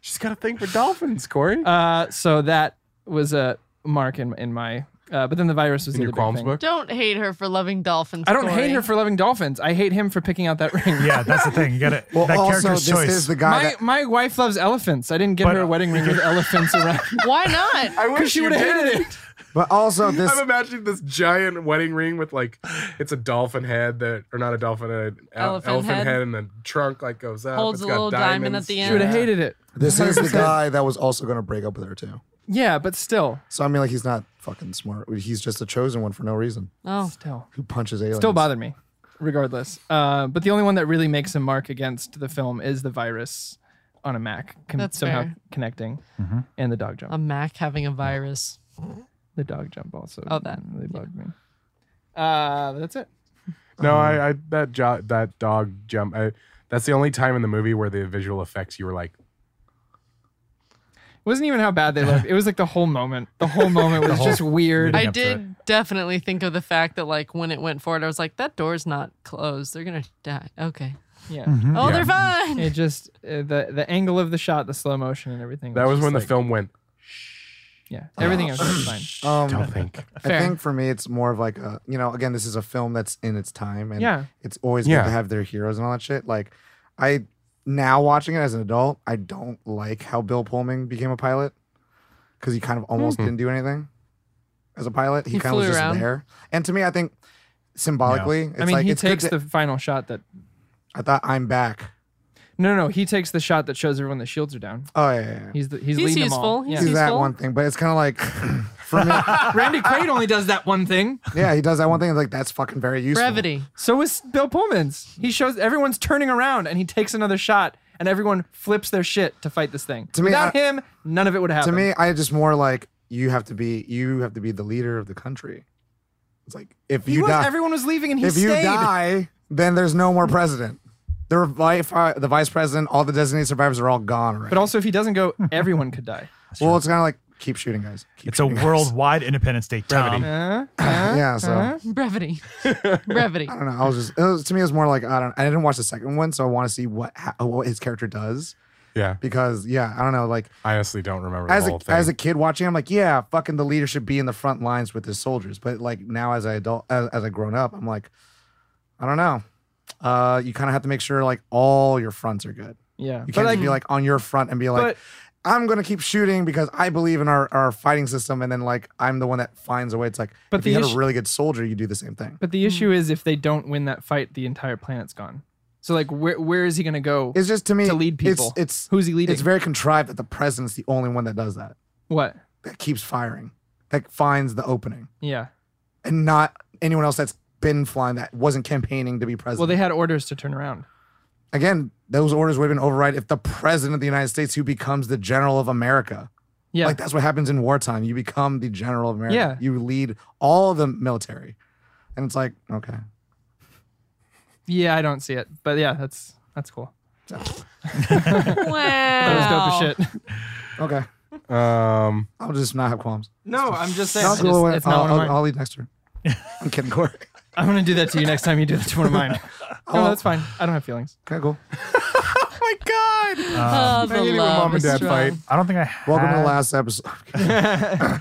[SPEAKER 6] She's got a thing for dolphins, Corey.
[SPEAKER 4] Uh, so that was a mark in in my Uh, but then the virus was
[SPEAKER 6] in
[SPEAKER 4] the
[SPEAKER 6] your
[SPEAKER 4] other big
[SPEAKER 6] qualms
[SPEAKER 4] thing.
[SPEAKER 6] book.
[SPEAKER 2] Don't hate her for loving dolphins.
[SPEAKER 4] I don't
[SPEAKER 2] Corey.
[SPEAKER 4] hate her for loving dolphins. I hate him for picking out that [LAUGHS] ring.
[SPEAKER 7] Yeah, that's the thing. You got to
[SPEAKER 3] [LAUGHS] Well,
[SPEAKER 7] that
[SPEAKER 3] also,
[SPEAKER 7] character's
[SPEAKER 3] this
[SPEAKER 7] choice.
[SPEAKER 3] is the guy
[SPEAKER 4] My,
[SPEAKER 3] that.
[SPEAKER 4] my wife loves elephants. I didn't get
[SPEAKER 7] But-
[SPEAKER 4] her a wedding ring with elephants around.
[SPEAKER 2] [LAUGHS] Why not?
[SPEAKER 6] I wish
[SPEAKER 4] She would have hated it.
[SPEAKER 3] But also this.
[SPEAKER 6] I'm imagining [LAUGHS] this giant wedding ring with like, it's a dolphin head that, or not a dolphin head, an el-
[SPEAKER 2] Elephant
[SPEAKER 6] elephant,
[SPEAKER 2] head.
[SPEAKER 6] head. and the trunk like goes up.
[SPEAKER 2] Holds
[SPEAKER 6] It's
[SPEAKER 2] a
[SPEAKER 6] got
[SPEAKER 2] little
[SPEAKER 6] diamonds.
[SPEAKER 2] diamond at the
[SPEAKER 4] She would
[SPEAKER 2] end.
[SPEAKER 4] have hated it.
[SPEAKER 3] This is the guy that was also going to break up with her too.
[SPEAKER 4] Yeah, but still,
[SPEAKER 3] So I mean, like he's not fucking smart. He's just a chosen one for no reason.
[SPEAKER 2] Oh,
[SPEAKER 4] still,
[SPEAKER 3] Who punches aliens?
[SPEAKER 4] still bothered me. Regardless, uh, but the only one that really makes a mark against the film is the virus on a Mac con-
[SPEAKER 2] That's
[SPEAKER 4] somehow
[SPEAKER 2] fair. Oh.
[SPEAKER 4] connecting, and the dog jump.
[SPEAKER 2] a Mac having a virus.
[SPEAKER 4] the dog jump also.
[SPEAKER 2] Oh, that,
[SPEAKER 4] really bugged me. Uh, but that's it.
[SPEAKER 6] No, I, I that jo- that dog jump. I, that's the only time in the movie where the visual effects you were like,
[SPEAKER 4] It wasn't even how bad they looked. It was like the whole moment. The whole moment was just weird.
[SPEAKER 2] I
[SPEAKER 7] up to
[SPEAKER 2] did definitely think of the fact that like when it went forward, I was like, that door's not closed. They're gonna die. Okay.
[SPEAKER 4] yeah.
[SPEAKER 2] Oh,
[SPEAKER 6] Yeah.
[SPEAKER 2] they're fine.
[SPEAKER 4] It just uh, the the angle of the shot, the slow motion, and everything.
[SPEAKER 6] that was
[SPEAKER 4] just
[SPEAKER 6] when the
[SPEAKER 4] like-
[SPEAKER 6] film went.
[SPEAKER 4] Yeah, everything else was fine.
[SPEAKER 3] Um,
[SPEAKER 6] Don't think.
[SPEAKER 3] I
[SPEAKER 4] Fair.
[SPEAKER 3] think for me, it's more of like a you know, again, this is a film that's in its time, and
[SPEAKER 4] Yeah.
[SPEAKER 3] it's always
[SPEAKER 6] Yeah.
[SPEAKER 3] good to have their heroes and all that shit. Like, I now watching it as an adult, I don't like how Bill Pullman became a pilot because he kind of almost
[SPEAKER 6] Hmm.
[SPEAKER 3] didn't do anything as a pilot. He,
[SPEAKER 2] He
[SPEAKER 3] kind of was
[SPEAKER 2] flew
[SPEAKER 3] just
[SPEAKER 2] around.
[SPEAKER 3] there. And to me, I think symbolically, it's
[SPEAKER 4] I mean,
[SPEAKER 3] like
[SPEAKER 4] he
[SPEAKER 3] it's good
[SPEAKER 4] takes
[SPEAKER 3] to-
[SPEAKER 4] the final shot that.
[SPEAKER 3] I thought I'm back.
[SPEAKER 4] No, no, no, he takes the shot that shows everyone the shields are down.
[SPEAKER 3] Oh yeah, yeah, yeah.
[SPEAKER 4] He's the, he's,
[SPEAKER 2] He's
[SPEAKER 4] leading them all.
[SPEAKER 2] useful.
[SPEAKER 4] Yeah.
[SPEAKER 3] He's that
[SPEAKER 2] useful.
[SPEAKER 3] one thing, but it's kind of like [CLEARS THROAT] for me,
[SPEAKER 4] [LAUGHS] Randy Quaid only does that one thing.
[SPEAKER 3] yeah, he does that one thing. Like that's fucking very useful.
[SPEAKER 2] Brevity.
[SPEAKER 4] So is Bill Pullman's. He shows everyone's turning around and he takes another shot and everyone flips their shit to fight this thing.
[SPEAKER 3] To me,
[SPEAKER 4] Without
[SPEAKER 3] I-
[SPEAKER 4] him, none of it would happen.
[SPEAKER 3] to me, I just more like you have to be you have to be the leader of the country. It's like if
[SPEAKER 4] He
[SPEAKER 3] you
[SPEAKER 4] was-
[SPEAKER 3] die,
[SPEAKER 4] everyone was leaving and he
[SPEAKER 3] if
[SPEAKER 4] stayed.
[SPEAKER 3] you die, then there's no more president. The vice uh, the vice president, all the designated survivors are all gone. Right?
[SPEAKER 4] But also, if he doesn't go, everyone could die.
[SPEAKER 3] well, it's kind of like keep shooting, guys. Keep [LAUGHS]
[SPEAKER 7] It's a
[SPEAKER 3] shooting, guys.
[SPEAKER 7] worldwide Independence Day. Tom.
[SPEAKER 4] [LAUGHS] Huh?
[SPEAKER 3] yeah. So
[SPEAKER 4] Uh-huh. [LAUGHS]
[SPEAKER 2] Brevity. Brevity.
[SPEAKER 3] I don't know. I was just it was, to me, it was more like I don't. I didn't watch the second one, so I want to see what ha- what his character does
[SPEAKER 6] Yeah,
[SPEAKER 3] because yeah, I don't know. Like
[SPEAKER 6] I honestly don't remember
[SPEAKER 3] as
[SPEAKER 6] the
[SPEAKER 3] a,
[SPEAKER 6] whole thing.
[SPEAKER 3] as a kid watching, I'm like, yeah, fucking the leader should be in the front lines with his soldiers. But like now, as I adult, as, as I grown up, I'm like, I don't know. Uh, you kind of have to make sure like all your fronts are good.
[SPEAKER 4] yeah.
[SPEAKER 3] You
[SPEAKER 4] But
[SPEAKER 3] can't
[SPEAKER 4] like,
[SPEAKER 3] just be like on your front and be like,
[SPEAKER 4] But-
[SPEAKER 3] I'm gonna keep shooting because I believe in our, our fighting system, and then like I'm the one that finds a way. It's like,
[SPEAKER 4] But
[SPEAKER 3] if you
[SPEAKER 4] the
[SPEAKER 3] have
[SPEAKER 4] issue-
[SPEAKER 3] a really good soldier, you do the same thing.
[SPEAKER 4] but the issue is if they don't win that fight, the entire planet's gone. So like, where where is he gonna go?
[SPEAKER 3] It's just to me
[SPEAKER 4] to lead
[SPEAKER 3] it's-
[SPEAKER 4] people.
[SPEAKER 3] It's,
[SPEAKER 4] Who's he leading?
[SPEAKER 3] It's very contrived that the president's the only one that does that,
[SPEAKER 4] what?
[SPEAKER 3] that keeps firing, that finds the opening.
[SPEAKER 4] Yeah.
[SPEAKER 3] and not anyone else that's been flying that wasn't campaigning to be president.
[SPEAKER 4] Well, they had orders to turn around.
[SPEAKER 3] Again, those orders would have been override if the president of the United States who becomes the general of America.
[SPEAKER 4] Yeah.
[SPEAKER 3] Like that's what happens in wartime. You become the general of America.
[SPEAKER 4] Yeah.
[SPEAKER 3] You lead all the military. And it's like, okay.
[SPEAKER 4] yeah, I don't see it, but yeah, that's that's cool.
[SPEAKER 2] Wow.
[SPEAKER 4] That was dope as shit.
[SPEAKER 3] Okay.
[SPEAKER 6] um,
[SPEAKER 3] I'll just not have qualms.
[SPEAKER 4] [LAUGHS] No, I'm just saying.
[SPEAKER 3] I'll
[SPEAKER 4] it's
[SPEAKER 3] go
[SPEAKER 4] just-
[SPEAKER 3] away.
[SPEAKER 4] it's
[SPEAKER 3] I'll,
[SPEAKER 4] not one of
[SPEAKER 3] I'll,
[SPEAKER 4] mine.
[SPEAKER 3] I'll lead
[SPEAKER 4] [LAUGHS]
[SPEAKER 3] next turn. I'm kidding, Corey.
[SPEAKER 4] I'm gonna do that to you next time you do that to one of
[SPEAKER 3] [LAUGHS]
[SPEAKER 4] mine. no, that's fine. I don't have feelings.
[SPEAKER 3] Okay, cool.
[SPEAKER 6] my God.
[SPEAKER 4] Um,
[SPEAKER 2] Oh,
[SPEAKER 6] I
[SPEAKER 2] the
[SPEAKER 6] hate it when
[SPEAKER 2] love
[SPEAKER 6] mom and
[SPEAKER 2] is
[SPEAKER 6] dad
[SPEAKER 2] strong.
[SPEAKER 6] fight.
[SPEAKER 7] I don't think I.
[SPEAKER 3] Welcome to
[SPEAKER 7] had-
[SPEAKER 3] the last episode. [LAUGHS]
[SPEAKER 7] I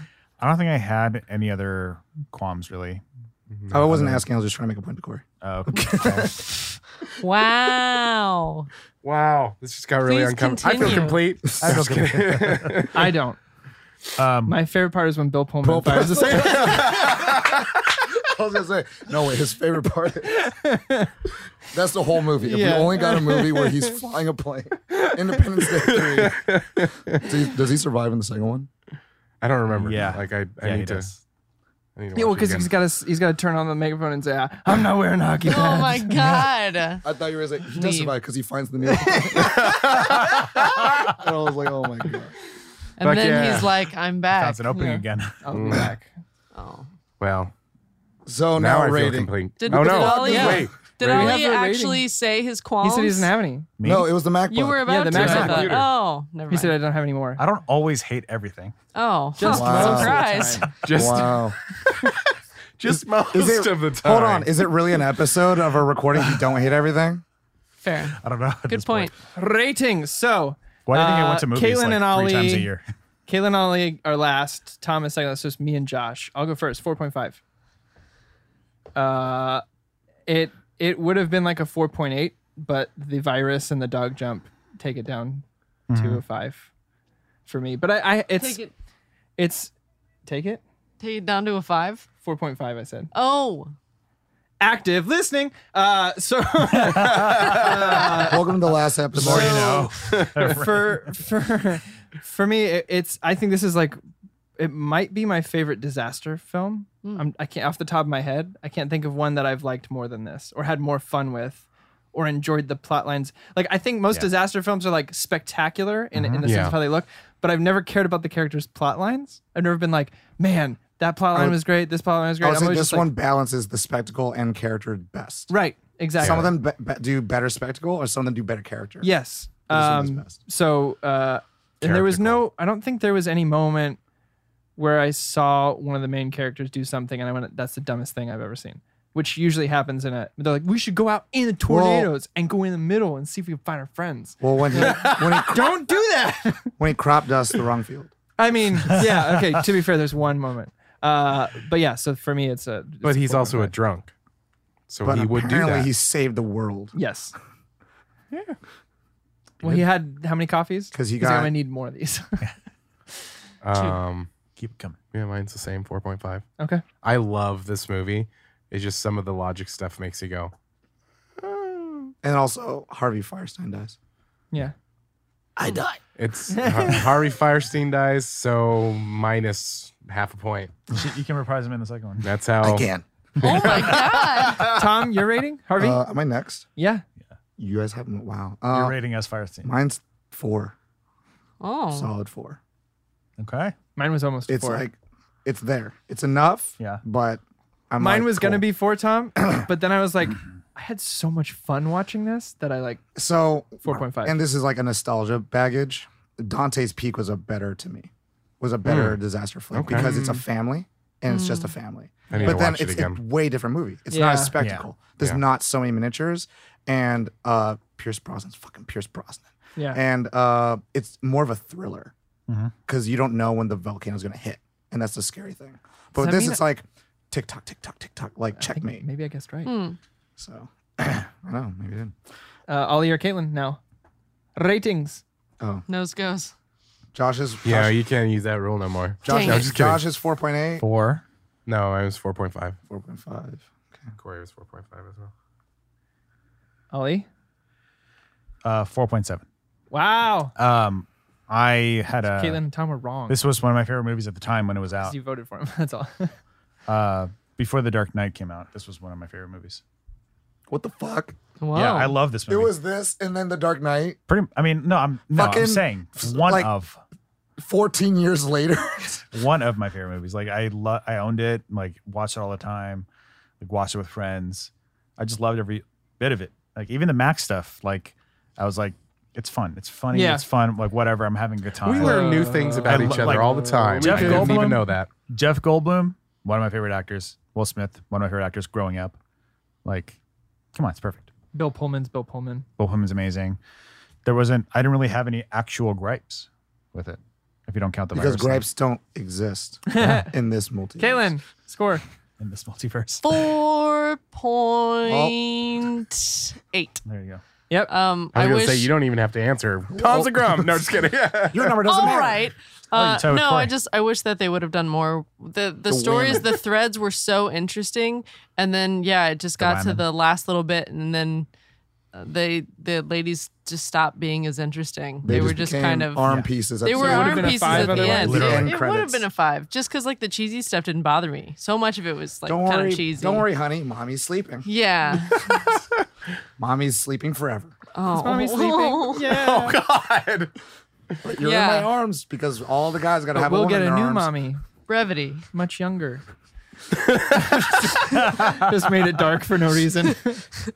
[SPEAKER 7] don't think I had any other qualms really.
[SPEAKER 3] I wasn't asking, I was just trying to make a point to Corey.
[SPEAKER 7] Oh, okay.
[SPEAKER 6] [LAUGHS]
[SPEAKER 2] Wow.
[SPEAKER 6] Wow, this just got really
[SPEAKER 2] Please
[SPEAKER 6] uncomfortable. I
[SPEAKER 2] continue.
[SPEAKER 6] feel complete. I feel complete.
[SPEAKER 4] I don't.
[SPEAKER 7] um,
[SPEAKER 4] My favorite part is when Bill Pullman. fires the same.
[SPEAKER 3] I was gonna say, no way, his favorite part. is- That's the whole movie. If
[SPEAKER 4] Yeah.
[SPEAKER 3] we only got a movie where he's flying a plane, Independence Day three. Does he, does he survive in the second one?
[SPEAKER 6] I don't remember.
[SPEAKER 7] Yeah.
[SPEAKER 6] like I, I
[SPEAKER 7] Yeah, he
[SPEAKER 6] need to.
[SPEAKER 7] does.
[SPEAKER 6] I need to
[SPEAKER 4] Yeah, well,
[SPEAKER 6] watch it [LAUGHS]
[SPEAKER 4] because he's
[SPEAKER 6] again.
[SPEAKER 4] got to he's got to turn on the megaphone and say, "Ah, "I'm not wearing hockey pads."
[SPEAKER 2] Oh my god.
[SPEAKER 3] I thought you were gonna say he does
[SPEAKER 2] Leave.
[SPEAKER 3] survive because he finds the new. and I was like, oh my god.
[SPEAKER 2] And
[SPEAKER 6] Fuck
[SPEAKER 2] then
[SPEAKER 6] yeah.
[SPEAKER 2] he's like, I'm back.
[SPEAKER 7] that's an opening
[SPEAKER 4] Yeah.
[SPEAKER 7] again. [LAUGHS]
[SPEAKER 4] I'll be back.
[SPEAKER 2] Oh.
[SPEAKER 6] well.
[SPEAKER 3] So now,
[SPEAKER 6] Now I feel
[SPEAKER 3] rating.
[SPEAKER 6] complete.
[SPEAKER 2] Did-
[SPEAKER 6] oh
[SPEAKER 2] did
[SPEAKER 6] no!
[SPEAKER 2] all- yeah.
[SPEAKER 6] Wait,
[SPEAKER 2] Did
[SPEAKER 6] Really?
[SPEAKER 2] Ali
[SPEAKER 4] We have a rating.
[SPEAKER 2] actually say his qualms?
[SPEAKER 4] He said he doesn't have any.
[SPEAKER 7] Me?
[SPEAKER 3] No, it was the MacBook.
[SPEAKER 2] You were about
[SPEAKER 4] Yeah, the
[SPEAKER 2] to. I
[SPEAKER 4] Mac
[SPEAKER 2] thought.
[SPEAKER 6] computer.
[SPEAKER 2] Oh, never
[SPEAKER 4] He
[SPEAKER 2] mind.
[SPEAKER 4] said, "I don't have any more."
[SPEAKER 7] I don't always hate everything.
[SPEAKER 2] oh,
[SPEAKER 4] Just
[SPEAKER 2] huh,
[SPEAKER 3] most of the
[SPEAKER 2] surprise.
[SPEAKER 4] time.
[SPEAKER 6] just
[SPEAKER 3] wow.
[SPEAKER 6] just most
[SPEAKER 3] Is it-
[SPEAKER 6] of the time.
[SPEAKER 3] Hold on. Is it really an episode of a recording? You don't hit everything.
[SPEAKER 2] Fair.
[SPEAKER 7] I don't know. at
[SPEAKER 2] Good
[SPEAKER 7] this
[SPEAKER 2] point.
[SPEAKER 4] Ratings. So,
[SPEAKER 7] Why do you think I
[SPEAKER 4] uh,
[SPEAKER 7] went to movies
[SPEAKER 4] Caitlin
[SPEAKER 7] like
[SPEAKER 4] and Ali
[SPEAKER 7] three times a year? [LAUGHS]
[SPEAKER 4] Caitlin and Ollie are last. Thomas second. That's just me and Josh. I'll go first. Four point five. Uh, it it would have been like a four point eight, but the virus and the dog jump take it down
[SPEAKER 7] Mm-hmm.
[SPEAKER 4] to a five for me. But I, I it's
[SPEAKER 2] Take it,
[SPEAKER 4] it's take it
[SPEAKER 2] take it down to a five.
[SPEAKER 4] four point five. I said
[SPEAKER 2] Oh,
[SPEAKER 4] active listening. Uh, so [LAUGHS]
[SPEAKER 3] Welcome to the last episode.
[SPEAKER 7] Oh,
[SPEAKER 4] [LAUGHS] for for for me, it, it's I think this is like it might be my favorite disaster film.
[SPEAKER 3] Hmm.
[SPEAKER 4] I'm, I can't off the top of my head. I can't think of one that I've liked more than this, or had more fun with, or enjoyed the plot lines. Like I think most disaster films are like spectacular in
[SPEAKER 3] Mm-hmm.
[SPEAKER 4] in the sense
[SPEAKER 6] Yeah.
[SPEAKER 4] of how they look, but I've never cared about the characters' plot lines. I've never been like, man, that plot line was great. This plot line was great.
[SPEAKER 3] I would
[SPEAKER 4] I'm
[SPEAKER 3] say
[SPEAKER 4] always
[SPEAKER 3] this
[SPEAKER 4] just like-
[SPEAKER 3] one balances the spectacle and character best.
[SPEAKER 4] right? Exactly.
[SPEAKER 3] Some of them be- be- do better spectacle, or some of them do better character.
[SPEAKER 4] Yes.
[SPEAKER 3] This one was
[SPEAKER 4] Um,
[SPEAKER 3] best.
[SPEAKER 4] so, uh, and there was no, I don't think there was any moment where I saw one of the main characters do something and I went, that's the dumbest thing I've ever seen, which usually happens in a, they're like, we should go out in the tornadoes and go in the middle and see if we can find our friends. [LAUGHS]
[SPEAKER 3] Well, when he, when he
[SPEAKER 4] Don't do that.
[SPEAKER 3] when he cropped us the wrong field.
[SPEAKER 4] I [LAUGHS] mean, yeah. Okay. To be fair, there's one moment. Uh, but yeah, so for me, it's a, it's
[SPEAKER 6] But
[SPEAKER 4] a
[SPEAKER 6] he's
[SPEAKER 4] four
[SPEAKER 6] also a
[SPEAKER 4] point
[SPEAKER 6] drunk. So
[SPEAKER 3] But
[SPEAKER 6] Oh, he would do
[SPEAKER 3] apparently,
[SPEAKER 6] that.
[SPEAKER 3] he saved the world
[SPEAKER 4] five. yes. Yeah. Well, he had how many coffees?
[SPEAKER 3] 'Cause he
[SPEAKER 4] He's like, I'm
[SPEAKER 3] got-
[SPEAKER 4] gonna need more of
[SPEAKER 3] [LAUGHS]
[SPEAKER 4] these. [LAUGHS]
[SPEAKER 6] um,
[SPEAKER 7] Keep it coming.
[SPEAKER 6] yeah, mine's the same, 4.5.
[SPEAKER 4] okay.
[SPEAKER 6] I love this movie. It's just some of the logic stuff makes you go,
[SPEAKER 3] and also Harvey Firestein dies.
[SPEAKER 4] Yeah.
[SPEAKER 2] [LAUGHS]
[SPEAKER 6] it's Har- Harvey Firestein dies, so minus half a point.
[SPEAKER 7] You- You can reprise him in the second one.
[SPEAKER 6] That's how.
[SPEAKER 3] Again,
[SPEAKER 2] oh my god!
[SPEAKER 4] Tom, your rating? Harvey?
[SPEAKER 3] uh, am I next?
[SPEAKER 4] yeah.
[SPEAKER 3] You guys haven't. Wow.
[SPEAKER 7] You're
[SPEAKER 3] Uh,
[SPEAKER 7] rating us Firestein.
[SPEAKER 3] mine's four,
[SPEAKER 2] Oh,
[SPEAKER 3] solid four.
[SPEAKER 7] Okay.
[SPEAKER 4] Mine was almost
[SPEAKER 3] It's
[SPEAKER 4] four.
[SPEAKER 3] like, it's there. It's enough.
[SPEAKER 7] Yeah.
[SPEAKER 3] But I'm
[SPEAKER 4] Mine
[SPEAKER 3] like,
[SPEAKER 4] was gonna
[SPEAKER 3] cool.
[SPEAKER 4] be four,
[SPEAKER 3] [CLEARS THROAT]
[SPEAKER 4] Tom, but then I was like, I had so much fun watching this that I like
[SPEAKER 3] so
[SPEAKER 4] 4.5.
[SPEAKER 3] And this is like a nostalgia baggage. Dante's Peak was a better to me, was a
[SPEAKER 4] Hmm.
[SPEAKER 3] better disaster flick
[SPEAKER 6] Okay.
[SPEAKER 3] because it's a family and it's just a family.
[SPEAKER 6] I need
[SPEAKER 3] but
[SPEAKER 6] to
[SPEAKER 3] then
[SPEAKER 6] watch it
[SPEAKER 3] it's [LAUGHS] a
[SPEAKER 6] again.
[SPEAKER 3] way different movie. It's not a
[SPEAKER 4] Yeah.
[SPEAKER 3] spectacle. There's
[SPEAKER 6] Yeah.
[SPEAKER 3] not so many miniatures, and uh, Pierce Brosnan's fucking Pierce Brosnan,
[SPEAKER 4] yeah.
[SPEAKER 3] and uh, it's more of a thriller
[SPEAKER 6] Mm-hmm.
[SPEAKER 7] Mhm.
[SPEAKER 3] because you don't know when the volcano's gonna hit, and that's the scary thing.
[SPEAKER 4] Does
[SPEAKER 3] But with
[SPEAKER 4] that
[SPEAKER 3] this,
[SPEAKER 4] mean-
[SPEAKER 3] it's like tick tock, tick tock, tick tock,
[SPEAKER 4] I
[SPEAKER 3] like
[SPEAKER 4] think
[SPEAKER 3] checkmate.
[SPEAKER 4] Maybe I guessed
[SPEAKER 2] Mm.
[SPEAKER 4] right.
[SPEAKER 2] Hmm.
[SPEAKER 3] So [CLEARS THROAT] I don't know, maybe it didn't.
[SPEAKER 4] Uh, Ollie or Caitlin now. Ratings.
[SPEAKER 3] Oh,
[SPEAKER 2] nose goes.
[SPEAKER 3] Josh's
[SPEAKER 6] Yeah,
[SPEAKER 3] Josh,
[SPEAKER 6] you can't use that rule no more.
[SPEAKER 3] Josh,
[SPEAKER 2] Dang it.
[SPEAKER 6] I'm just kidding.
[SPEAKER 3] Josh is 4.8.
[SPEAKER 7] Four.
[SPEAKER 6] No, I was 4.5.
[SPEAKER 3] 4.5.
[SPEAKER 6] Corey was 4.5 as well.
[SPEAKER 4] Ollie.
[SPEAKER 7] Uh, 4.7.
[SPEAKER 4] Wow.
[SPEAKER 7] Um, I had
[SPEAKER 3] Uh,
[SPEAKER 7] a.
[SPEAKER 4] Caitlin and Tom were wrong.
[SPEAKER 7] This was one of my favorite movies at the time when it was
[SPEAKER 4] 'cause
[SPEAKER 7] out.
[SPEAKER 4] you voted for him. [LAUGHS] That's all.
[SPEAKER 7] Uh, before The Dark Knight came out, this was one of my favorite movies.
[SPEAKER 3] What the fuck?
[SPEAKER 2] Wow.
[SPEAKER 7] Yeah, I love this
[SPEAKER 3] It
[SPEAKER 7] movie.
[SPEAKER 3] was this and then The Dark Knight
[SPEAKER 7] pretty. I mean, no, I'm no,
[SPEAKER 3] Fucking,
[SPEAKER 7] I'm saying one
[SPEAKER 3] like-
[SPEAKER 7] of
[SPEAKER 3] 14 years later. [LAUGHS]
[SPEAKER 7] one of my favorite movies. Like I lo- I owned it. Like watched it all the time. Like watched it with friends. I just loved every bit of it. Like even the Mac stuff. Like I was like, it's fun. It's funny.
[SPEAKER 4] Yeah.
[SPEAKER 7] It's fun. Like whatever. I'm having a good time.
[SPEAKER 4] Uh,
[SPEAKER 6] We learn new things about
[SPEAKER 7] I
[SPEAKER 6] each
[SPEAKER 7] lo-
[SPEAKER 6] other
[SPEAKER 7] like,
[SPEAKER 6] all the time.
[SPEAKER 7] Jeff
[SPEAKER 6] I didn't
[SPEAKER 7] Goldblum-
[SPEAKER 6] even know that.
[SPEAKER 7] Jeff Goldblum, one of my favorite actors. Will Smith, one of my favorite actors growing up. Like, come on, it's perfect.
[SPEAKER 4] Bill Pullman's Bill Pullman.
[SPEAKER 7] Bohemian's amazing. There wasn't. I didn't really have any actual gripes with it, if you don't count the
[SPEAKER 3] because
[SPEAKER 7] virus thing
[SPEAKER 3] gripes don't exist in this
[SPEAKER 4] [LAUGHS]
[SPEAKER 3] multi.
[SPEAKER 4] Caitlin, score.
[SPEAKER 7] in this multiverse.
[SPEAKER 2] Four point eight.
[SPEAKER 7] There you go.
[SPEAKER 2] [LAUGHS]
[SPEAKER 4] Yep.
[SPEAKER 2] Um,
[SPEAKER 6] I
[SPEAKER 2] I
[SPEAKER 6] was going
[SPEAKER 2] wish.
[SPEAKER 6] to say, you don't even have to answer. Tom's a grum. No,
[SPEAKER 4] [LAUGHS]
[SPEAKER 6] just kidding. [LAUGHS]
[SPEAKER 3] Your number doesn't
[SPEAKER 2] All
[SPEAKER 3] matter.
[SPEAKER 2] right.
[SPEAKER 7] Oh, you
[SPEAKER 2] Uh,
[SPEAKER 7] tied with
[SPEAKER 2] no, I
[SPEAKER 7] Corey.
[SPEAKER 2] just I wish that they would have done more. The the, stories, the threads were so interesting, and then yeah, it just got to
[SPEAKER 7] women.
[SPEAKER 2] the last little bit, and then uh, they the ladies just stopped being as interesting. They, were just
[SPEAKER 3] became
[SPEAKER 2] kind of
[SPEAKER 3] arm pieces. at
[SPEAKER 2] They
[SPEAKER 3] the
[SPEAKER 2] were
[SPEAKER 3] end.
[SPEAKER 4] would've
[SPEAKER 2] arm
[SPEAKER 4] been a
[SPEAKER 2] pieces
[SPEAKER 4] five
[SPEAKER 2] at the
[SPEAKER 4] otherwise.
[SPEAKER 2] end.
[SPEAKER 3] Literally.
[SPEAKER 2] It,
[SPEAKER 3] End
[SPEAKER 2] would have
[SPEAKER 3] credits.
[SPEAKER 2] been a five, just because like the cheesy stuff didn't bother me. So much of it was
[SPEAKER 3] [LAUGHS]
[SPEAKER 2] like
[SPEAKER 3] Don't
[SPEAKER 2] kind
[SPEAKER 3] worry.
[SPEAKER 2] of cheesy.
[SPEAKER 3] Don't worry, honey. Mommy's sleeping. [LAUGHS]
[SPEAKER 2] Yeah.
[SPEAKER 3] Mommy's sleeping forever.
[SPEAKER 2] Oh.
[SPEAKER 4] Mommy
[SPEAKER 2] [LAUGHS]
[SPEAKER 4] sleeping.
[SPEAKER 3] Oh,
[SPEAKER 4] Yeah.
[SPEAKER 6] God.
[SPEAKER 3] But you're
[SPEAKER 2] Yeah.
[SPEAKER 3] in my arms because all the guys got to
[SPEAKER 4] But
[SPEAKER 3] have a
[SPEAKER 4] we'll
[SPEAKER 3] woman
[SPEAKER 4] get
[SPEAKER 3] in
[SPEAKER 4] a
[SPEAKER 3] their
[SPEAKER 4] new
[SPEAKER 3] arms.
[SPEAKER 4] mommy,
[SPEAKER 2] Brevity.
[SPEAKER 4] much
[SPEAKER 3] [LAUGHS]
[SPEAKER 4] younger. [LAUGHS] Just made it dark for no
[SPEAKER 2] [LAUGHS]
[SPEAKER 4] reason. Is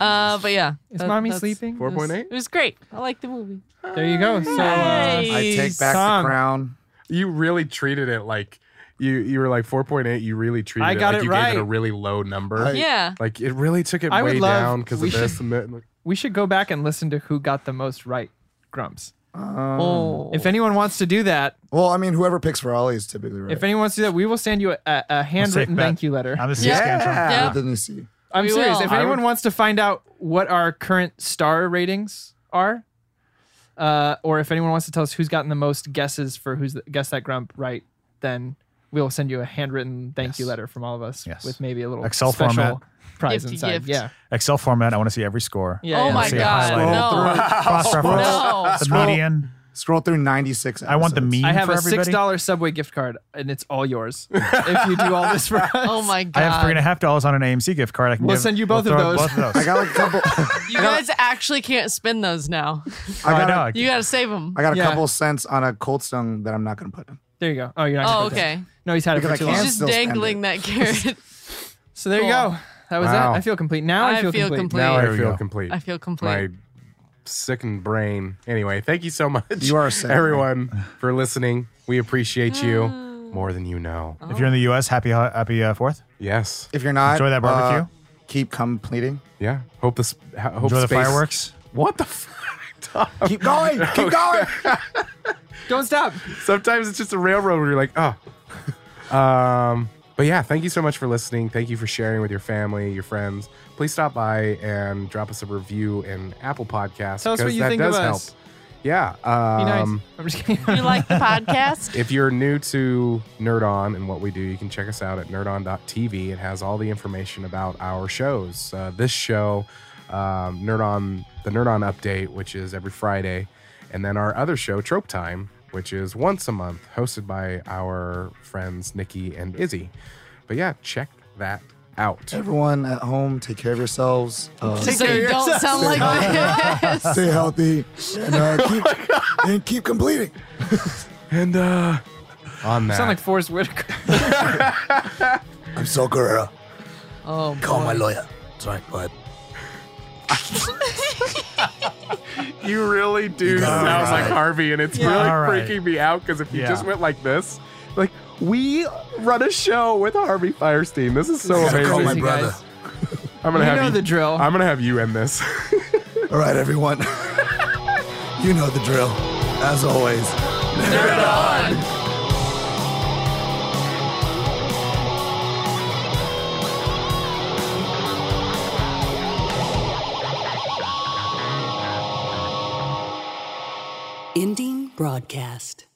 [SPEAKER 2] Uh, but yeah. that-
[SPEAKER 4] mommy
[SPEAKER 2] that's-
[SPEAKER 4] sleeping?
[SPEAKER 2] it was-
[SPEAKER 6] 4.8?
[SPEAKER 2] It was great. I liked the movie.
[SPEAKER 4] There you go. So uh,
[SPEAKER 2] Yay.
[SPEAKER 3] I take back
[SPEAKER 4] Son.
[SPEAKER 3] the crown.
[SPEAKER 6] You really treated it like you you were like 4.8. You really treated
[SPEAKER 4] I got
[SPEAKER 6] it like
[SPEAKER 4] it
[SPEAKER 6] you
[SPEAKER 4] right.
[SPEAKER 6] gave it a really low number.
[SPEAKER 2] Yeah.
[SPEAKER 6] Like it really took it
[SPEAKER 4] I would
[SPEAKER 6] way
[SPEAKER 4] love- [LAUGHS]
[SPEAKER 6] down because
[SPEAKER 4] we
[SPEAKER 6] of this.
[SPEAKER 4] should-
[SPEAKER 6] and that.
[SPEAKER 4] we should go back and listen to who got the most right, Grumps.
[SPEAKER 2] oh,
[SPEAKER 4] If anyone wants to do that,
[SPEAKER 1] Well, I mean, whoever picks for Ollie is typically right.
[SPEAKER 4] if anyone wants to do that, we will send you a, a, a handwritten
[SPEAKER 7] bet.
[SPEAKER 4] thank you letter.
[SPEAKER 7] I'm
[SPEAKER 4] I'm,
[SPEAKER 7] the sea
[SPEAKER 2] Yeah.
[SPEAKER 3] Uh,
[SPEAKER 7] scantron.
[SPEAKER 2] Yeah.
[SPEAKER 1] What didn't he see?
[SPEAKER 2] We
[SPEAKER 4] serious.
[SPEAKER 2] will.
[SPEAKER 4] If
[SPEAKER 2] I would-
[SPEAKER 4] anyone wants to find out what our current star ratings are, uh, or if anyone wants to tell us who's gotten the most guesses for who's the, guessed that grump right, then we'll send you a handwritten thank you letter from all of us
[SPEAKER 7] Yes.
[SPEAKER 4] with maybe a little
[SPEAKER 7] Excel
[SPEAKER 4] special
[SPEAKER 7] format.
[SPEAKER 4] prize
[SPEAKER 2] Gift to
[SPEAKER 4] inside.
[SPEAKER 2] gift.
[SPEAKER 4] Yeah.
[SPEAKER 7] Excel format. I want to see every score.
[SPEAKER 4] Yeah,
[SPEAKER 2] oh
[SPEAKER 4] yeah.
[SPEAKER 2] my
[SPEAKER 7] See it
[SPEAKER 2] god,
[SPEAKER 7] highlighted.
[SPEAKER 4] [LAUGHS]
[SPEAKER 2] no.
[SPEAKER 7] Cross reference.
[SPEAKER 2] No.
[SPEAKER 7] The
[SPEAKER 3] Scroll.
[SPEAKER 7] median.
[SPEAKER 3] Scroll through 96. Episodes.
[SPEAKER 7] I want the mean
[SPEAKER 4] I have
[SPEAKER 7] for
[SPEAKER 4] a
[SPEAKER 7] everybody.
[SPEAKER 4] six dollar Subway gift card, and it's all yours if you do all
[SPEAKER 7] [LAUGHS]
[SPEAKER 4] this for us.
[SPEAKER 2] Oh my god.
[SPEAKER 7] I have three and a half dollars on an AMC gift card. I can
[SPEAKER 4] We'll
[SPEAKER 7] give-
[SPEAKER 4] send you both
[SPEAKER 7] we'll
[SPEAKER 4] of
[SPEAKER 7] throw
[SPEAKER 4] those.
[SPEAKER 7] Both of
[SPEAKER 1] I
[SPEAKER 7] those.
[SPEAKER 1] got like a
[SPEAKER 7] [LAUGHS]
[SPEAKER 1] couple. I
[SPEAKER 2] You guys actually can't spin those now.
[SPEAKER 7] I
[SPEAKER 3] got. a-
[SPEAKER 7] know.
[SPEAKER 2] You got to save them.
[SPEAKER 3] I got a
[SPEAKER 4] Yeah.
[SPEAKER 3] couple cents on a cold stone that I'm not going to put in.
[SPEAKER 4] There you go. Oh, you're not. gonna
[SPEAKER 2] Oh,
[SPEAKER 4] put that.
[SPEAKER 2] okay.
[SPEAKER 4] No, he's had it
[SPEAKER 3] Because I
[SPEAKER 4] for too long.
[SPEAKER 3] can't
[SPEAKER 2] He's
[SPEAKER 3] I'm
[SPEAKER 2] just
[SPEAKER 3] still spending.
[SPEAKER 2] dangling that
[SPEAKER 3] [LAUGHS]
[SPEAKER 2] carrot.
[SPEAKER 4] So there you
[SPEAKER 2] Cool.
[SPEAKER 4] go. That was
[SPEAKER 6] Wow.
[SPEAKER 4] it. I feel complete. Now I,
[SPEAKER 2] I
[SPEAKER 4] feel,
[SPEAKER 2] feel
[SPEAKER 4] complete.
[SPEAKER 2] complete.
[SPEAKER 6] Now
[SPEAKER 7] There
[SPEAKER 6] I
[SPEAKER 7] we
[SPEAKER 6] feel
[SPEAKER 7] go.
[SPEAKER 6] complete.
[SPEAKER 2] I feel complete.
[SPEAKER 6] My sickened brain. Anyway, thank you so much.
[SPEAKER 3] You are a sick
[SPEAKER 6] everyone for listening. We appreciate you
[SPEAKER 2] [GASPS]
[SPEAKER 6] more than you know.
[SPEAKER 2] Oh.
[SPEAKER 7] If you're in the U.S., happy happy uh, Fourth.
[SPEAKER 6] Yes.
[SPEAKER 3] If you're not,
[SPEAKER 7] Enjoy that barbecue.
[SPEAKER 3] uh, keep completing.
[SPEAKER 6] Yeah. Hope this. ha- Hope
[SPEAKER 7] Enjoy the
[SPEAKER 6] space-
[SPEAKER 7] fireworks.
[SPEAKER 6] What the? [LAUGHS] Fuck?
[SPEAKER 3] Keep [LAUGHS] going. Keep going.
[SPEAKER 4] Don't stop.
[SPEAKER 6] Sometimes it's just a railroad where you're like, oh. [LAUGHS] Um, but yeah, thank you so much for listening. Thank you for sharing with your family, your friends. Please stop by and drop us a review in Apple Podcasts.
[SPEAKER 4] Tell us what
[SPEAKER 6] 'cause
[SPEAKER 4] you
[SPEAKER 6] that
[SPEAKER 4] think of
[SPEAKER 6] does
[SPEAKER 4] us.
[SPEAKER 6] help. Yeah. Um,
[SPEAKER 4] Be nice. I'm just kidding. [LAUGHS]
[SPEAKER 2] You
[SPEAKER 3] [LAUGHS]
[SPEAKER 2] like the podcast?
[SPEAKER 6] If you're new to Nerd On and what we do, you can check us out at nerdon.tv. It has all the information about our shows. Uh, this show, um, Nerd On, the Nerd On update, which is every Friday, and then our other show, Trope Time, which is once a month, hosted by our friends Nikki and Izzy. But yeah, check that out.
[SPEAKER 1] Everyone at home, take care of yourselves. Uh,
[SPEAKER 2] so you don't sound
[SPEAKER 3] [LAUGHS]
[SPEAKER 2] like this.
[SPEAKER 1] stay healthy and, uh, keep, and keep completing.
[SPEAKER 6] And uh, on that,
[SPEAKER 4] sound like Forrest Whitaker.
[SPEAKER 1] I'm so Guerrero.
[SPEAKER 2] Oh,
[SPEAKER 1] Call my lawyer. Sorry, go ahead.
[SPEAKER 6] you really do sound like Harvey, and it's really
[SPEAKER 7] All right.
[SPEAKER 6] freaking me out because if you
[SPEAKER 7] Yeah.
[SPEAKER 6] just went like this, like we run a show with Harvey Firestein. This is so
[SPEAKER 1] Gotta call
[SPEAKER 6] amazing.
[SPEAKER 1] my
[SPEAKER 4] Amazing,
[SPEAKER 1] brother.
[SPEAKER 4] guys.
[SPEAKER 6] I'm gonna
[SPEAKER 4] You
[SPEAKER 6] have
[SPEAKER 4] know
[SPEAKER 6] you,
[SPEAKER 4] the drill.
[SPEAKER 6] I'm gonna have you end this. [LAUGHS]
[SPEAKER 1] All right, everyone. [LAUGHS] you know the drill. As always.
[SPEAKER 5] Ending broadcast.